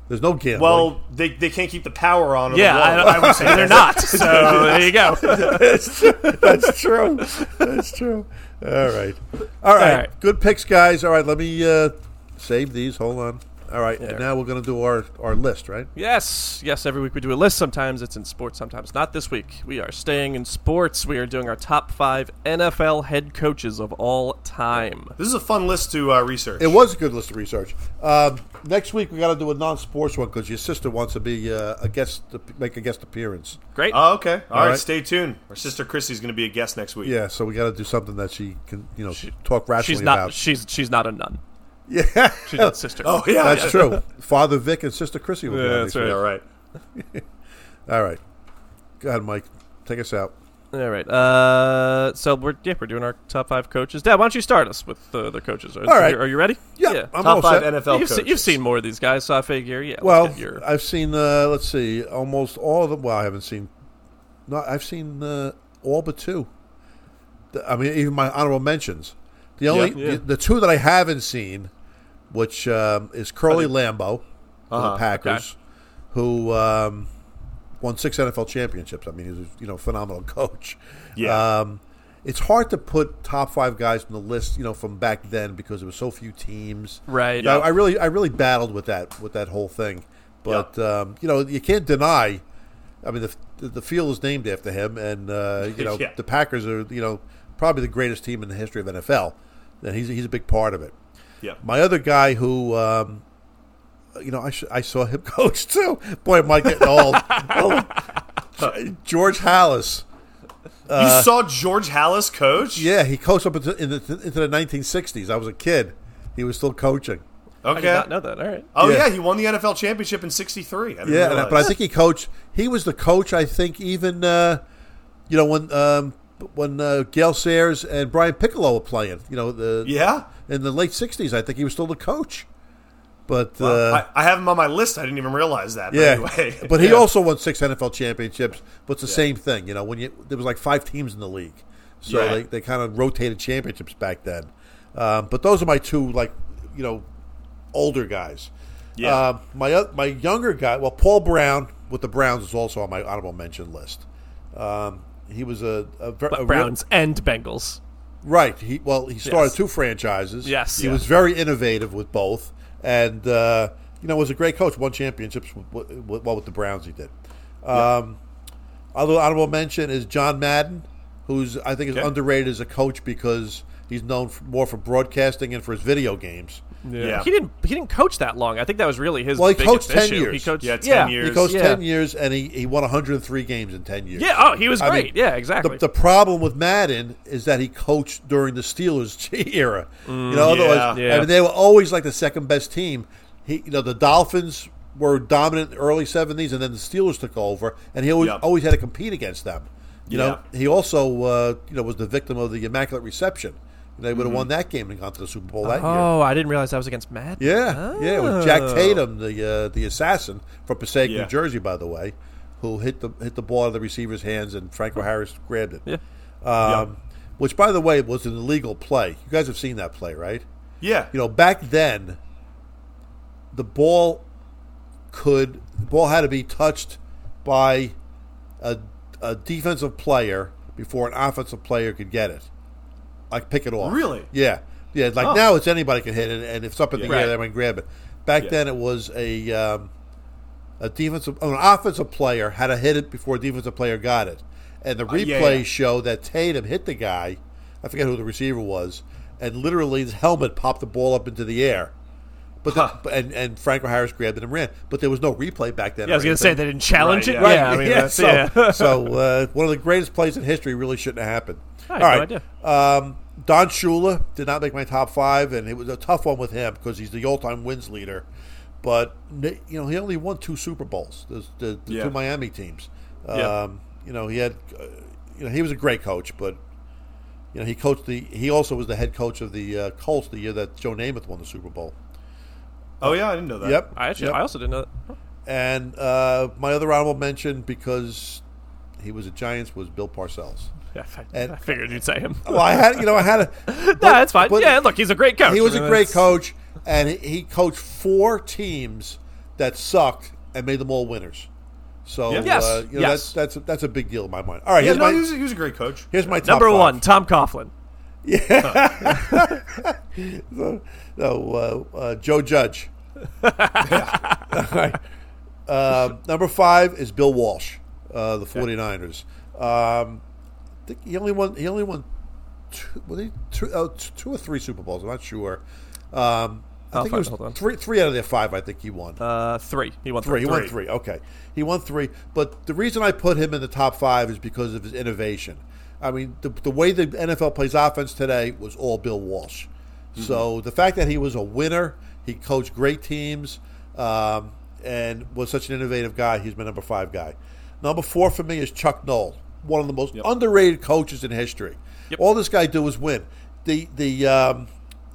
Speaker 3: There's no gambling.
Speaker 2: Well, they, they can't keep the power on. or the
Speaker 1: Yeah,
Speaker 2: wall.
Speaker 1: I, I would say they're not. So there you go.
Speaker 3: That's true. That's true. All right. All right.
Speaker 1: right.
Speaker 3: Good picks, guys. All right. Let me uh, save these. Hold on. All right. And now we're going to do our, our list, right?
Speaker 1: Yes, yes, every week we do a list. Sometimes it's in sports, sometimes not. This week we are staying in sports. We are doing our top five NFL head coaches of all time.
Speaker 2: This is a fun list to uh, research.
Speaker 3: It was a good list of research. Um, next week, we got to do a non sports one because your sister wants to be uh, a guest, make a guest appearance.
Speaker 1: Great.
Speaker 2: Oh, okay. All
Speaker 3: All
Speaker 2: right.
Speaker 3: right.
Speaker 2: Stay tuned. Our sister Christy's going to be a guest next week.
Speaker 3: Yeah. So we got to do something that she can, you know, talk rationally
Speaker 1: she's not.
Speaker 3: about.
Speaker 1: She's she's not a nun.
Speaker 3: yeah.
Speaker 1: She's a sister.
Speaker 2: Oh yeah.
Speaker 3: That's true. Father Vic and Sister Chrissy will be
Speaker 1: Yeah,
Speaker 3: on
Speaker 1: that's
Speaker 3: next
Speaker 1: right.
Speaker 2: All right.
Speaker 3: week. All right. Go ahead, Mike. Take us out.
Speaker 1: All right. Uh, so we're yeah we're doing our top five coaches. Dad, why don't you start us with the, the coaches? Are,
Speaker 3: All right.
Speaker 1: Are you ready?
Speaker 3: Yeah, I'm
Speaker 2: Top
Speaker 3: all
Speaker 2: five
Speaker 3: set.
Speaker 2: NFL
Speaker 1: you've, se-
Speaker 2: coaches.
Speaker 1: you've seen more of these guys, so I figure yeah. let's
Speaker 3: Well,
Speaker 1: get your-
Speaker 3: I've seen. Uh, let's see, almost all of them. Well, I haven't seen. No, I've seen uh, all but two. The- I mean, even my honorable mentions. The only
Speaker 1: Yeah.
Speaker 3: The, the two that I haven't seen, which um, is Curly Lambeau, of the
Speaker 2: Uh-huh,
Speaker 3: Packers, who um, won six NFL championships. I mean, he's you know a phenomenal coach.
Speaker 2: Yeah.
Speaker 3: Um, it's hard to put top five guys on the list, you know, from back then because there were so few teams.
Speaker 1: right.
Speaker 3: I, I really, I really battled with that with that whole thing, but um, you know, you can't deny. I mean, the the field is named after him, and uh, you know,
Speaker 2: Yeah.
Speaker 3: the Packers are you know probably the greatest team in the history of NFL, and he's he's a big part of it.
Speaker 2: Yeah.
Speaker 3: My other guy who. Um, you know, I, sh- I saw him coach too. Boy, am I getting old. Oh, G- George Hallis.
Speaker 2: you saw George Hallis coach?
Speaker 3: Uh, Yeah, he coached up into, in the, into the 1960s. I was a kid. He was still coaching.
Speaker 1: I
Speaker 2: Okay.
Speaker 1: did not know that. All right.
Speaker 2: Oh
Speaker 3: Yeah.
Speaker 2: yeah. he won the NFL championship in '63.
Speaker 3: Yeah, and I- but I think he coached. He was the coach. I think even uh, you know when um, when uh, Gail Sayers and Brian Piccolo were playing. You know, the
Speaker 2: Yeah.
Speaker 3: in the late '60s, I think he was still the coach. But uh,
Speaker 2: I, I have him on my list. I didn't even realize that.
Speaker 3: yeah,
Speaker 2: But anyway.
Speaker 3: but he
Speaker 2: Yeah.
Speaker 3: also won six NFL championships. But it's the same thing, you know. When you there was like five teams in the league, so
Speaker 2: Yeah.
Speaker 3: they, they kind of rotated championships back then. Um, but those are my two, like you know, older guys.
Speaker 2: Yeah.
Speaker 3: Um, my oth- my younger guy, well, Paul Brown with the Browns is also on my honorable mention list. Um, he was a, a, ver- a real-
Speaker 1: Browns and Bengals.
Speaker 3: Right. He well, he started
Speaker 1: Yes.
Speaker 3: two franchises.
Speaker 1: Yes.
Speaker 3: He
Speaker 1: Yeah.
Speaker 3: was very innovative with both, and uh, you know was a great coach. Won championships. With, with, well, with the Browns, he did. Um, Other honorable mention is John Madden, who's I think is
Speaker 2: Okay.
Speaker 3: underrated as a coach because he's known f more for broadcasting and for his video games.
Speaker 2: Yeah.
Speaker 1: He didn't. He didn't coach that long. I think that was really his.
Speaker 3: Well, he
Speaker 1: biggest
Speaker 3: coached 10
Speaker 1: issue.
Speaker 3: years.
Speaker 1: He coached
Speaker 2: Yeah, 10
Speaker 3: He
Speaker 2: years.
Speaker 3: coached
Speaker 1: Yeah.
Speaker 3: ten years and he, he won 103 games in ten years.
Speaker 1: Yeah. Oh, he was
Speaker 3: I
Speaker 1: great.
Speaker 3: mean,
Speaker 1: yeah. Exactly.
Speaker 3: The, the problem with Madden is that he coached during the Steelers era. you know,
Speaker 1: Mm,
Speaker 3: otherwise,
Speaker 1: yeah.
Speaker 3: I mean, they were always like the second best team. He, you know, the Dolphins were dominant in the early '70s, and then the Steelers took over, and he always,
Speaker 2: Yep.
Speaker 3: always had to compete against them. You know, he also uh, you know was the victim of the immaculate reception. They
Speaker 1: Mm-hmm.
Speaker 3: would have won that game and gone to the Super Bowl that year.
Speaker 1: oh, I didn't realize that was against Matt.
Speaker 3: Yeah, yeah, it was Jack
Speaker 1: Oh.
Speaker 3: Tatum, the uh, the assassin from Passaic,
Speaker 2: Yeah.
Speaker 3: New Jersey, by the way, who hit the hit the ball out of the receiver's hands and Franco Harris grabbed it.
Speaker 1: Yeah.
Speaker 3: Um, Which, by the way, was an illegal play. You guys have seen that play, right?
Speaker 2: yeah.
Speaker 3: You know, back then, the ball could the ball had to be touched by a, a defensive player before an offensive player could get it, like pick it off.
Speaker 2: Really?
Speaker 3: Yeah, yeah. Like
Speaker 2: Oh.
Speaker 3: now, it's anybody can hit it, and if it's up in the
Speaker 2: Yeah.
Speaker 3: air, they might grab it. Back
Speaker 2: Yeah.
Speaker 3: then, it was a um, a defensive, oh, an offensive player had to hit it before a defensive player got it, and
Speaker 1: Uh,
Speaker 3: the replay
Speaker 2: yeah, yeah.
Speaker 3: show that Tatum hit the guy. I forget who the receiver was, and literally his helmet popped the ball up into the air. But the-
Speaker 2: Huh.
Speaker 3: and and Franco Harris grabbed it and ran, but there was no replay back then.
Speaker 1: Yeah, I was
Speaker 3: or
Speaker 1: gonna say
Speaker 3: anything.
Speaker 1: they didn't challenge
Speaker 2: Right,
Speaker 1: it.
Speaker 2: yeah.
Speaker 1: Yeah, I mean, that's,
Speaker 3: so,
Speaker 1: yeah.
Speaker 3: so uh, one of the greatest plays in history really shouldn't have happened.
Speaker 1: I had
Speaker 3: All
Speaker 1: no
Speaker 3: right, Um, Don Shula did not make my top five, and it was a tough one with him because he's the all-time wins leader. But you know, he only won two Super Bowls. The, the, the
Speaker 2: Yeah.
Speaker 3: two Miami teams. Um,
Speaker 1: Yeah.
Speaker 3: You know, he had. Uh, you know, he was a great coach, but you know, he coached the. He also was the head coach of the uh, Colts the year that Joe Namath won the Super Bowl.
Speaker 2: Oh yeah, I didn't know that.
Speaker 3: Yep.
Speaker 1: I actually,
Speaker 3: Yep.
Speaker 1: I also didn't know. That.
Speaker 3: And uh, my other honorable mention because he was a Giants was Bill Parcells.
Speaker 1: Yeah, I,
Speaker 3: And-
Speaker 1: I figured you'd say him.
Speaker 3: Well, I had you know I had a
Speaker 1: no, that's fine.
Speaker 3: but-
Speaker 1: yeah, look, he's a great coach.
Speaker 3: he was
Speaker 1: I
Speaker 3: a
Speaker 1: mean,
Speaker 3: great
Speaker 1: that's-
Speaker 3: coach, and he- he coached four teams that sucked and made them all winners. So
Speaker 2: Yeah.
Speaker 1: Yes.
Speaker 3: uh, you know,
Speaker 1: Yes.
Speaker 3: that's that's that's a big deal in my mind. All right,
Speaker 2: Yeah,
Speaker 3: here's
Speaker 2: no,
Speaker 3: my
Speaker 2: he was, he was a great coach.
Speaker 3: here's my top
Speaker 1: Number
Speaker 3: five.
Speaker 1: one, Tom Coughlin.
Speaker 3: So, no, uh, uh, Joe Judge. All right. Um, number five is Bill Walsh, uh, the 49ers. Um, I think he only won. He only won two, were they two, oh, t- two or three Super Bowls. I'm not sure. Um, I
Speaker 1: I'll
Speaker 3: think
Speaker 1: find-
Speaker 3: it
Speaker 1: hold
Speaker 3: was
Speaker 1: on.
Speaker 3: three, three out of their five. I think he won
Speaker 1: Uh, three. He won
Speaker 3: three.
Speaker 1: three.
Speaker 3: He won three. Okay, he won three. But the reason I put him in the top five is because of his innovation. I mean, the, the way the NFL plays offense today was all Bill Walsh.
Speaker 1: Mm-hmm.
Speaker 3: So the fact that he was a winner, he coached great teams, um, and was such an innovative guy, he's my number five guy. Number four for me is Chuck Knoll, one of the most underrated coaches in history.
Speaker 1: Yep.
Speaker 3: All this guy do is win. The the um,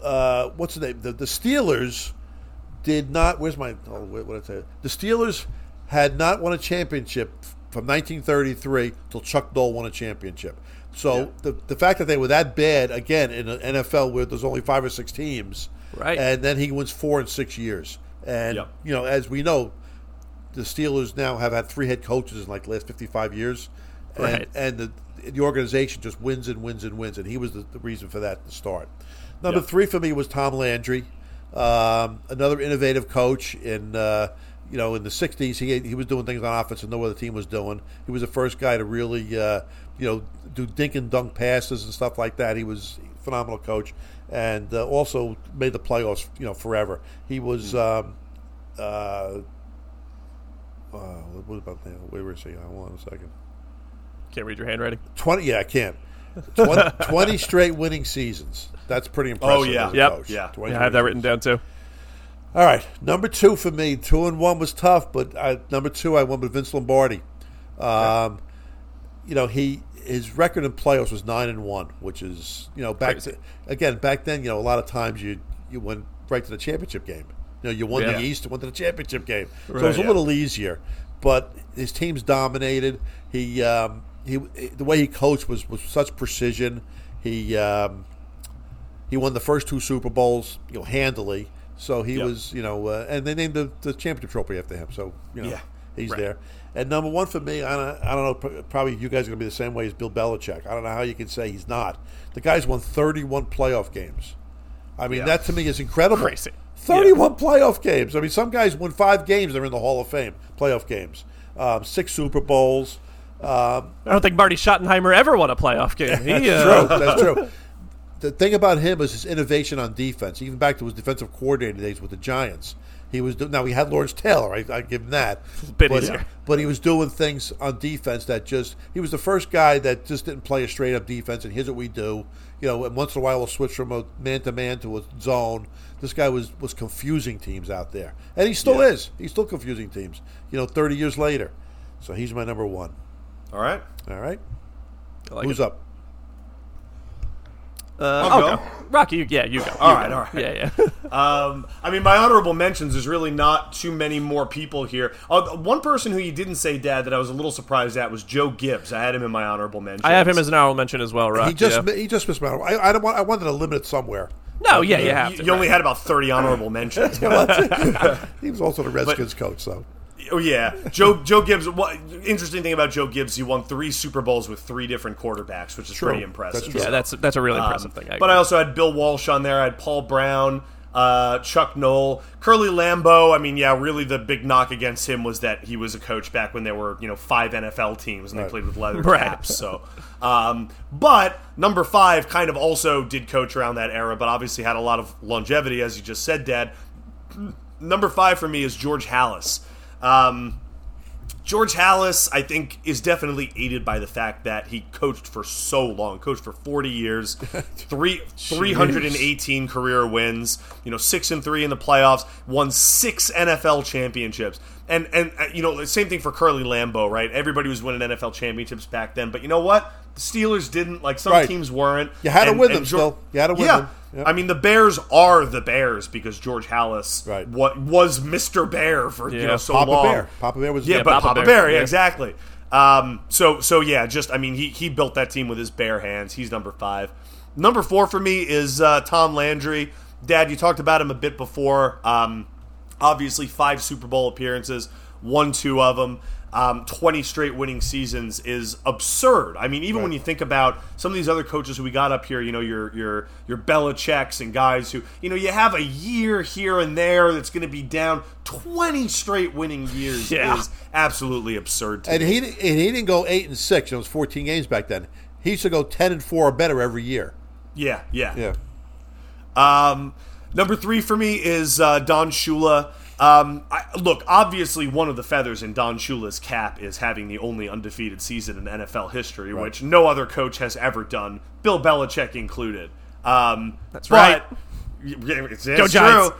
Speaker 3: uh, what's the name? The, the Steelers did not. Where's my? Oh, wait, what did I tell you? The Steelers had not won a championship from 1933 till Chuck Dole won a championship. So the the fact that they were that bad again in an NFL where there's only five or six teams,
Speaker 1: Right.
Speaker 3: And then he wins four in six years, and
Speaker 2: Yep.
Speaker 3: you know as we know, the Steelers now have had three head coaches in like the last 55 years, and,
Speaker 1: Right.
Speaker 3: and the the organization just wins and wins and wins, and he was the, the reason for that to start. Number
Speaker 2: Yeah.
Speaker 3: three for me was Tom Landry, um, another innovative coach in uh, you know in the 60s. He he was doing things on offense that no other team was doing. He was the first guy to really uh, you know do dink and dunk passes and stuff like that. He was a phenomenal coach, and uh, also made the playoffs you know forever. He was. Um, uh, uh, what about the wait, where is he? Hold on a second.
Speaker 1: Can't read your handwriting.
Speaker 3: 20 yeah i can't 20, 20 straight winning seasons that's pretty impressive
Speaker 2: Oh, yeah.
Speaker 3: as a
Speaker 1: Yep.
Speaker 3: coach.
Speaker 2: Yeah.
Speaker 3: 20
Speaker 1: Yeah, I have that written down too.
Speaker 3: all right number two for me two and one was tough but I, number two i went with vince lombardi um, you know he his record in playoffs was nine and one, which is you know back
Speaker 1: Crazy.
Speaker 3: to, again back then you know a lot of times you you went right to the championship game. You know you won
Speaker 2: Yeah.
Speaker 3: the East, you went to the championship game, so it
Speaker 1: Right,
Speaker 3: was a
Speaker 1: yeah.
Speaker 3: little easier. But his team's dominated. He um, he the way he coached was was such precision. He um, he won the first two Super Bowls you know handily. So he
Speaker 2: Yeah.
Speaker 3: was you know uh, and they named the, the championship trophy after him. So you know
Speaker 2: Yeah.
Speaker 3: he's
Speaker 2: Right.
Speaker 3: there. And number one for me, I don't, I don't know. pr- Probably you guys are going to be the same way as Bill Belichick. I don't know how you can say he's not. The guy's won 31 playoff games. I mean,
Speaker 2: Yeah.
Speaker 3: that to me is incredible.
Speaker 1: Crazy.
Speaker 3: 31 playoff games. I mean, some guys win five games. They're in the Hall of Fame. Playoff games. Um, six Super Bowls. Um,
Speaker 1: I don't think Marty Schottenheimer ever won a playoff game. He, uh,
Speaker 3: true. That's true. The thing about him is his innovation on defense. Even back to his defensive coordinator days with the Giants, he was do- now he had Lawrence Taylor. I, I give him that.
Speaker 1: bit
Speaker 3: but,
Speaker 1: easier.
Speaker 3: but he was doing things on defense that just he was the first guy that just didn't play a straight up defense. And here's what we do, you know. And once in a while we'll switch from a man to man to a zone. This guy was was confusing teams out there, and he still is. He's still confusing teams. You know, 30 years later. So he's my number one.
Speaker 2: All right.
Speaker 3: All right,
Speaker 1: I like
Speaker 3: who's
Speaker 1: it.
Speaker 3: up?
Speaker 1: Uh,
Speaker 2: I'll
Speaker 1: I'll
Speaker 2: go.
Speaker 1: go. Rocky, you, yeah, you go.
Speaker 2: All
Speaker 1: You
Speaker 2: right,
Speaker 1: go.
Speaker 2: all right.
Speaker 1: Yeah, yeah.
Speaker 2: Um, I mean, my honorable mentions is really not too many more people here. Uh, one person who you didn't say, Dad, that I was a little surprised at was Joe Gibbs. I had him in my honorable mentions.
Speaker 1: I have him as an honorable mention as well, Rock.
Speaker 3: He just
Speaker 1: yeah.
Speaker 3: mi- he just missed my. I I, don't want, I wanted to limit it somewhere.
Speaker 1: no, yeah, you have
Speaker 2: You,
Speaker 1: to.
Speaker 2: you only
Speaker 1: right.
Speaker 2: had about thirty honorable mentions.
Speaker 3: he was also the Redskins coach, so
Speaker 2: Oh yeah, Joe Joe Gibbs. What interesting thing about Joe Gibbs? He won three Super Bowls with three different quarterbacks, which is
Speaker 3: True.
Speaker 2: pretty impressive.
Speaker 3: That's true.
Speaker 1: yeah, that's that's a really impressive thing. I
Speaker 2: Uh, but I also had Bill Walsh on there. I had Paul Brown, uh, Chuck Knoll, Curly Lambeau. I mean, yeah, really the big knock against him was that he was a coach back when there were you know five NFL teams and they
Speaker 3: Right.
Speaker 2: played with leather
Speaker 1: Right.
Speaker 2: caps. So, um, but number five kind of also did coach around that era, but obviously had a lot of longevity, as you just said, Dad. Number five for me is George Hallis. Um, George Hallis, I think, is definitely aided by the fact that he coached for so long, coached for 40 years, three, 318 career wins, you know, six and three in the playoffs, won six NFL championships. And, and uh, you know, same thing for Curly Lambeau, right? Everybody was winning NFL championships back then. But you know what? The Steelers didn't. Like, some
Speaker 3: Right.
Speaker 2: teams weren't.
Speaker 3: You had to
Speaker 2: And-
Speaker 3: win
Speaker 2: and
Speaker 3: them
Speaker 2: Geor-
Speaker 3: still. You had to win
Speaker 2: yeah.
Speaker 3: them. Yep.
Speaker 2: I mean, the Bears are the Bears because George Hallis
Speaker 3: Right.
Speaker 2: what was Mr. Bear for, you
Speaker 1: Yeah.
Speaker 2: know, so
Speaker 3: Papa
Speaker 2: long.
Speaker 3: Bear. Papa Bear was
Speaker 2: Yeah,
Speaker 3: yeah,
Speaker 2: but Papa,
Speaker 1: Papa
Speaker 2: Bear,
Speaker 1: Bear,
Speaker 2: yeah,
Speaker 1: yeah.
Speaker 2: exactly. Um, so so yeah, just I mean he he built that team with his bare hands. He's number five. Number four for me is uh, Tom Landry. Dad, you talked about him a bit before. Um, obviously, five Super Bowl appearances, won two of them. Um, 20 straight winning seasons is absurd. I mean, even when you think about some of these other coaches who we got up here, you know, your your your Belichick's and guys who, you know, you have a year here and there that's going to be down. 20 straight winning years
Speaker 1: Yeah.
Speaker 2: is absolutely absurd. To
Speaker 3: and
Speaker 2: me.
Speaker 3: he di- and he didn't go eight and six. You know, it was fourteen games back then. He used to go ten and four or better every year.
Speaker 2: yeah, yeah,
Speaker 3: Yeah,
Speaker 2: Um, number three for me is uh, Don Shula. Um, I, look, obviously, one of the feathers in Don Shula's cap is having the only undefeated season in NFL history, which no other coach has ever done, Bill Belichick included. Um, That's
Speaker 1: right.
Speaker 2: It's,
Speaker 1: Go
Speaker 2: it's
Speaker 1: Giants.
Speaker 2: true.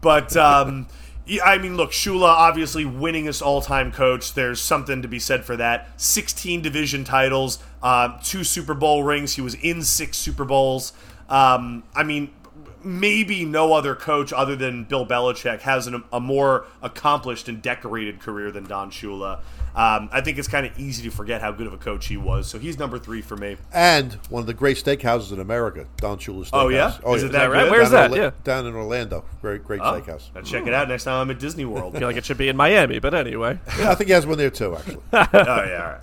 Speaker 2: But um, yeah, I mean, look, Shula obviously winningest all-time coach. There's something to be said for that. 16 division titles, uh, two Super Bowl rings. He was in six Super Bowls. Um, I mean, maybe no other coach other than Bill Belichick has an, a more accomplished and decorated career than Don Shula. Um, I think it's kind of easy to forget how good of a coach he was. So he's number three for me.
Speaker 3: and one of the great steakhouses in America, Don Shula's. Steakhouse.
Speaker 2: Oh, yeah? Is it that Oh.
Speaker 3: Down
Speaker 2: right?
Speaker 3: in
Speaker 1: Where's that?
Speaker 3: Orla-
Speaker 1: Yeah.
Speaker 3: down in Orlando. Great, great steakhouse.
Speaker 2: Now check it out next time I'm at Disney World.
Speaker 1: feel like it should be in Miami, but anyway.
Speaker 3: Yeah, I think he has one there too. Actually,
Speaker 2: oh yeah. all right.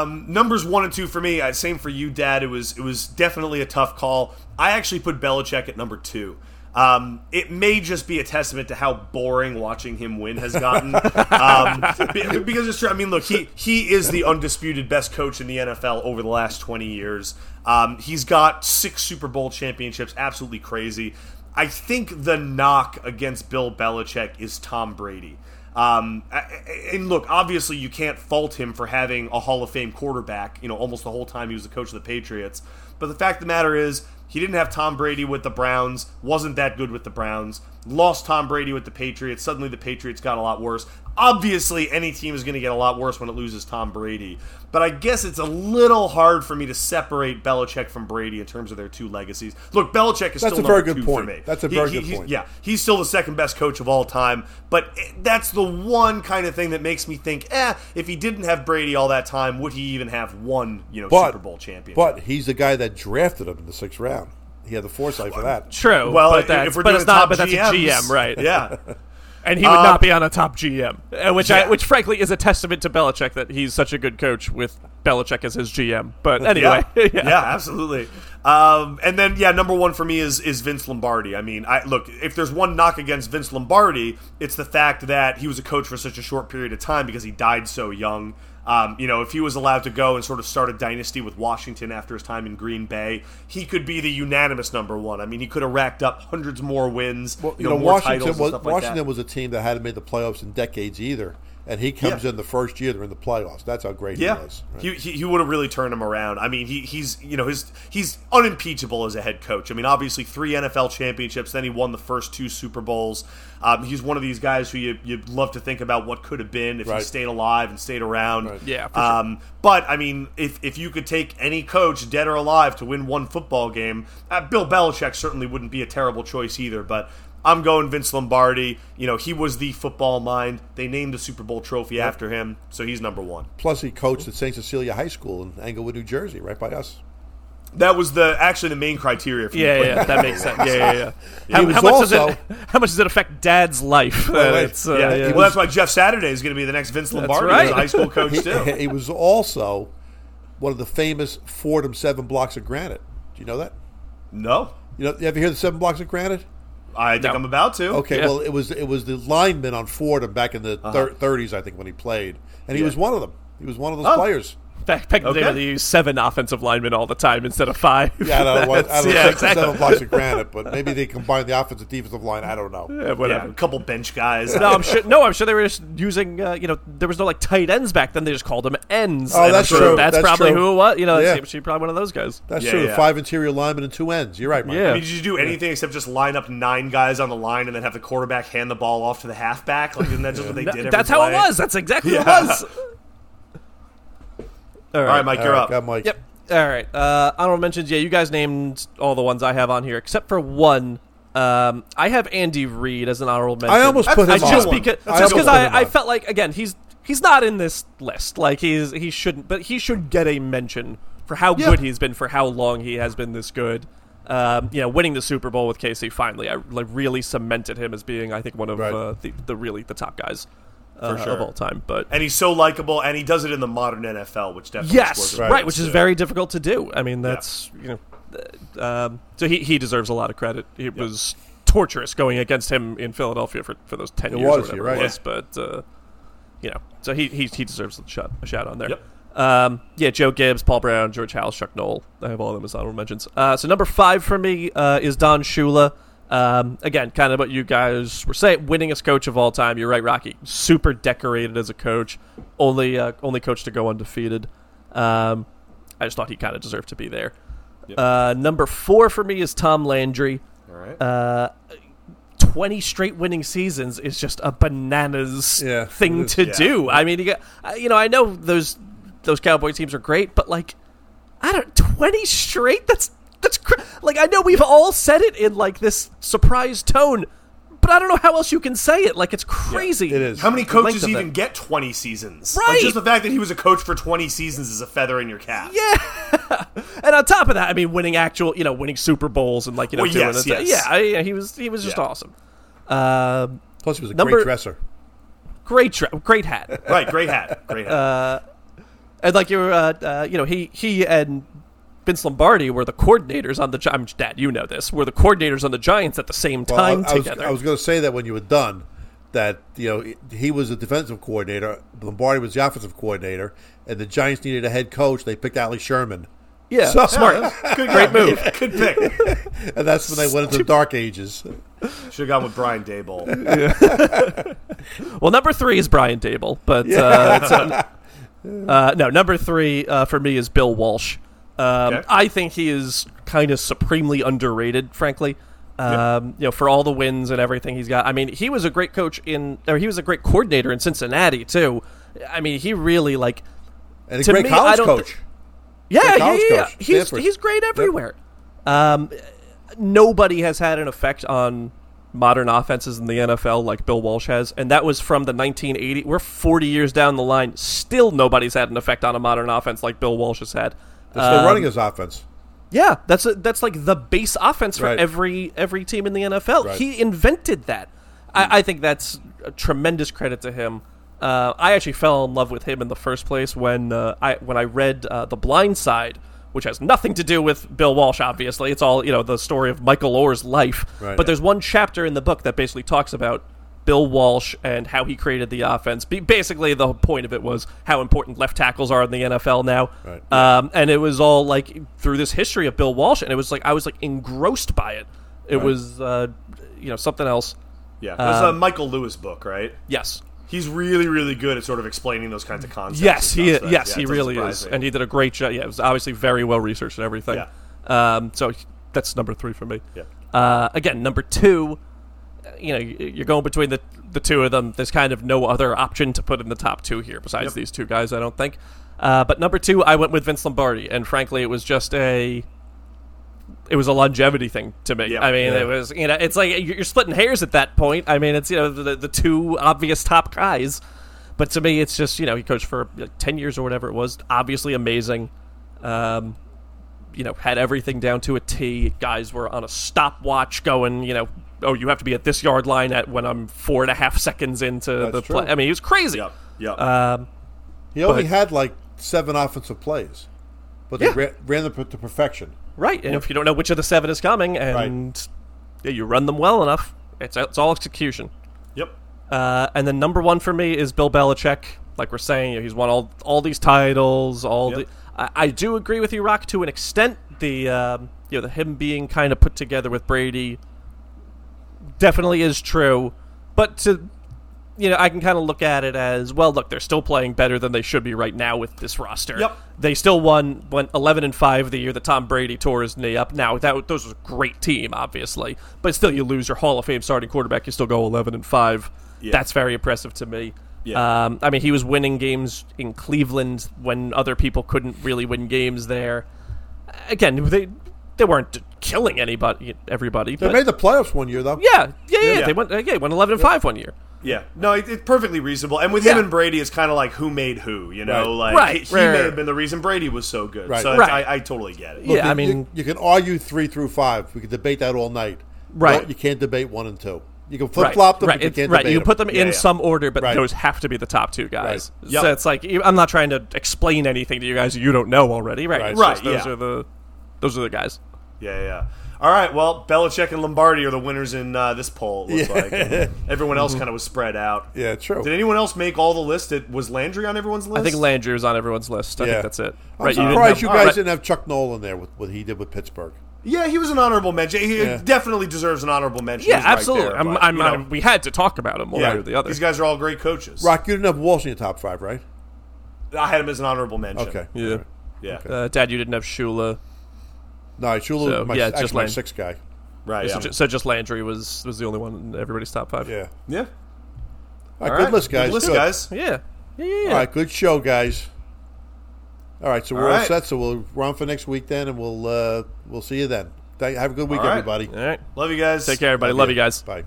Speaker 2: Um, numbers one and two for me. uh, Same for you, Dad. It was it was definitely a tough call. I actually put Belichick at number two. Um, it may just be a testament to how boring watching him win has gotten. um, be- because it's true. I mean, look, he he is the undisputed best coach in the NFL over the last twenty years. Um, he's got six Super Bowl championships. Absolutely crazy. I think the knock against Bill Belichick is Tom Brady. Um, I- I- and look, obviously, you can't fault him for having a Hall of Fame quarterback. You know, almost the whole time he was the coach of the Patriots. But the fact of the matter is, he didn't have Tom Brady with the Browns. wasn't that good with the Browns. lost Tom Brady with the Patriots. Suddenly the Patriots got a lot worse. Obviously, any team is going to get a lot worse when it loses Tom Brady. But I guess it's a little hard for me to separate Belichick from Brady in terms of their two legacies. Look, Belichick is
Speaker 3: That's
Speaker 2: still
Speaker 3: a very
Speaker 2: number
Speaker 3: good
Speaker 2: two
Speaker 3: point.
Speaker 2: for me.
Speaker 3: That's a
Speaker 2: He-
Speaker 3: very
Speaker 2: he-
Speaker 3: good
Speaker 2: he's-
Speaker 3: point.
Speaker 2: Yeah, he's still the second best coach of all time. But it- that's the one kind of thing that makes me think, eh, if he didn't have Brady all that time, would he even have one, you know,
Speaker 3: But,
Speaker 2: Super Bowl champion?
Speaker 3: But he's the guy that drafted him in the sixth round. He had the foresight for that.
Speaker 1: True.
Speaker 2: well,
Speaker 1: but
Speaker 2: if
Speaker 1: that's,
Speaker 2: we're
Speaker 1: but
Speaker 2: doing
Speaker 1: it's not.
Speaker 2: top
Speaker 1: But that's
Speaker 2: GMs,
Speaker 1: a GM, right?
Speaker 2: Yeah. Uh,
Speaker 1: And he would not be on a top GM, uh, which
Speaker 2: yeah.
Speaker 1: I, which frankly is a testament to Belichick that he's such a good coach with Belichick as his GM. But anyway,
Speaker 2: Yeah. yeah. absolutely. Um, and then, yeah, number one for me is is Vince Lombardi. I mean, I look if there's one knock against Vince Lombardi, it's the fact that he was a coach for such a short period of time because he died so young. Um, you know, if he was allowed to go and sort of start a dynasty with Washington after his time in Green Bay, he could be the unanimous number one. I mean, he could have racked up hundreds more wins,
Speaker 3: Well,
Speaker 2: you know, more titles
Speaker 3: Washington,
Speaker 2: and
Speaker 3: was,
Speaker 2: stuff like
Speaker 3: Washington
Speaker 2: that.
Speaker 3: was a team that hadn't made the playoffs in decades either, and he comes
Speaker 2: Yeah.
Speaker 3: in the first year they're in the playoffs. That's how great he was. right?
Speaker 2: He, he, he would have really turned him around. I mean, he, he's you know his he's unimpeachable as a head coach. I mean, obviously three NFL championships. Then he won the first two Super Bowls. Um, he's one of these guys who you you'd love to think about what could have been if he
Speaker 3: Right.
Speaker 2: stayed alive and stayed around.
Speaker 1: Yeah, for sure.
Speaker 2: Um, but I mean, if if you could take any coach, dead or alive, to win one football game, uh, Bill Belichick certainly wouldn't be a terrible choice either. But I'm going Vince Lombardi. You know, he was the football mind. They named the Super Bowl trophy after him, so he's number one.
Speaker 3: Plus, he coached at St. Cecilia High School in Englewood, New Jersey, right by us.
Speaker 2: That was the actually the main criteria for me
Speaker 1: Yeah, yeah,
Speaker 2: putting
Speaker 1: yeah, that makes sense. Yeah, yeah, yeah. How,
Speaker 3: was
Speaker 1: how much does
Speaker 3: also-
Speaker 1: it? How much does it affect Dad's life? Uh,
Speaker 3: wait.
Speaker 1: it's, uh,
Speaker 2: Yeah,
Speaker 1: yeah.
Speaker 2: well, that's why Jeff Saturday is going to be the next Vince Lombardi,
Speaker 1: right.
Speaker 2: who's a high school coach
Speaker 3: He,
Speaker 2: too.
Speaker 3: he was also one of the famous Fordham Seven Blocks of Granite. Do you know that?
Speaker 2: No,
Speaker 3: You know, you ever hear the Seven Blocks of Granite?
Speaker 2: I think
Speaker 1: No.
Speaker 2: I'm about to.
Speaker 3: Okay,
Speaker 1: Yeah.
Speaker 3: well, it was it was the lineman on Fordham back in the
Speaker 2: Uh-huh.
Speaker 3: thir- 30s, I think, when he played, and he was one of them. He was one of those
Speaker 2: Oh.
Speaker 3: players.
Speaker 1: Back, back in the day
Speaker 2: Okay.
Speaker 1: when they used seven offensive linemen all the time instead of five.
Speaker 3: Yeah, I don't know. why- I don't
Speaker 1: yeah,
Speaker 3: think
Speaker 1: exactly.
Speaker 3: seven blocks of granite, but maybe they combined the offensive defensive line. I don't know.
Speaker 1: Yeah,
Speaker 2: Yeah,
Speaker 1: whatever.
Speaker 2: a couple bench guys.
Speaker 1: No, I'm sure. No, I'm sure they were just using. Uh, you know, there was no like tight ends back then. They just called them ends.
Speaker 3: Oh,
Speaker 1: and I'm
Speaker 3: that's
Speaker 1: sure
Speaker 3: true.
Speaker 1: That's,
Speaker 3: That's
Speaker 1: probably
Speaker 3: true.
Speaker 1: who it was. You know,
Speaker 3: Yeah.
Speaker 1: she, she probably one of those guys.
Speaker 3: That's
Speaker 2: Yeah,
Speaker 3: true.
Speaker 2: yeah.
Speaker 3: Five interior linemen and two ends. You're right, Mike.
Speaker 1: Yeah.
Speaker 2: I mean, did you do anything except just line up nine guys on the line and then have the quarterback hand the ball off to the halfback? Like, isn't that just what they did? every
Speaker 1: That's how it
Speaker 2: play?
Speaker 1: was. That's exactly
Speaker 2: Yeah.
Speaker 1: what it was. All
Speaker 2: All right, Mike,
Speaker 3: All
Speaker 2: you're
Speaker 3: right,
Speaker 2: up.
Speaker 3: got Mike.
Speaker 1: Yep. All right. Uh, honorable mentions. Yeah, you guys named all the ones I have on here except for one. Um, I have Andy Reid as an honorable mention.
Speaker 3: I almost put him
Speaker 1: I
Speaker 2: That's a
Speaker 1: just
Speaker 2: good one.
Speaker 1: because
Speaker 2: That's
Speaker 3: a
Speaker 1: just
Speaker 3: good
Speaker 1: because
Speaker 3: one.
Speaker 1: I, I felt like again he's he's not in this list. Like he's he shouldn't, but he should get a mention for how good he's been, for how long he has been this good. Um, you know, winning the Super Bowl with KC finally, I like really cemented him as being, I think, one of
Speaker 3: Right.
Speaker 1: uh, the, the really the top guys uh,
Speaker 2: sure.
Speaker 1: of all time. But
Speaker 2: And he's so likable, and he does it in the modern NFL, which definitely
Speaker 1: Yes,
Speaker 2: scores
Speaker 1: right,
Speaker 2: points,
Speaker 1: which is
Speaker 2: too.
Speaker 1: very difficult to do. I mean, that's you know, uh, um, so he he deserves a lot of credit. It was torturous going against him in Philadelphia for, for those ten
Speaker 3: It
Speaker 1: years
Speaker 3: was,
Speaker 1: or whatever
Speaker 3: you're right.
Speaker 1: it was, but uh, you know, so he he he deserves a shot a shout on there.
Speaker 2: Yep.
Speaker 1: Um, yeah, Joe Gibbs, Paul Brown, George Howell, Chuck Knoll. I have all of them as honorable mentions. Uh, so number five for me uh, is Don Shula. Um, again, kind of what you guys were saying, winningest coach of all time. You're right, Rocky. Super decorated as a coach, only uh, only coach to go undefeated. Um, I just thought he kind of deserved to be there. Uh, number four for me is Tom Landry.
Speaker 2: All right.
Speaker 1: Uh, 20 straight winning seasons is just a bananas
Speaker 3: Yeah,
Speaker 1: thing
Speaker 3: it is.
Speaker 1: to
Speaker 2: Yeah.
Speaker 1: do. I mean, you got I- you know, I know those those Cowboy teams are great, but like I don't 20 straight that's that's cr- like I know we've all said it in like this surprised tone, but I don't know how else you can say it. Like it's crazy.
Speaker 3: It is.
Speaker 2: How many
Speaker 1: The length
Speaker 2: coaches
Speaker 1: of
Speaker 2: even
Speaker 1: it.
Speaker 2: get 20 seasons?
Speaker 1: Right.
Speaker 2: Like just the fact that he was a coach for 20 seasons is a feather in your cap.
Speaker 1: Yeah. and on top of that, I mean, winning actual, you know, winning Super Bowls and like you know,
Speaker 2: Well,
Speaker 1: doing
Speaker 2: yes,
Speaker 1: this-
Speaker 2: yes.
Speaker 1: yeah, I- yeah, he was he was just
Speaker 2: Yeah.
Speaker 1: awesome. Um,
Speaker 3: Plus, he was a
Speaker 1: Number-
Speaker 3: great dresser.
Speaker 1: great, tra- great hat.
Speaker 2: Right, great hat. Great hat.
Speaker 1: and like you're, uh, uh, you know, he he and Vince Lombardi were the coordinators on the. Gi- I'm Dad, you know this. Were the coordinators on the Giants at the same
Speaker 3: Well,
Speaker 1: time
Speaker 3: I, I was,
Speaker 1: together.
Speaker 3: I was going to say that when you were done, that you know he- he was a defensive coordinator, Lombardi was the offensive coordinator, and the Giants needed a head coach. They picked Ali Sherman,
Speaker 1: yeah,
Speaker 3: So-
Speaker 1: smart.
Speaker 2: Good, great move. Good pick.
Speaker 3: and that's when they went into the dark ages.
Speaker 2: Should have gone with Brian Dable.
Speaker 1: Well, number three is Brian Dable, but uh, it's, um, uh, no, number three uh, for me is Bill Walsh. Um,
Speaker 2: Okay.
Speaker 1: I think he is kind of supremely underrated, frankly. Um, You know, for all the wins and everything he's got. I mean, he was a great coach in, or he was a great coordinator in Cincinnati too. I mean, he really like,
Speaker 3: And a
Speaker 1: To
Speaker 3: great
Speaker 1: me, I
Speaker 3: college
Speaker 1: don't
Speaker 3: coach.
Speaker 1: thi- yeah, yeah,
Speaker 3: college
Speaker 1: yeah, yeah.
Speaker 3: coach,
Speaker 1: He's
Speaker 3: Stanford.
Speaker 1: he's great everywhere. Um, nobody has had an effect on modern offenses in the NFL like Bill Walsh has, and that was from the 1980. We're 40 years down the line, still nobody's had an effect on a modern offense like Bill Walsh has had.
Speaker 3: They're still
Speaker 1: Um,
Speaker 3: running his offense.
Speaker 1: yeah, that's a, that's like the base offense for
Speaker 3: Right.
Speaker 1: every every team in the NFL.
Speaker 3: Right.
Speaker 1: He invented that. I, I think that's a tremendous credit to him. Uh, I actually fell in love with him in the first place when uh, I when I read uh, The Blind Side, which has nothing to do with Bill Walsh. Obviously, it's all you know the story of Michael Orr's life.
Speaker 3: Right.
Speaker 1: But there's one chapter in the book that basically talks about Bill Walsh and how he created the offense. Be- basically, the point of it was how important left tackles are in the NFL now.
Speaker 3: Right.
Speaker 1: Um, and it was all like through this history of Bill Walsh, and it was like I was like engrossed by it. It was, uh, you know, something else.
Speaker 2: Yeah, it's
Speaker 1: Um,
Speaker 2: a Michael Lewis book, right?
Speaker 1: Yes,
Speaker 2: He's really, really good at sort of explaining those kinds of concepts.
Speaker 1: yes,
Speaker 2: and
Speaker 1: he,
Speaker 2: concepts.
Speaker 1: yes,
Speaker 2: Yeah,
Speaker 1: he
Speaker 2: it doesn't
Speaker 1: really
Speaker 2: surprise
Speaker 1: is,
Speaker 2: me.
Speaker 1: and he did a great job. Yeah, it was obviously very well researched and everything. Um, so he- that's number three for me.
Speaker 2: Yeah.
Speaker 1: Uh, again, number two, you know, y- you're going between the the two of them. There's kind of no other option to put in the top two here besides
Speaker 2: Yep.
Speaker 1: these two guys. I don't think. Uh, but number two, I went with Vince Lombardi, and frankly, it was just a. It was a longevity thing to me.
Speaker 2: Yeah.
Speaker 1: I mean,
Speaker 3: Yeah.
Speaker 1: it was you know, it's like you're you're splitting hairs at that point. I mean, it's you know the, the two obvious top guys, but to me, it's just you know he coached for like, ten years or whatever it was. Obviously amazing, um, you know, had everything down to a T. Guys were on a stopwatch going, you know, oh, you have to be at this yard line at when I'm four and a half seconds into the
Speaker 3: true.
Speaker 1: play. I mean, he was crazy.
Speaker 2: Yep, yep.
Speaker 1: Uh,
Speaker 3: He only
Speaker 1: but-
Speaker 3: had like seven offensive plays, but they
Speaker 1: Yeah.
Speaker 3: ran, ran them to perfection.
Speaker 1: Right. And if you don't know which of the seven is coming and yeah, you run them well enough, it's, it's all execution.
Speaker 2: yep.
Speaker 1: Uh, and then number one for me is Bill Belichick. Like we're saying, you know, he's won all all these titles. All
Speaker 2: Yep.
Speaker 1: the I, I do agree with you, Rock, to an extent. The um, you know the him being kind of put together with Brady definitely is true, but to you know I can kind of look at it as well. Look, they're still playing better than they should be right now with this roster.
Speaker 2: Yep.
Speaker 1: They still won went eleven and five the year that Tom Brady tore his knee up. Now that those was a great team, obviously, but still you lose your Hall of Fame starting quarterback. You still go eleven and five.
Speaker 2: Yeah.
Speaker 1: That's very impressive to me.
Speaker 2: Yeah.
Speaker 1: Um, I mean, he was winning games in Cleveland when other people couldn't really win games there. Again, they they weren't killing anybody, everybody.
Speaker 3: They
Speaker 1: but-
Speaker 3: made the playoffs one year though.
Speaker 1: yeah, yeah, yeah.
Speaker 2: Yeah.
Speaker 1: They went, uh, yeah, they went eleven and five one year.
Speaker 2: Yeah, no, it, it's perfectly reasonable. And with him
Speaker 1: Yeah.
Speaker 2: and Brady, it's kind of like who made who, you know?
Speaker 3: Right.
Speaker 2: Like
Speaker 1: Right,
Speaker 2: he, he
Speaker 1: right,
Speaker 2: may
Speaker 1: right.
Speaker 2: have been the reason Brady was so good.
Speaker 3: Right.
Speaker 2: So it's-
Speaker 1: Right.
Speaker 2: I, I totally get it.
Speaker 1: Yeah.
Speaker 3: You-
Speaker 1: I mean-
Speaker 3: you, you can argue three through five. We could debate that all night.
Speaker 1: Right.
Speaker 3: No, you can't debate one and two. You can flip flop them,
Speaker 1: right,
Speaker 3: but you
Speaker 1: it-
Speaker 3: can't
Speaker 1: right.
Speaker 3: debate
Speaker 1: You
Speaker 3: them.
Speaker 1: put them in
Speaker 2: Yeah, yeah.
Speaker 1: some order, but
Speaker 3: Right.
Speaker 1: those have to be the top two guys.
Speaker 3: Right.
Speaker 1: So
Speaker 2: Yep.
Speaker 1: it's like you- I'm not trying to explain anything to you guys you don't know already, right?
Speaker 3: Right.
Speaker 1: It's just
Speaker 2: Right,
Speaker 1: Those
Speaker 2: yeah.
Speaker 1: are the those are the guys.
Speaker 2: Yeah, yeah. All right. Well, Belichick and Lombardi are the winners in uh, this poll. It looks like And everyone else
Speaker 1: Mm-hmm.
Speaker 2: kind of was spread out.
Speaker 3: Yeah, true.
Speaker 2: Did anyone else make all the list? It, was Landry on everyone's list?
Speaker 1: I think Landry was on everyone's list. I
Speaker 3: Yeah.
Speaker 1: think that's it.
Speaker 3: I'm
Speaker 1: right? didn't
Speaker 3: surprised
Speaker 1: have-
Speaker 3: you,
Speaker 1: all
Speaker 3: guys
Speaker 1: right.
Speaker 3: didn't have Chuck Nolan there with what he did with Pittsburgh.
Speaker 2: Yeah, he was an honorable mention. He
Speaker 3: Yeah.
Speaker 2: definitely deserves an honorable mention.
Speaker 1: Yeah,
Speaker 2: He's right
Speaker 1: absolutely.
Speaker 2: there,
Speaker 1: I'm,
Speaker 2: but,
Speaker 1: I'm,
Speaker 2: you know,
Speaker 1: I'm- we had to talk about him one
Speaker 2: yeah,
Speaker 1: way or the other.
Speaker 2: These guys are all great coaches.
Speaker 3: Rock, you didn't have Walsh in your top five, right?
Speaker 2: I had him as an honorable mention.
Speaker 3: Okay.
Speaker 1: yeah.
Speaker 2: Yeah.
Speaker 1: Uh, Dad, you didn't have Shula,
Speaker 3: No, Shula
Speaker 1: So,
Speaker 3: was my,
Speaker 1: yeah,
Speaker 3: actually
Speaker 1: just
Speaker 3: my
Speaker 1: Lane.
Speaker 3: sixth guy.
Speaker 2: Right.
Speaker 1: so,
Speaker 2: Yeah.
Speaker 1: ju- so just Landry was was the only one in everybody's top five.
Speaker 3: Yeah.
Speaker 2: yeah.
Speaker 3: All right,
Speaker 2: All
Speaker 3: good
Speaker 2: right.
Speaker 3: list, guys.
Speaker 2: Good list, guys.
Speaker 1: yeah, yeah, yeah. yeah.
Speaker 3: All right, good show, guys. All right, so we're all
Speaker 2: right.
Speaker 3: set. So we'll we're on for next week then, and we'll uh, we'll see you then. Thank, have a good week,
Speaker 2: All right.
Speaker 3: everybody.
Speaker 1: All right.
Speaker 2: Love you guys.
Speaker 1: Take care, everybody. Love you guys.
Speaker 3: Bye.